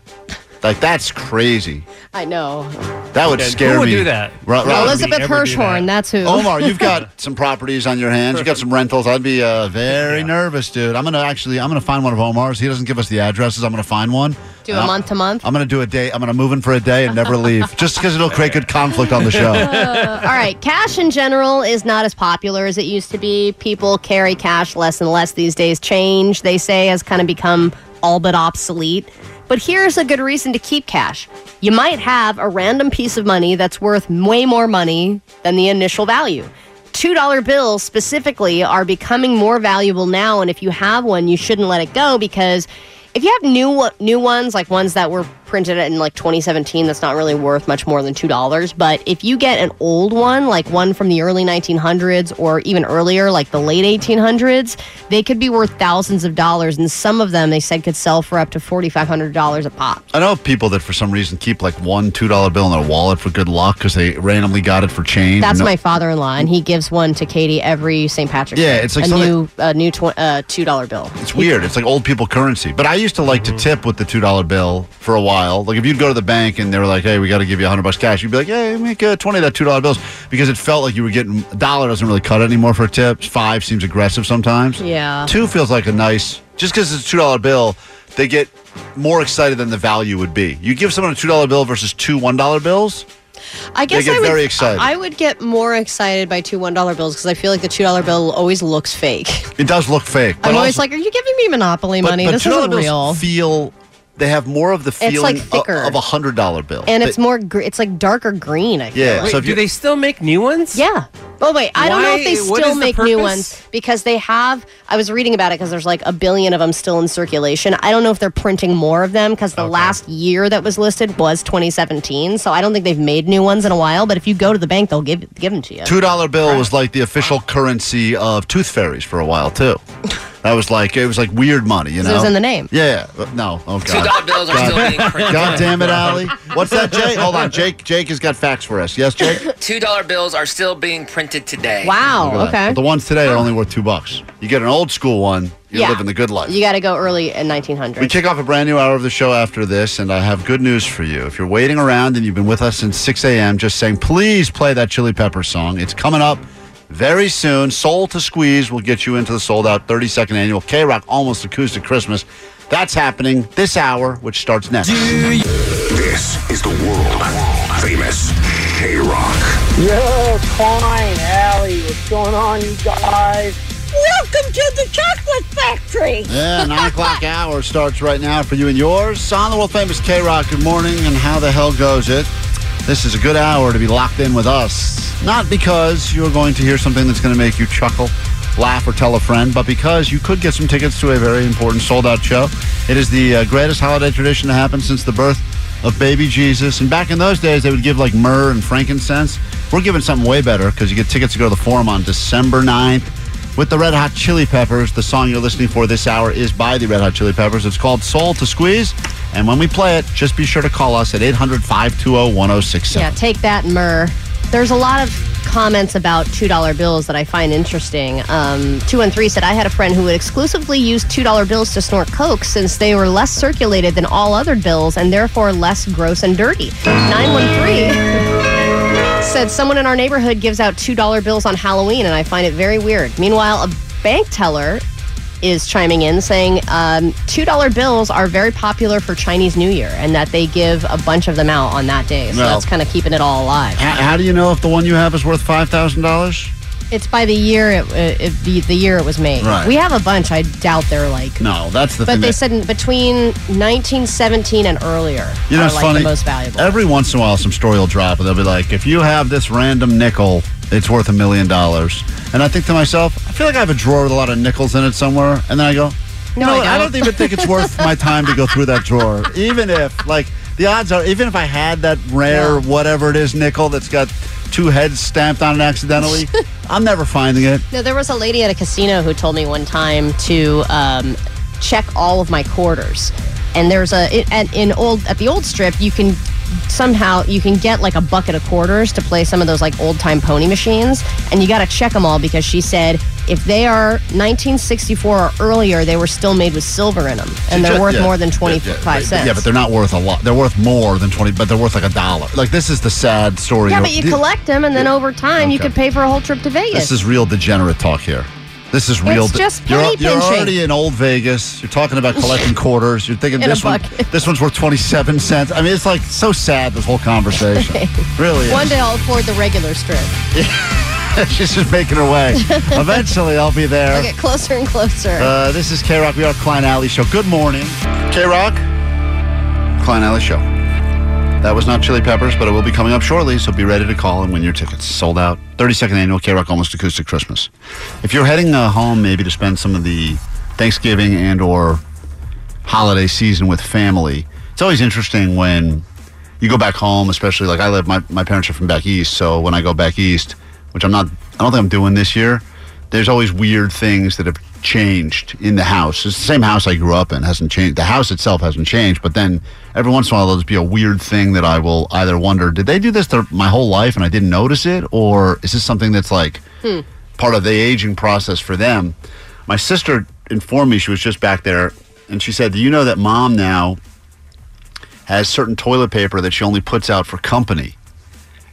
Speaker 7: like that's crazy.
Speaker 8: I know.
Speaker 7: That would
Speaker 9: Yeah,
Speaker 7: scare
Speaker 9: who would
Speaker 7: me.
Speaker 9: do that?
Speaker 7: Ro- Ro-
Speaker 8: Elizabeth Hirschhorn, that's who.
Speaker 7: Omar, you've got (laughs) some properties on your hands. You've got some rentals. I'd be uh, very nervous, dude. I'm gonna actually, I'm gonna find one of Omar's. He doesn't give us the addresses. I'm gonna find one.
Speaker 8: do
Speaker 7: And
Speaker 8: a
Speaker 7: I'm-
Speaker 8: month to month.
Speaker 7: I'm gonna do a day. I'm gonna move in for a day and never leave, just because it'll create good conflict on the show.
Speaker 8: Uh, all right, cash in general is not as popular as it used to be. People carry cash less and less these days. Change, they say, has kind of become all but obsolete. But here's a good reason to keep cash. You might have a random piece of money that's worth way more money than the initial value. $2 bills specifically are becoming more valuable now and if you have one you shouldn't let it go because if you have new new ones like ones that were printed in like 2017 that's not really worth much more than $2 but if you get an old one like one from the early 1900s or even earlier like the late 1800s they could be worth thousands of dollars and some of them they said could sell for up to $4500 a pop
Speaker 7: I know of people that for some reason keep like one two dollar bill in their wallet for good luck because they randomly got it for change.
Speaker 8: That's
Speaker 7: No-
Speaker 8: my father-in-law, and he gives one to Katie every St. Patrick's.
Speaker 7: Yeah,
Speaker 8: Day.
Speaker 7: it's like
Speaker 8: a
Speaker 7: something-
Speaker 8: new, a new tw- uh, two-dollar bill.
Speaker 7: It's weird. It's like old people currency. But I used to like to tip with the two dollar bill for a while. Like if you'd go to the bank and they were like, "Hey, we got to give you a hundred bucks cash," you'd be like, "Hey, make uh, twenty of that two dollar bills," because it felt like you were getting a dollar doesn't really cut it anymore for a tip. Five seems aggressive sometimes.
Speaker 8: Yeah.
Speaker 7: Two feels like a nice just because it's a two dollar bill, they get more excited than the value would be. You give someone a two dollar bill versus two one dollar bills.
Speaker 8: I guess
Speaker 7: get
Speaker 8: I would,
Speaker 7: very excited.
Speaker 8: I would get more excited by two one-dollar bills because I feel like the two-dollar bill always looks fake.
Speaker 7: It does look fake.
Speaker 8: I'm always
Speaker 7: also-
Speaker 8: like, "Are you giving me Monopoly
Speaker 7: but-
Speaker 8: money?
Speaker 7: but
Speaker 8: this
Speaker 7: $2
Speaker 8: isn't
Speaker 7: bills
Speaker 8: real."
Speaker 7: Feel they have more of the
Speaker 8: like
Speaker 7: feeling o-
Speaker 8: thicker.
Speaker 7: of a hundred dollar bill,
Speaker 8: and
Speaker 7: They-
Speaker 8: it's more, gr- it's like darker green. I feel
Speaker 7: Yeah,
Speaker 8: Like.
Speaker 7: so if you- Do they
Speaker 9: still make new ones?
Speaker 8: Yeah. Oh wait, I don't know if
Speaker 9: Why-
Speaker 8: they
Speaker 9: what
Speaker 8: still
Speaker 9: is the
Speaker 8: make new
Speaker 9: purpose?
Speaker 8: ones because they have. I was reading about it because there's like a billion of them still in circulation. I don't know if they're printing more of them because the last year that was listed was 2017. So I don't think they've made new ones in a while. But if you go to the bank, they'll give give them to you.
Speaker 7: Two dollar bill was like the official currency of tooth fairies for a while too.
Speaker 8: (laughs)
Speaker 7: That was like it was like weird money, you
Speaker 8: 'Cause
Speaker 7: know.
Speaker 8: it was in the name.
Speaker 7: Yeah. uh, No. Oh god.
Speaker 2: (laughs) $2 bills are
Speaker 7: God.
Speaker 2: still being
Speaker 7: (laughs)
Speaker 2: printed.
Speaker 7: God damn it, Allie. What's that, Jake? Hold on, Jake. Jake has got facts for us. Yes, Jake.
Speaker 2: Two dollar bills are still being printed today.
Speaker 8: Oh,
Speaker 7: Look at that. But the ones today are only worth two bucks. You get an old school one, you're
Speaker 8: Yeah.
Speaker 7: living the good life.
Speaker 8: You got to go early in 1900.
Speaker 7: We kick off a brand new hour of the show after this, and I have good news for you. If you're waiting around and you've been with us since 6 a.m., just saying, please play that Chili Pepper song. It's coming up very soon. Soul to Squeeze will get you into the sold out 32nd annual K Rock Almost Acoustic Christmas. That's happening this hour, which starts next.
Speaker 6: This is the world famous K Rock.
Speaker 13: Yo, Klein, Allie, what's going on, you guys? Welcome to the Chocolate Factory.
Speaker 7: (laughs) Yeah, nine o'clock hour starts right now for you and yours. On the world famous K Rock, good morning, and how the hell goes it? This is a good hour to be locked in with us. Not because you're going to hear something that's going to make you chuckle, laugh, or tell a friend, but because you could get some tickets to a very important sold out show. It is the uh, greatest holiday tradition to happen since the birth of baby Jesus. And back in those days, they would give like myrrh and frankincense. We're giving something way better because you get tickets to go to the forum on December 9th with the Red Hot Chili Peppers. The song you're listening for this hour is by the Red Hot Chili Peppers. It's called Soul to Squeeze. And when we play it, just be sure to call us at 800 520
Speaker 8: Yeah,
Speaker 7: 1067.
Speaker 8: take that, Myrrh. There's a lot of comments about $2 bills that I find interesting. Um, 213 said, I had a friend who would exclusively use $2 bills to snort coke since they were less circulated than all other bills and therefore less gross and dirty. 913 said, Someone in our neighborhood gives out $2 bills on Halloween and I find it very weird. Meanwhile, a bank teller is chiming in saying um, $2 bills are very popular for Chinese New Year and that they give a bunch of them out on that day. So
Speaker 7: Well-
Speaker 8: that's kind of keeping it all alive.
Speaker 7: How, how do you know if the one you have is worth $5,000?
Speaker 8: It's by the year it, it, it- the, the year it was made.
Speaker 7: Right.
Speaker 8: We have a bunch. I doubt they're like.
Speaker 7: No, that's the
Speaker 8: but
Speaker 7: thing.
Speaker 8: they
Speaker 7: that-
Speaker 8: said in between 1917 and earlier
Speaker 7: you know,
Speaker 8: are
Speaker 7: it's
Speaker 8: like
Speaker 7: funny.
Speaker 8: the most valuable.
Speaker 7: Every once in a while, some story will drop, and they'll be like, if you have this random nickel, it's worth a million dollars. And I think to myself, I feel like I have a drawer with a lot of nickels in it somewhere. And then I go,
Speaker 8: No,
Speaker 7: you know
Speaker 8: I
Speaker 7: what?
Speaker 8: don't.
Speaker 7: even think it's worth my time to go through that drawer. Even if, like, the odds are, even if I had that rare, whatever it is, nickel that's got two heads stamped on
Speaker 8: (laughs)
Speaker 7: it accidentally, I'm never finding it.
Speaker 8: No, there was a lady at a casino who told me one time to um, check all of my quarters. And there's a it- at, in old at the old strip, you can somehow you can get like a bucket of quarters to play some of those like old time pony machines, and you got to check them all because she said if they are 1964 or earlier, they were still made with silver in them, and they're
Speaker 7: Yeah,
Speaker 8: worth
Speaker 7: yeah.
Speaker 8: more than
Speaker 7: Yeah, yeah,
Speaker 8: 25
Speaker 7: right.
Speaker 8: cents.
Speaker 7: Yeah, but they're not worth a lot. They're worth more than 20, but they're worth like a dollar. Like, this is the sad story.
Speaker 8: yeah,
Speaker 7: of-
Speaker 8: but you collect them, and then over time, you could pay for a whole trip to Vegas.
Speaker 7: This is real degenerate talk here. This is real.
Speaker 8: It's just
Speaker 7: you're,
Speaker 8: penny
Speaker 7: you're
Speaker 8: pinching.
Speaker 7: already in old Vegas. You're talking
Speaker 8: (laughs)
Speaker 7: about collecting quarters. You're thinking
Speaker 8: In a
Speaker 7: this one, this one's worth twenty seven cents. I mean, it's like so sad. This whole conversation,
Speaker 8: (laughs)
Speaker 7: really.
Speaker 8: One
Speaker 7: is.
Speaker 8: day I'll afford the regular strip.
Speaker 7: (laughs) She's just making
Speaker 8: (laughs)
Speaker 7: her way. Eventually, I'll be there.
Speaker 8: I'll get closer and closer.
Speaker 7: Uh, this is K Rock. We are Klein Alley Show. Good morning, K Rock. Klein Alley Show. That was not Chili Peppers, but it will be coming up shortly, so be ready to call and win your tickets. Sold out. 32nd annual K Rock Almost Acoustic Christmas. If you're heading uh, home, maybe to spend some of the Thanksgiving and or holiday season with family, it's always interesting when you go back home, especially like I live. My my parents are from back east, so when I go back east, which I'm not, I don't think I'm doing this year there's always weird things that have changed in the house. It's the same house I grew up in, hasn't changed. The house itself hasn't changed, but then every once in a while there'll just be a weird thing that I will either wonder, did they do this their, my whole life and I didn't notice it? Or is this something that's like
Speaker 17: Hmm.
Speaker 7: part of the aging process for them? My sister informed me, she was just back there, and she said, Do you know that mom now has certain toilet paper that she only puts out for company?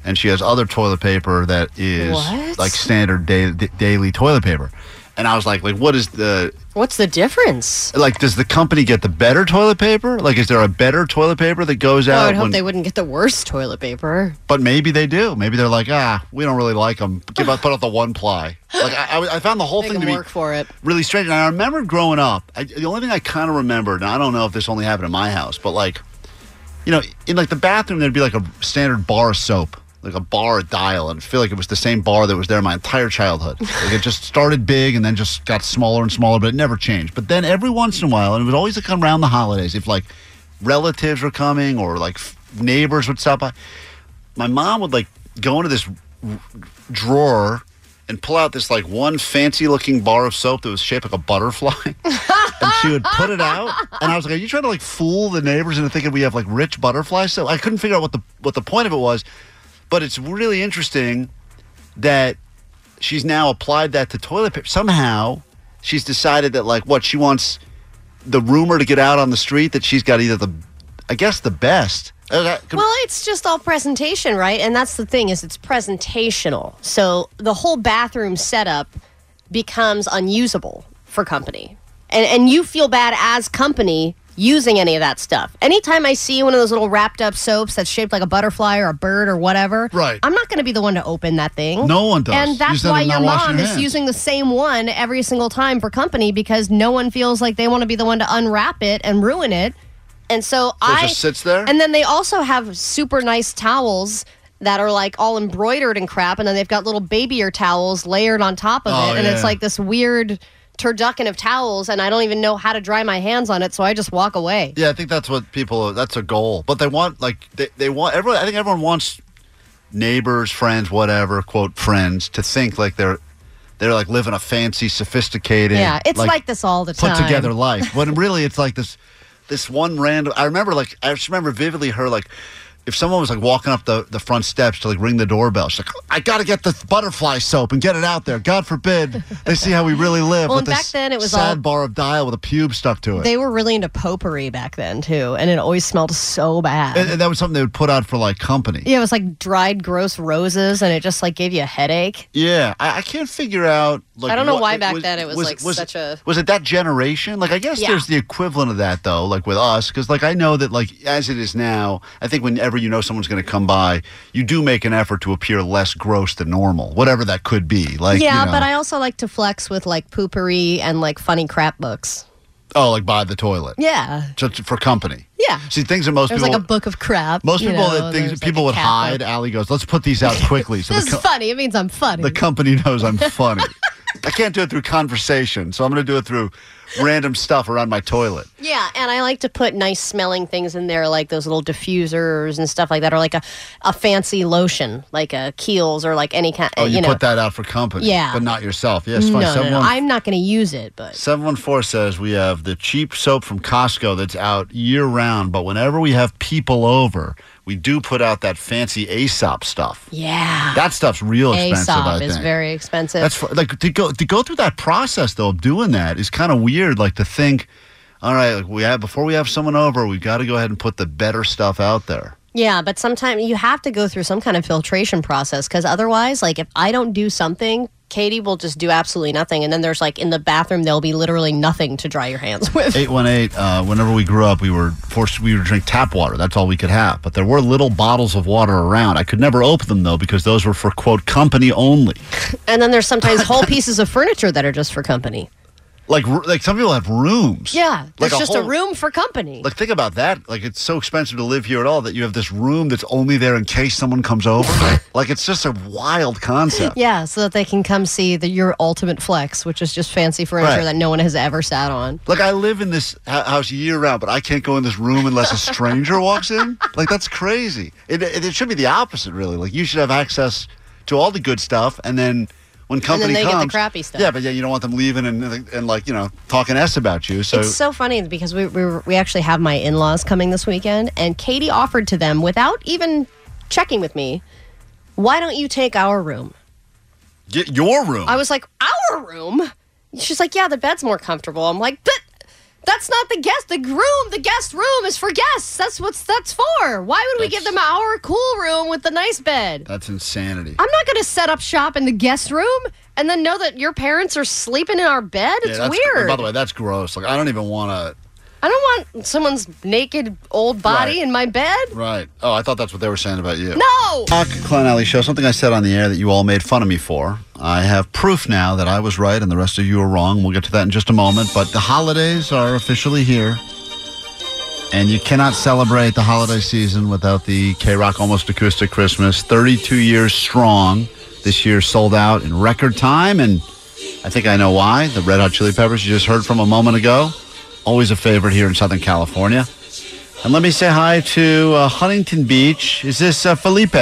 Speaker 7: and she has other toilet paper that is
Speaker 8: What?
Speaker 7: like standard da- d- daily toilet paper. And I was like, like, what is the
Speaker 8: What's the difference?
Speaker 7: like? Does the company get the better toilet paper? Like, is there a better toilet paper that goes
Speaker 8: Well, I
Speaker 7: out?
Speaker 8: would Oh, hope
Speaker 7: when-
Speaker 8: they wouldn't get the worst toilet paper.
Speaker 7: but maybe they do. Maybe they're like, ah, we don't really like them. Give up, put out the one ply. Like, I, I- I found the whole
Speaker 8: Make
Speaker 7: thing to
Speaker 8: them
Speaker 7: be
Speaker 8: work for it.
Speaker 7: really strange. And I remember growing up, I, the only thing I kind of remembered, and I don't know if this only happened in my house, but like, you know, in like the bathroom, there'd be like a standard bar of soap, like a bar of dial, and I feel like it was the same bar that was there my entire childhood. Like it just started big and then just got smaller and smaller, but it never changed. But then every once in a while, and it would always come around the holidays, if like relatives were coming or like f- neighbors would stop by, my mom would like go into this r- drawer and pull out this like one fancy looking bar of soap that was shaped like
Speaker 8: (laughs)
Speaker 7: a butterfly and she would put it out and i was like are you trying to like fool the neighbors into thinking we have like rich butterfly soap i couldn't figure out what the what the point of it was but it's really interesting that she's now applied that to toilet paper somehow she's decided that like what she wants the rumor to get out on the street that she's got either the i guess the best Uh, that could-
Speaker 8: Well, it's just all presentation, right? And that's the thing is it's presentational. So the whole bathroom setup becomes unusable for company. And and you feel bad as company using any of that stuff. Anytime I see one of those little wrapped up soaps that's shaped like a butterfly or a bird or whatever, right. I'm not going to be the one to open that thing.
Speaker 7: No one does. You
Speaker 8: And that's
Speaker 7: said
Speaker 8: why
Speaker 7: I'm not
Speaker 8: your
Speaker 7: washing
Speaker 8: mom
Speaker 7: your
Speaker 8: is
Speaker 7: hands.
Speaker 8: using the same one every single time for company because no one feels like they want to be the one to unwrap it and ruin it. And so,
Speaker 7: So it
Speaker 8: I
Speaker 7: just sits there?
Speaker 8: And then they also have super nice towels that are like all embroidered and crap, and then they've got little babier towels layered on top of
Speaker 17: Oh,
Speaker 8: it, and
Speaker 17: yeah.
Speaker 8: it's like this weird turducken of towels, and I don't even know how to dry my hands on it, so I just walk away.
Speaker 7: Yeah, I think that's what people. That's a goal, but they want like they, they want everyone. I think everyone wants neighbors, friends, whatever, quote friends, to think like they're they're like living a fancy, sophisticated.
Speaker 8: yeah, it's like, this all the time.
Speaker 7: put together life. When really it's like this this one random I remember like I just remember vividly her like if someone was like walking up the, the front steps to like ring the doorbell, she's like, I gotta get the butterfly soap and get it out there. God forbid they see how we really live
Speaker 8: Well,
Speaker 7: with
Speaker 8: and back
Speaker 7: this
Speaker 8: then it was
Speaker 7: sad
Speaker 8: all-
Speaker 7: bar of dial with a pube stuck to it.
Speaker 8: They were really into potpourri back then too, and it always smelled so bad.
Speaker 7: and, and Uh, that was something they would put out for like company.
Speaker 8: yeah, it was like dried gross roses, and it just like gave you a headache.
Speaker 7: Yeah, I, I can't figure out. Like,
Speaker 8: I don't know
Speaker 7: what-
Speaker 8: why back then it was, like
Speaker 7: was,
Speaker 8: such a-
Speaker 7: Was it that generation? Like, I guess
Speaker 8: Yeah.
Speaker 7: there's the equivalent of that though, like with us, because like I know that like as it is now, I think whenever you know someone's going to come by, you do make an effort to appear less gross than normal, whatever that could be. Like,
Speaker 8: yeah,
Speaker 7: you know,
Speaker 8: but I also like to flex with like poopery and like funny crap books.
Speaker 7: oh, like by the toilet,
Speaker 8: Yeah,
Speaker 7: just for company.
Speaker 8: yeah.
Speaker 7: See, things that most
Speaker 8: There's
Speaker 7: people.
Speaker 8: like a book of crap.
Speaker 7: most
Speaker 8: you
Speaker 7: people
Speaker 8: know,
Speaker 7: that
Speaker 8: there's,
Speaker 7: things
Speaker 8: like,
Speaker 7: people
Speaker 8: a
Speaker 7: would
Speaker 8: cat
Speaker 7: hide.
Speaker 8: book.
Speaker 7: Allie goes, "Let's put these
Speaker 8: (laughs)
Speaker 7: out quickly." So
Speaker 8: This
Speaker 7: the
Speaker 8: is
Speaker 7: co-
Speaker 8: funny. It means I'm funny.
Speaker 7: the company knows I'm funny. I can't do it through conversation, so I'm going to do it through random stuff around my toilet.
Speaker 8: Yeah, and I like to put nice smelling things in there, like those little diffusers and stuff like that, or like a, a fancy lotion, like a Kiehl's or like any kind.
Speaker 7: Oh, you,
Speaker 8: Uh, you know.
Speaker 7: put that out for company,
Speaker 8: Yeah.
Speaker 7: but not yourself. Yes, fine.
Speaker 8: No, no, no,
Speaker 7: Someone,
Speaker 8: I'm not going to use it, but
Speaker 7: 714 says we have the cheap soap from Costco that's out year round, but whenever we have people over, we do put out that fancy Aesop stuff.
Speaker 8: yeah,
Speaker 7: That stuff's real expensive, I
Speaker 8: Aesop
Speaker 7: think.
Speaker 8: is very expensive.
Speaker 7: That's fu- like to go to go through that process though of doing that is kind of weird. Like to think, all right, like we have before we have someone over, we've got to go ahead and put the better stuff out there.
Speaker 8: yeah, but sometimes you have to go through some kind of filtration process because otherwise, like if I don't do something, Katie will just do absolutely nothing, and then there's like in the bathroom there'll be literally nothing to dry your hands (laughs) with.
Speaker 7: Eight one eight. uh, Whenever we grew up, we were forced. We would drink tap water. That's all we could have. But there were little bottles of water around. I could never open them though because those were for quote company only.
Speaker 8: And then there's sometimes (laughs) whole pieces of furniture that are just for company.
Speaker 7: Like r- like some people have rooms.
Speaker 8: Yeah,
Speaker 7: Like
Speaker 8: there's
Speaker 7: a
Speaker 8: just a
Speaker 7: whole-
Speaker 8: room for company.
Speaker 7: Like think about that. Like it's so expensive to live here at all that you have this room that's only there in case someone comes over. like it's just a wild concept.
Speaker 8: Yeah, so that they can come see the, your ultimate flex, which is just fancy furniture
Speaker 7: Right.
Speaker 8: that no one has ever sat on.
Speaker 7: Like I live in this h- house year round, but I can't go in this room unless a stranger walks in. Like that's crazy. It, it, it should be the opposite, really. Like you should have access to all the good stuff, and then when company
Speaker 8: they get the
Speaker 7: comes,
Speaker 8: crappy stuff.
Speaker 7: Yeah, but yeah, you don't want them leaving and and, and, like you know talking s about you. So,
Speaker 8: it's so funny because we, we, were- we actually have my in laws coming this weekend, and Katie offered to them without even checking with me, why don't you take our room?
Speaker 7: get your room.
Speaker 8: I was like, our room? She's like, yeah, the bed's more comfortable. I'm like, but. That's not the guest. The room, the guest room is for guests. That's what's that's for. Why would we give them our cool room with the nice bed?
Speaker 7: that's insanity.
Speaker 8: I'm not going to set up shop in the guest room and then know that your parents are sleeping in our bed.
Speaker 7: Yeah,
Speaker 8: It's
Speaker 7: that's-
Speaker 8: weird.
Speaker 7: By the way, that's gross. Like I don't even want to.
Speaker 8: I don't want someone's naked old body
Speaker 7: Right.
Speaker 8: in my bed.
Speaker 7: Right. Oh, I thought that's what they were saying about you.
Speaker 8: No!
Speaker 7: Doc Klein Alley Show, something I said on the air that you all made fun of me for. I have proof now that I was right and the rest of you are wrong. We'll get to that in just a moment. But the holidays are officially here. And you cannot celebrate the holiday season without the K Rock Almost Acoustic Christmas. 32 years strong. This year sold out in record time. And I think I know why. The Red Hot Chili Peppers you just heard from a moment ago. Always a favorite here in Southern California. And let me say hi to uh, Huntington Beach. Is this uh, Felipe?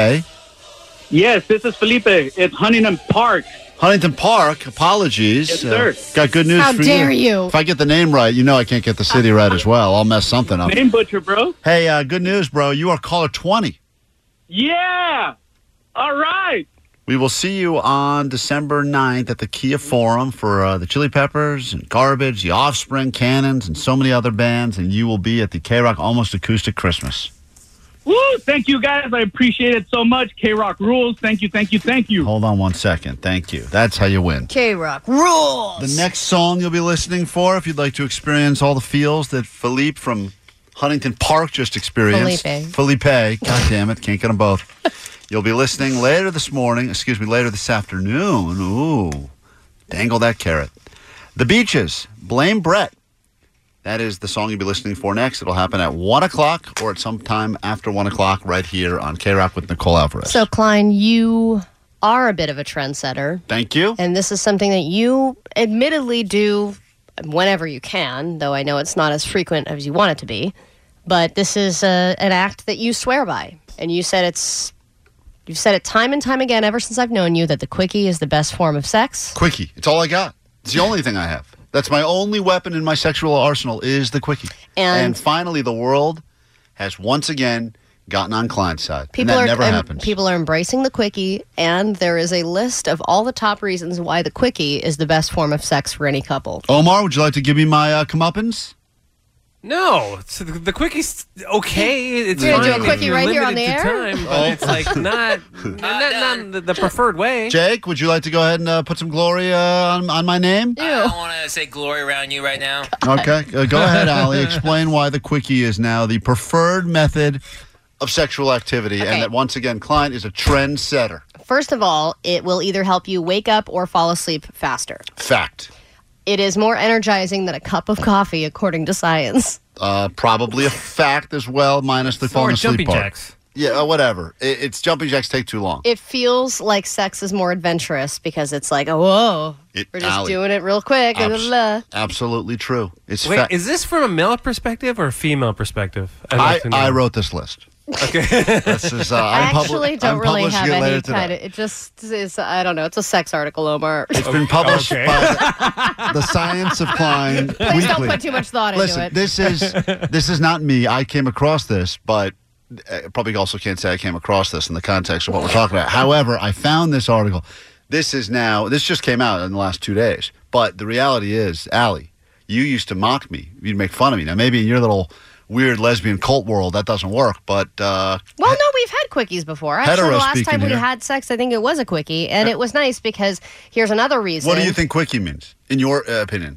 Speaker 18: Yes, this is Felipe. It's Huntington Park.
Speaker 7: Huntington Park. Apologies. Uh,
Speaker 18: Yes, sir.
Speaker 7: got good news
Speaker 18: How
Speaker 7: for
Speaker 18: dare
Speaker 7: you.
Speaker 18: you.
Speaker 7: If I get the name right, you know I can't get the city right as well. I'll mess something up.
Speaker 18: Name butcher, bro.
Speaker 7: Hey, uh, good news, bro. You are caller 20.
Speaker 18: Yeah. All right.
Speaker 7: We will see you on December 9th at the Kia Forum for uh, the Chili Peppers and Garbage, the Offspring, Cannons, and so many other bands. And you will be at the K Rock Almost Acoustic Christmas.
Speaker 18: Woo! Thank you guys. I appreciate it so much. K Rock rules. Thank you, thank you, thank you.
Speaker 7: Hold on one second. Thank you. That's how you win.
Speaker 8: K Rock rules.
Speaker 7: The next song you'll be listening for, if you'd like to experience all the feels that Philippe from Huntington Park just experienced.
Speaker 8: Felipe.
Speaker 7: Felipe. God damn it. Can't get them both. You'll be listening later this morning, excuse me, later this afternoon. Ooh. Dangle that carrot. The Beaches. Blame Brett. That is the song you'll be listening for next. It'll happen at 1 o'clock or at some time after 1 o'clock right here on K Rock with Nicole Alvarez.
Speaker 8: So, Klein, you are a bit of a trendsetter.
Speaker 7: Thank you.
Speaker 8: And this is something that you admittedly do whenever you can, though I know it's not as frequent as you want it to be. But this is uh an act that you swear by. And you said it's, you've said it time and time again ever since I've known you that the quickie is the best form of sex.
Speaker 7: Quickie. It's all I got. It's the only thing I have. That's my only weapon in my sexual arsenal is the quickie.
Speaker 8: And-
Speaker 7: finally, the world has once again gotten on Klein's side. and that
Speaker 8: are,
Speaker 7: never
Speaker 8: em-
Speaker 7: happens.
Speaker 8: People are embracing the quickie, and there is a list of all the top reasons why the quickie is the best form of sex for any couple.
Speaker 7: Omar, would you like to give me my uh, comeuppance?
Speaker 9: No, it's, the quickie's okay. It's
Speaker 8: You're gonna do a
Speaker 9: fine.
Speaker 8: quickie
Speaker 9: You're
Speaker 8: right here on
Speaker 9: limited
Speaker 8: the
Speaker 9: to
Speaker 8: air?
Speaker 9: time, but it's
Speaker 7: (laughs)
Speaker 9: like not, not, not, the, the preferred way.
Speaker 7: Jake, would you like to go ahead and uh, put some glory uh, on, on my name?
Speaker 2: I don't want to say glory around you right now.
Speaker 7: Okay, uh,
Speaker 8: (laughs)
Speaker 7: go ahead, Ali. Explain why the quickie is now the preferred method of sexual activity,
Speaker 8: Okay.
Speaker 7: and that once again, Klein is a trendsetter.
Speaker 8: First of all, it will either help you wake up or fall asleep faster.
Speaker 7: Fact.
Speaker 8: It is more energizing than a cup of coffee, according to science.
Speaker 7: Uh, probably a fact as well, minus the falling asleep
Speaker 9: jumping
Speaker 7: part.
Speaker 9: jacks.
Speaker 7: Yeah, uh, whatever. It, it's jumping jacks take too long.
Speaker 8: It feels like sex is more adventurous because it's like, oh, whoa,
Speaker 7: It-
Speaker 8: we're just
Speaker 7: Allie.
Speaker 8: doing it real quick. blah,
Speaker 7: Abs-
Speaker 8: blah, blah.
Speaker 7: Absolutely true. It's
Speaker 9: Wait,
Speaker 7: fa-
Speaker 9: is this from a male perspective or a female perspective? I'd
Speaker 7: I,
Speaker 9: like to know.
Speaker 7: I wrote this list.
Speaker 9: Okay.
Speaker 7: This is, uh,
Speaker 8: (laughs) I
Speaker 7: I'm publi-
Speaker 8: actually don't
Speaker 7: I'm
Speaker 8: really
Speaker 7: publishing
Speaker 8: have
Speaker 7: it later
Speaker 8: any
Speaker 7: today.
Speaker 8: kind of. It just is. I don't know. It's a sex article, Omar.
Speaker 7: It's been published by
Speaker 9: (laughs)
Speaker 7: the, the Science of
Speaker 8: (laughs)
Speaker 7: Klein
Speaker 8: Please
Speaker 7: Weekly.
Speaker 8: don't put too much thought into
Speaker 7: Listen,
Speaker 8: it. (laughs)
Speaker 7: this is this is not me. I came across this, but uh, probably also can't say I came across this in the context of what we're talking about. However, I found this article. This is now. This just came out in the last two days. But the reality is, Allie, you used to mock me. You'd make fun of me. Now maybe in your little weird lesbian cult world that doesn't work, but uh,
Speaker 8: Well, no, we've had quickies before. Actually,
Speaker 7: Hetero
Speaker 8: the last
Speaker 7: speaking
Speaker 8: time we
Speaker 7: here. Uh,
Speaker 8: had sex, I think it was a quickie, and it was nice because here's another reason.
Speaker 7: what do you think quickie means in your uh, opinion?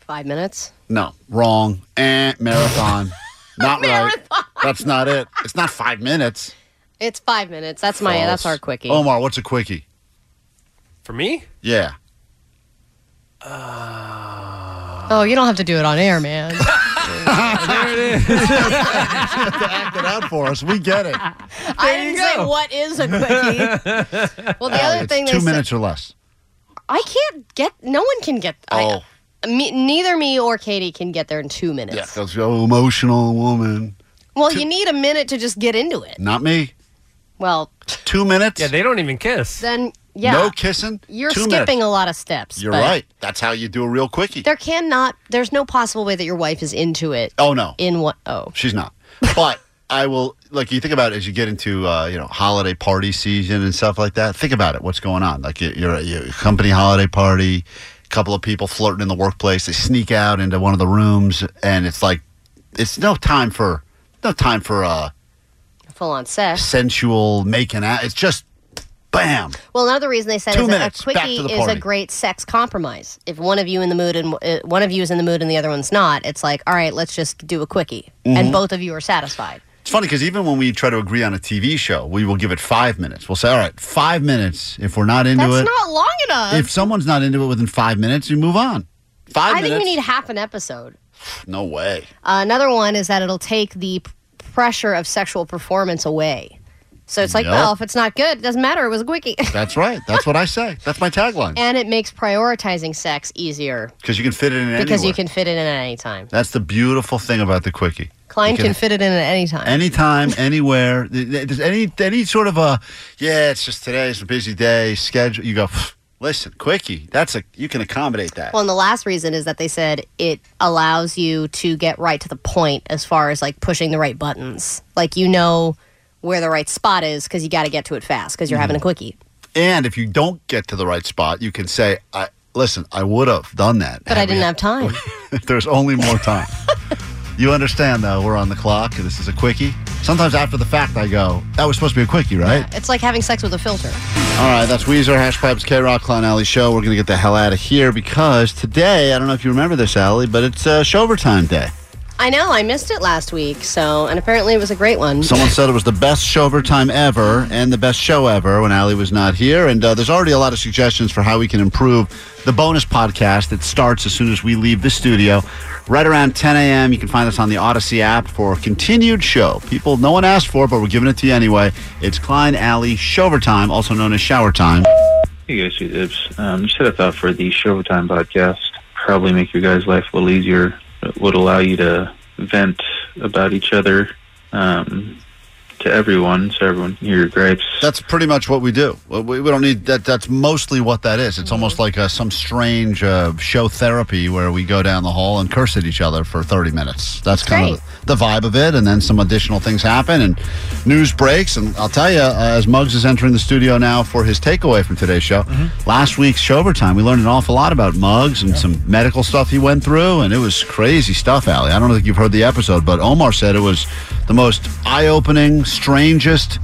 Speaker 8: Five minutes.
Speaker 7: No, wrong. Eh,
Speaker 8: (laughs)
Speaker 7: marathon. not right. That's not it. It's not five minutes.
Speaker 8: It's five minutes. That's my. That's
Speaker 7: False. Oh
Speaker 8: our quickie.
Speaker 7: Omar, what's a quickie?
Speaker 9: For me?
Speaker 7: Yeah.
Speaker 8: Oh, you don't have to do it on air, man.
Speaker 7: there it is. you have to act it out for us. We get it.
Speaker 8: I didn't say what is a quickie.
Speaker 7: (laughs)
Speaker 8: Well, the (laughs) other
Speaker 7: Oh, It's
Speaker 8: thing
Speaker 7: two
Speaker 8: they said,
Speaker 7: minutes or less.
Speaker 8: I can't get. No one can get.
Speaker 7: Oh,
Speaker 8: I, me, neither me or Katie can get there in two minutes.
Speaker 7: yeah. Because you're an emotional woman.
Speaker 8: Well, you need a minute to just get into it.
Speaker 7: Not me.
Speaker 8: Well,
Speaker 7: Two minutes. Yeah,
Speaker 9: they don't even kiss.
Speaker 8: then yeah,
Speaker 7: No kissing.
Speaker 8: You're
Speaker 7: Two
Speaker 8: skipping
Speaker 7: minutes.
Speaker 8: a lot of steps.
Speaker 7: You're
Speaker 8: but
Speaker 7: right. That's how you do a real quickie.
Speaker 8: There cannot. There's no possible way that your wife is into it.
Speaker 7: Oh no.
Speaker 8: In what? Oh.
Speaker 7: She's not. But I will like you think about it as you get into uh, you know holiday party season and stuff like that. Think about it. What's going on? Like you- you're at your company holiday party, a couple of people flirting in the workplace. They sneak out into one of the rooms, and it's like it's no time for no time for uh,
Speaker 8: Full on sex.
Speaker 7: sensual making out. It's just bam.
Speaker 8: Well, another reason they said
Speaker 7: Two
Speaker 8: is that
Speaker 7: minutes,
Speaker 8: a
Speaker 7: back to
Speaker 8: quickie
Speaker 7: the
Speaker 8: is a
Speaker 7: party.
Speaker 8: great sex compromise. If one of you in the mood and uh, one of you is in the mood and the other one's not, it's like, all right, let's just do a quickie,
Speaker 7: Mhm.
Speaker 8: and both of you are satisfied.
Speaker 7: It's funny because even when we try to agree on a TV show, we will give it five minutes. We'll say, all right, five minutes. If we're not into
Speaker 8: That's
Speaker 7: it,
Speaker 8: not long enough.
Speaker 7: if someone's not into it within five minutes, you move on. Five
Speaker 8: I
Speaker 7: minutes.
Speaker 8: think we need half an episode.
Speaker 7: No way.
Speaker 8: Uh, another one is that it'll take the p- pressure of sexual performance away. So it's like,
Speaker 7: Yep.
Speaker 8: well, if it's not good, it doesn't matter. It was a quickie. (laughs)
Speaker 7: That's right. That's what I say. That's my tagline.
Speaker 8: and it makes prioritizing sex easier
Speaker 7: Because you can fit it in
Speaker 8: because
Speaker 7: anywhere.
Speaker 8: you can fit it in at any time.
Speaker 7: That's the beautiful thing about the quickie.
Speaker 8: Klein
Speaker 7: You
Speaker 8: can, fit it in at any time.
Speaker 7: Anytime, (laughs) anywhere. Th- th- There's any any sort of a yeah. It's just today's a busy day. Schedule. You go. "Pff, Listen, quickie. That's a you can accommodate that.
Speaker 8: Well, and the last reason is that they said it allows you to get right to the point as far as like pushing the right buttons. Like you know where the right spot is because you got to get to it fast because you're having a quickie.
Speaker 7: and if you don't get to the right spot, you can say, "I listen. I would have done that,
Speaker 8: But I didn't have time.
Speaker 7: There's only more time. You understand, though, we're on the clock. This is a quickie. Sometimes after the fact, I go, that was supposed to be a quickie, right?
Speaker 8: It's like having sex with a filter.
Speaker 7: All right, that's Weezer, Hash Pipes, K Rock, Clown Alley Show. We're going to get the hell out of here because today, I don't know if you remember this, Alley, but it's uh, Showvertime Day.
Speaker 8: I know, I missed it last week, so and apparently it was a great one.
Speaker 7: Someone said it was the best Showvertime ever and the best show ever when Allie was not here. And uh, there's already a lot of suggestions for how we can improve the bonus podcast that starts as soon as we leave the studio. Right around 10 a.m., you can find us on the Odyssey app for a continued show. People no one asked for, it, but we're giving it to you anyway. It's Klein Alley Showvertime, also known as Shower Time.
Speaker 17: Hey guys, you Ibs. Um, just had a thought for the Showtime podcast. Probably make your guys' life a little easier. It would allow you to vent about each other um, to everyone, so everyone can hear your gripes.
Speaker 7: That's pretty much what we do. We, we don't need that. That's mostly what that is. It's almost like uh, some strange uh, show therapy where we go down the hall and curse at each other for 30 minutes. That's kind
Speaker 8: great.
Speaker 7: of the vibe of it. And then some additional things happen and news breaks. And I'll tell you, uh, as Muggs is entering the studio now for his takeaway from today's show, last week's Showbertime, we learned an awful lot about Muggs and some medical stuff he went through. And it was crazy stuff, Allie. I don't think you've heard the episode, but Omar said it was the most eye opening, strangest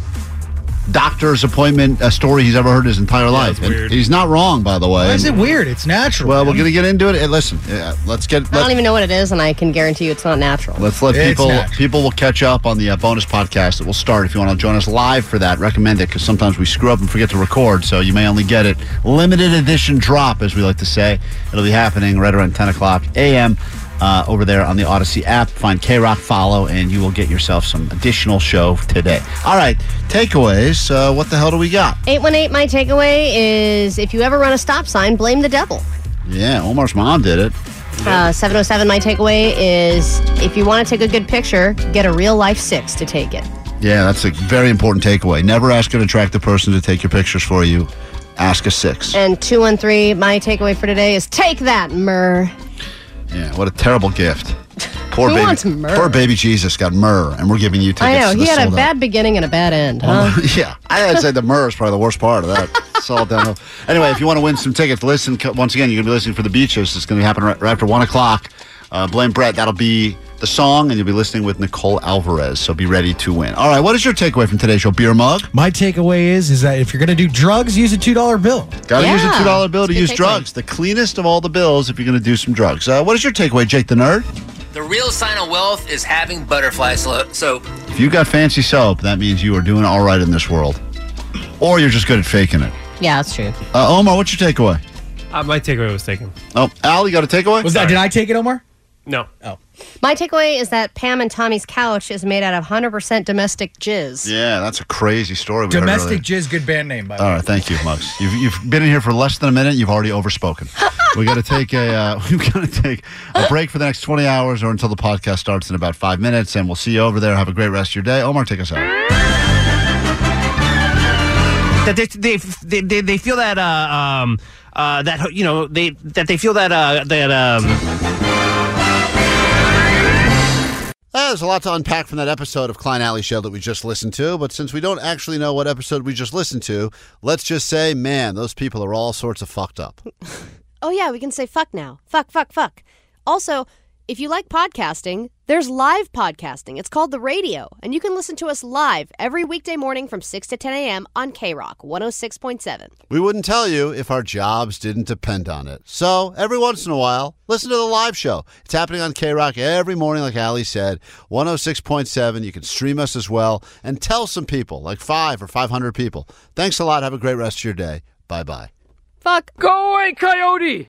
Speaker 7: doctor's appointment a story he's ever heard his entire life. And He's not wrong, by the way.
Speaker 19: Why is it
Speaker 7: And-
Speaker 19: weird? It's natural.
Speaker 7: Well, we're gonna get into it. And listen, yeah, let's get.
Speaker 8: I don't
Speaker 7: Let's,
Speaker 8: even know what it is, and I can guarantee you it's not natural.
Speaker 7: let's let
Speaker 8: It's
Speaker 7: people
Speaker 8: natural.
Speaker 7: people will catch up on the uh, bonus podcast that will start. If you want to join us live for that, recommend it because sometimes we screw up and forget to record, so you may only get it limited edition drop, as we like to say. It'll be happening right around ten o'clock a.m. Uh, over there on the Odyssey app. Find K Rock Follow, and you will get yourself some additional show today. All right, takeaways. Uh, what the hell do we got?
Speaker 8: 818, my takeaway is if you ever run a stop sign, blame the devil.
Speaker 7: Yeah, Omar's mom did it.
Speaker 8: Uh, 707, my takeaway is if you want to take a good picture, get a real life six to take it.
Speaker 7: Yeah, that's a very important takeaway. Never ask an attractive person to take your pictures for you. Ask a six.
Speaker 8: And 213, my takeaway for today is take that, Myrrh.
Speaker 7: Yeah, what a terrible gift. Poor
Speaker 8: Who
Speaker 7: baby.
Speaker 8: wants myrrh?
Speaker 7: Poor baby Jesus got myrrh, and we're giving you tickets.
Speaker 8: I
Speaker 7: to
Speaker 8: know,
Speaker 7: the
Speaker 8: he had a
Speaker 7: sold-out-
Speaker 8: bad beginning and a bad end, huh?
Speaker 7: yeah, I'd say the myrrh is probably the worst part of that. It's all downhill. Anyway, if you want to win some tickets, listen. co- Once again, you're going to be listening for the beaches. It's going to happen right, right after 1 o'clock. Uh, Blame Brett, that'll be the song, and you'll be listening with Nicole Alvarez. So be ready to win. All right, what is your takeaway from today's show? Beer mug?
Speaker 19: My takeaway is is that if you're gonna do drugs, use a two dollar bill.
Speaker 7: Gotta use a two dollar bill to use drugs. The cleanest of all the bills if you're gonna do some drugs. Uh, what is your takeaway, Jake the Nerd?
Speaker 2: The real sign of wealth is having butterfly slo- soap.
Speaker 7: If you got fancy soap, that means you are doing all right in this world, or you're just good at faking it.
Speaker 8: (laughs) Yeah, that's true.
Speaker 7: Uh, Omar, what's your takeaway?
Speaker 9: Uh, my takeaway was taken.
Speaker 7: Oh, Al, you got a takeaway?
Speaker 19: Was that? Did I take it, Omar?
Speaker 9: No.
Speaker 19: Oh.
Speaker 8: My takeaway is that Pam and Tommy's couch is made out of 100% domestic jizz.
Speaker 7: Yeah, that's a crazy story. We
Speaker 19: Domestic
Speaker 7: Heard
Speaker 19: Jizz, good band name, by the
Speaker 7: earlier. all right, thank you, Muggs. You've, you've been in here for less than a minute. You've already overspoken. we got to take a uh, (laughs) we've got to take a break for the next twenty hours or until the podcast starts in about five minutes, and we'll see you over there. Have a great rest of your day. Omar, take us out.
Speaker 20: that they they they, they, they feel that uh, um uh that you know they that they feel that uh that um
Speaker 7: Uh, there's a lot to unpack from that episode of Klein Alley Show that we just listened to, but since we don't actually know what episode we just listened to, let's just say, man, those people are all sorts of fucked up.
Speaker 8: Oh, yeah, we can say fuck now. Fuck, fuck, fuck. Also, if you like podcasting, there's live podcasting. It's called The Radio, and you can listen to us live every weekday morning from 6 to 10 a.m. on K Rock 106.7.
Speaker 7: We wouldn't tell you if our jobs didn't depend on it. So, every once in a while, listen to the live show. It's happening on K Rock every morning, like Ali said, 106.7. You can stream us as well and tell some people, like five or 500 people. Thanks a lot. Have a great rest of your day. Bye bye.
Speaker 8: Fuck.
Speaker 21: Go away, Coyote!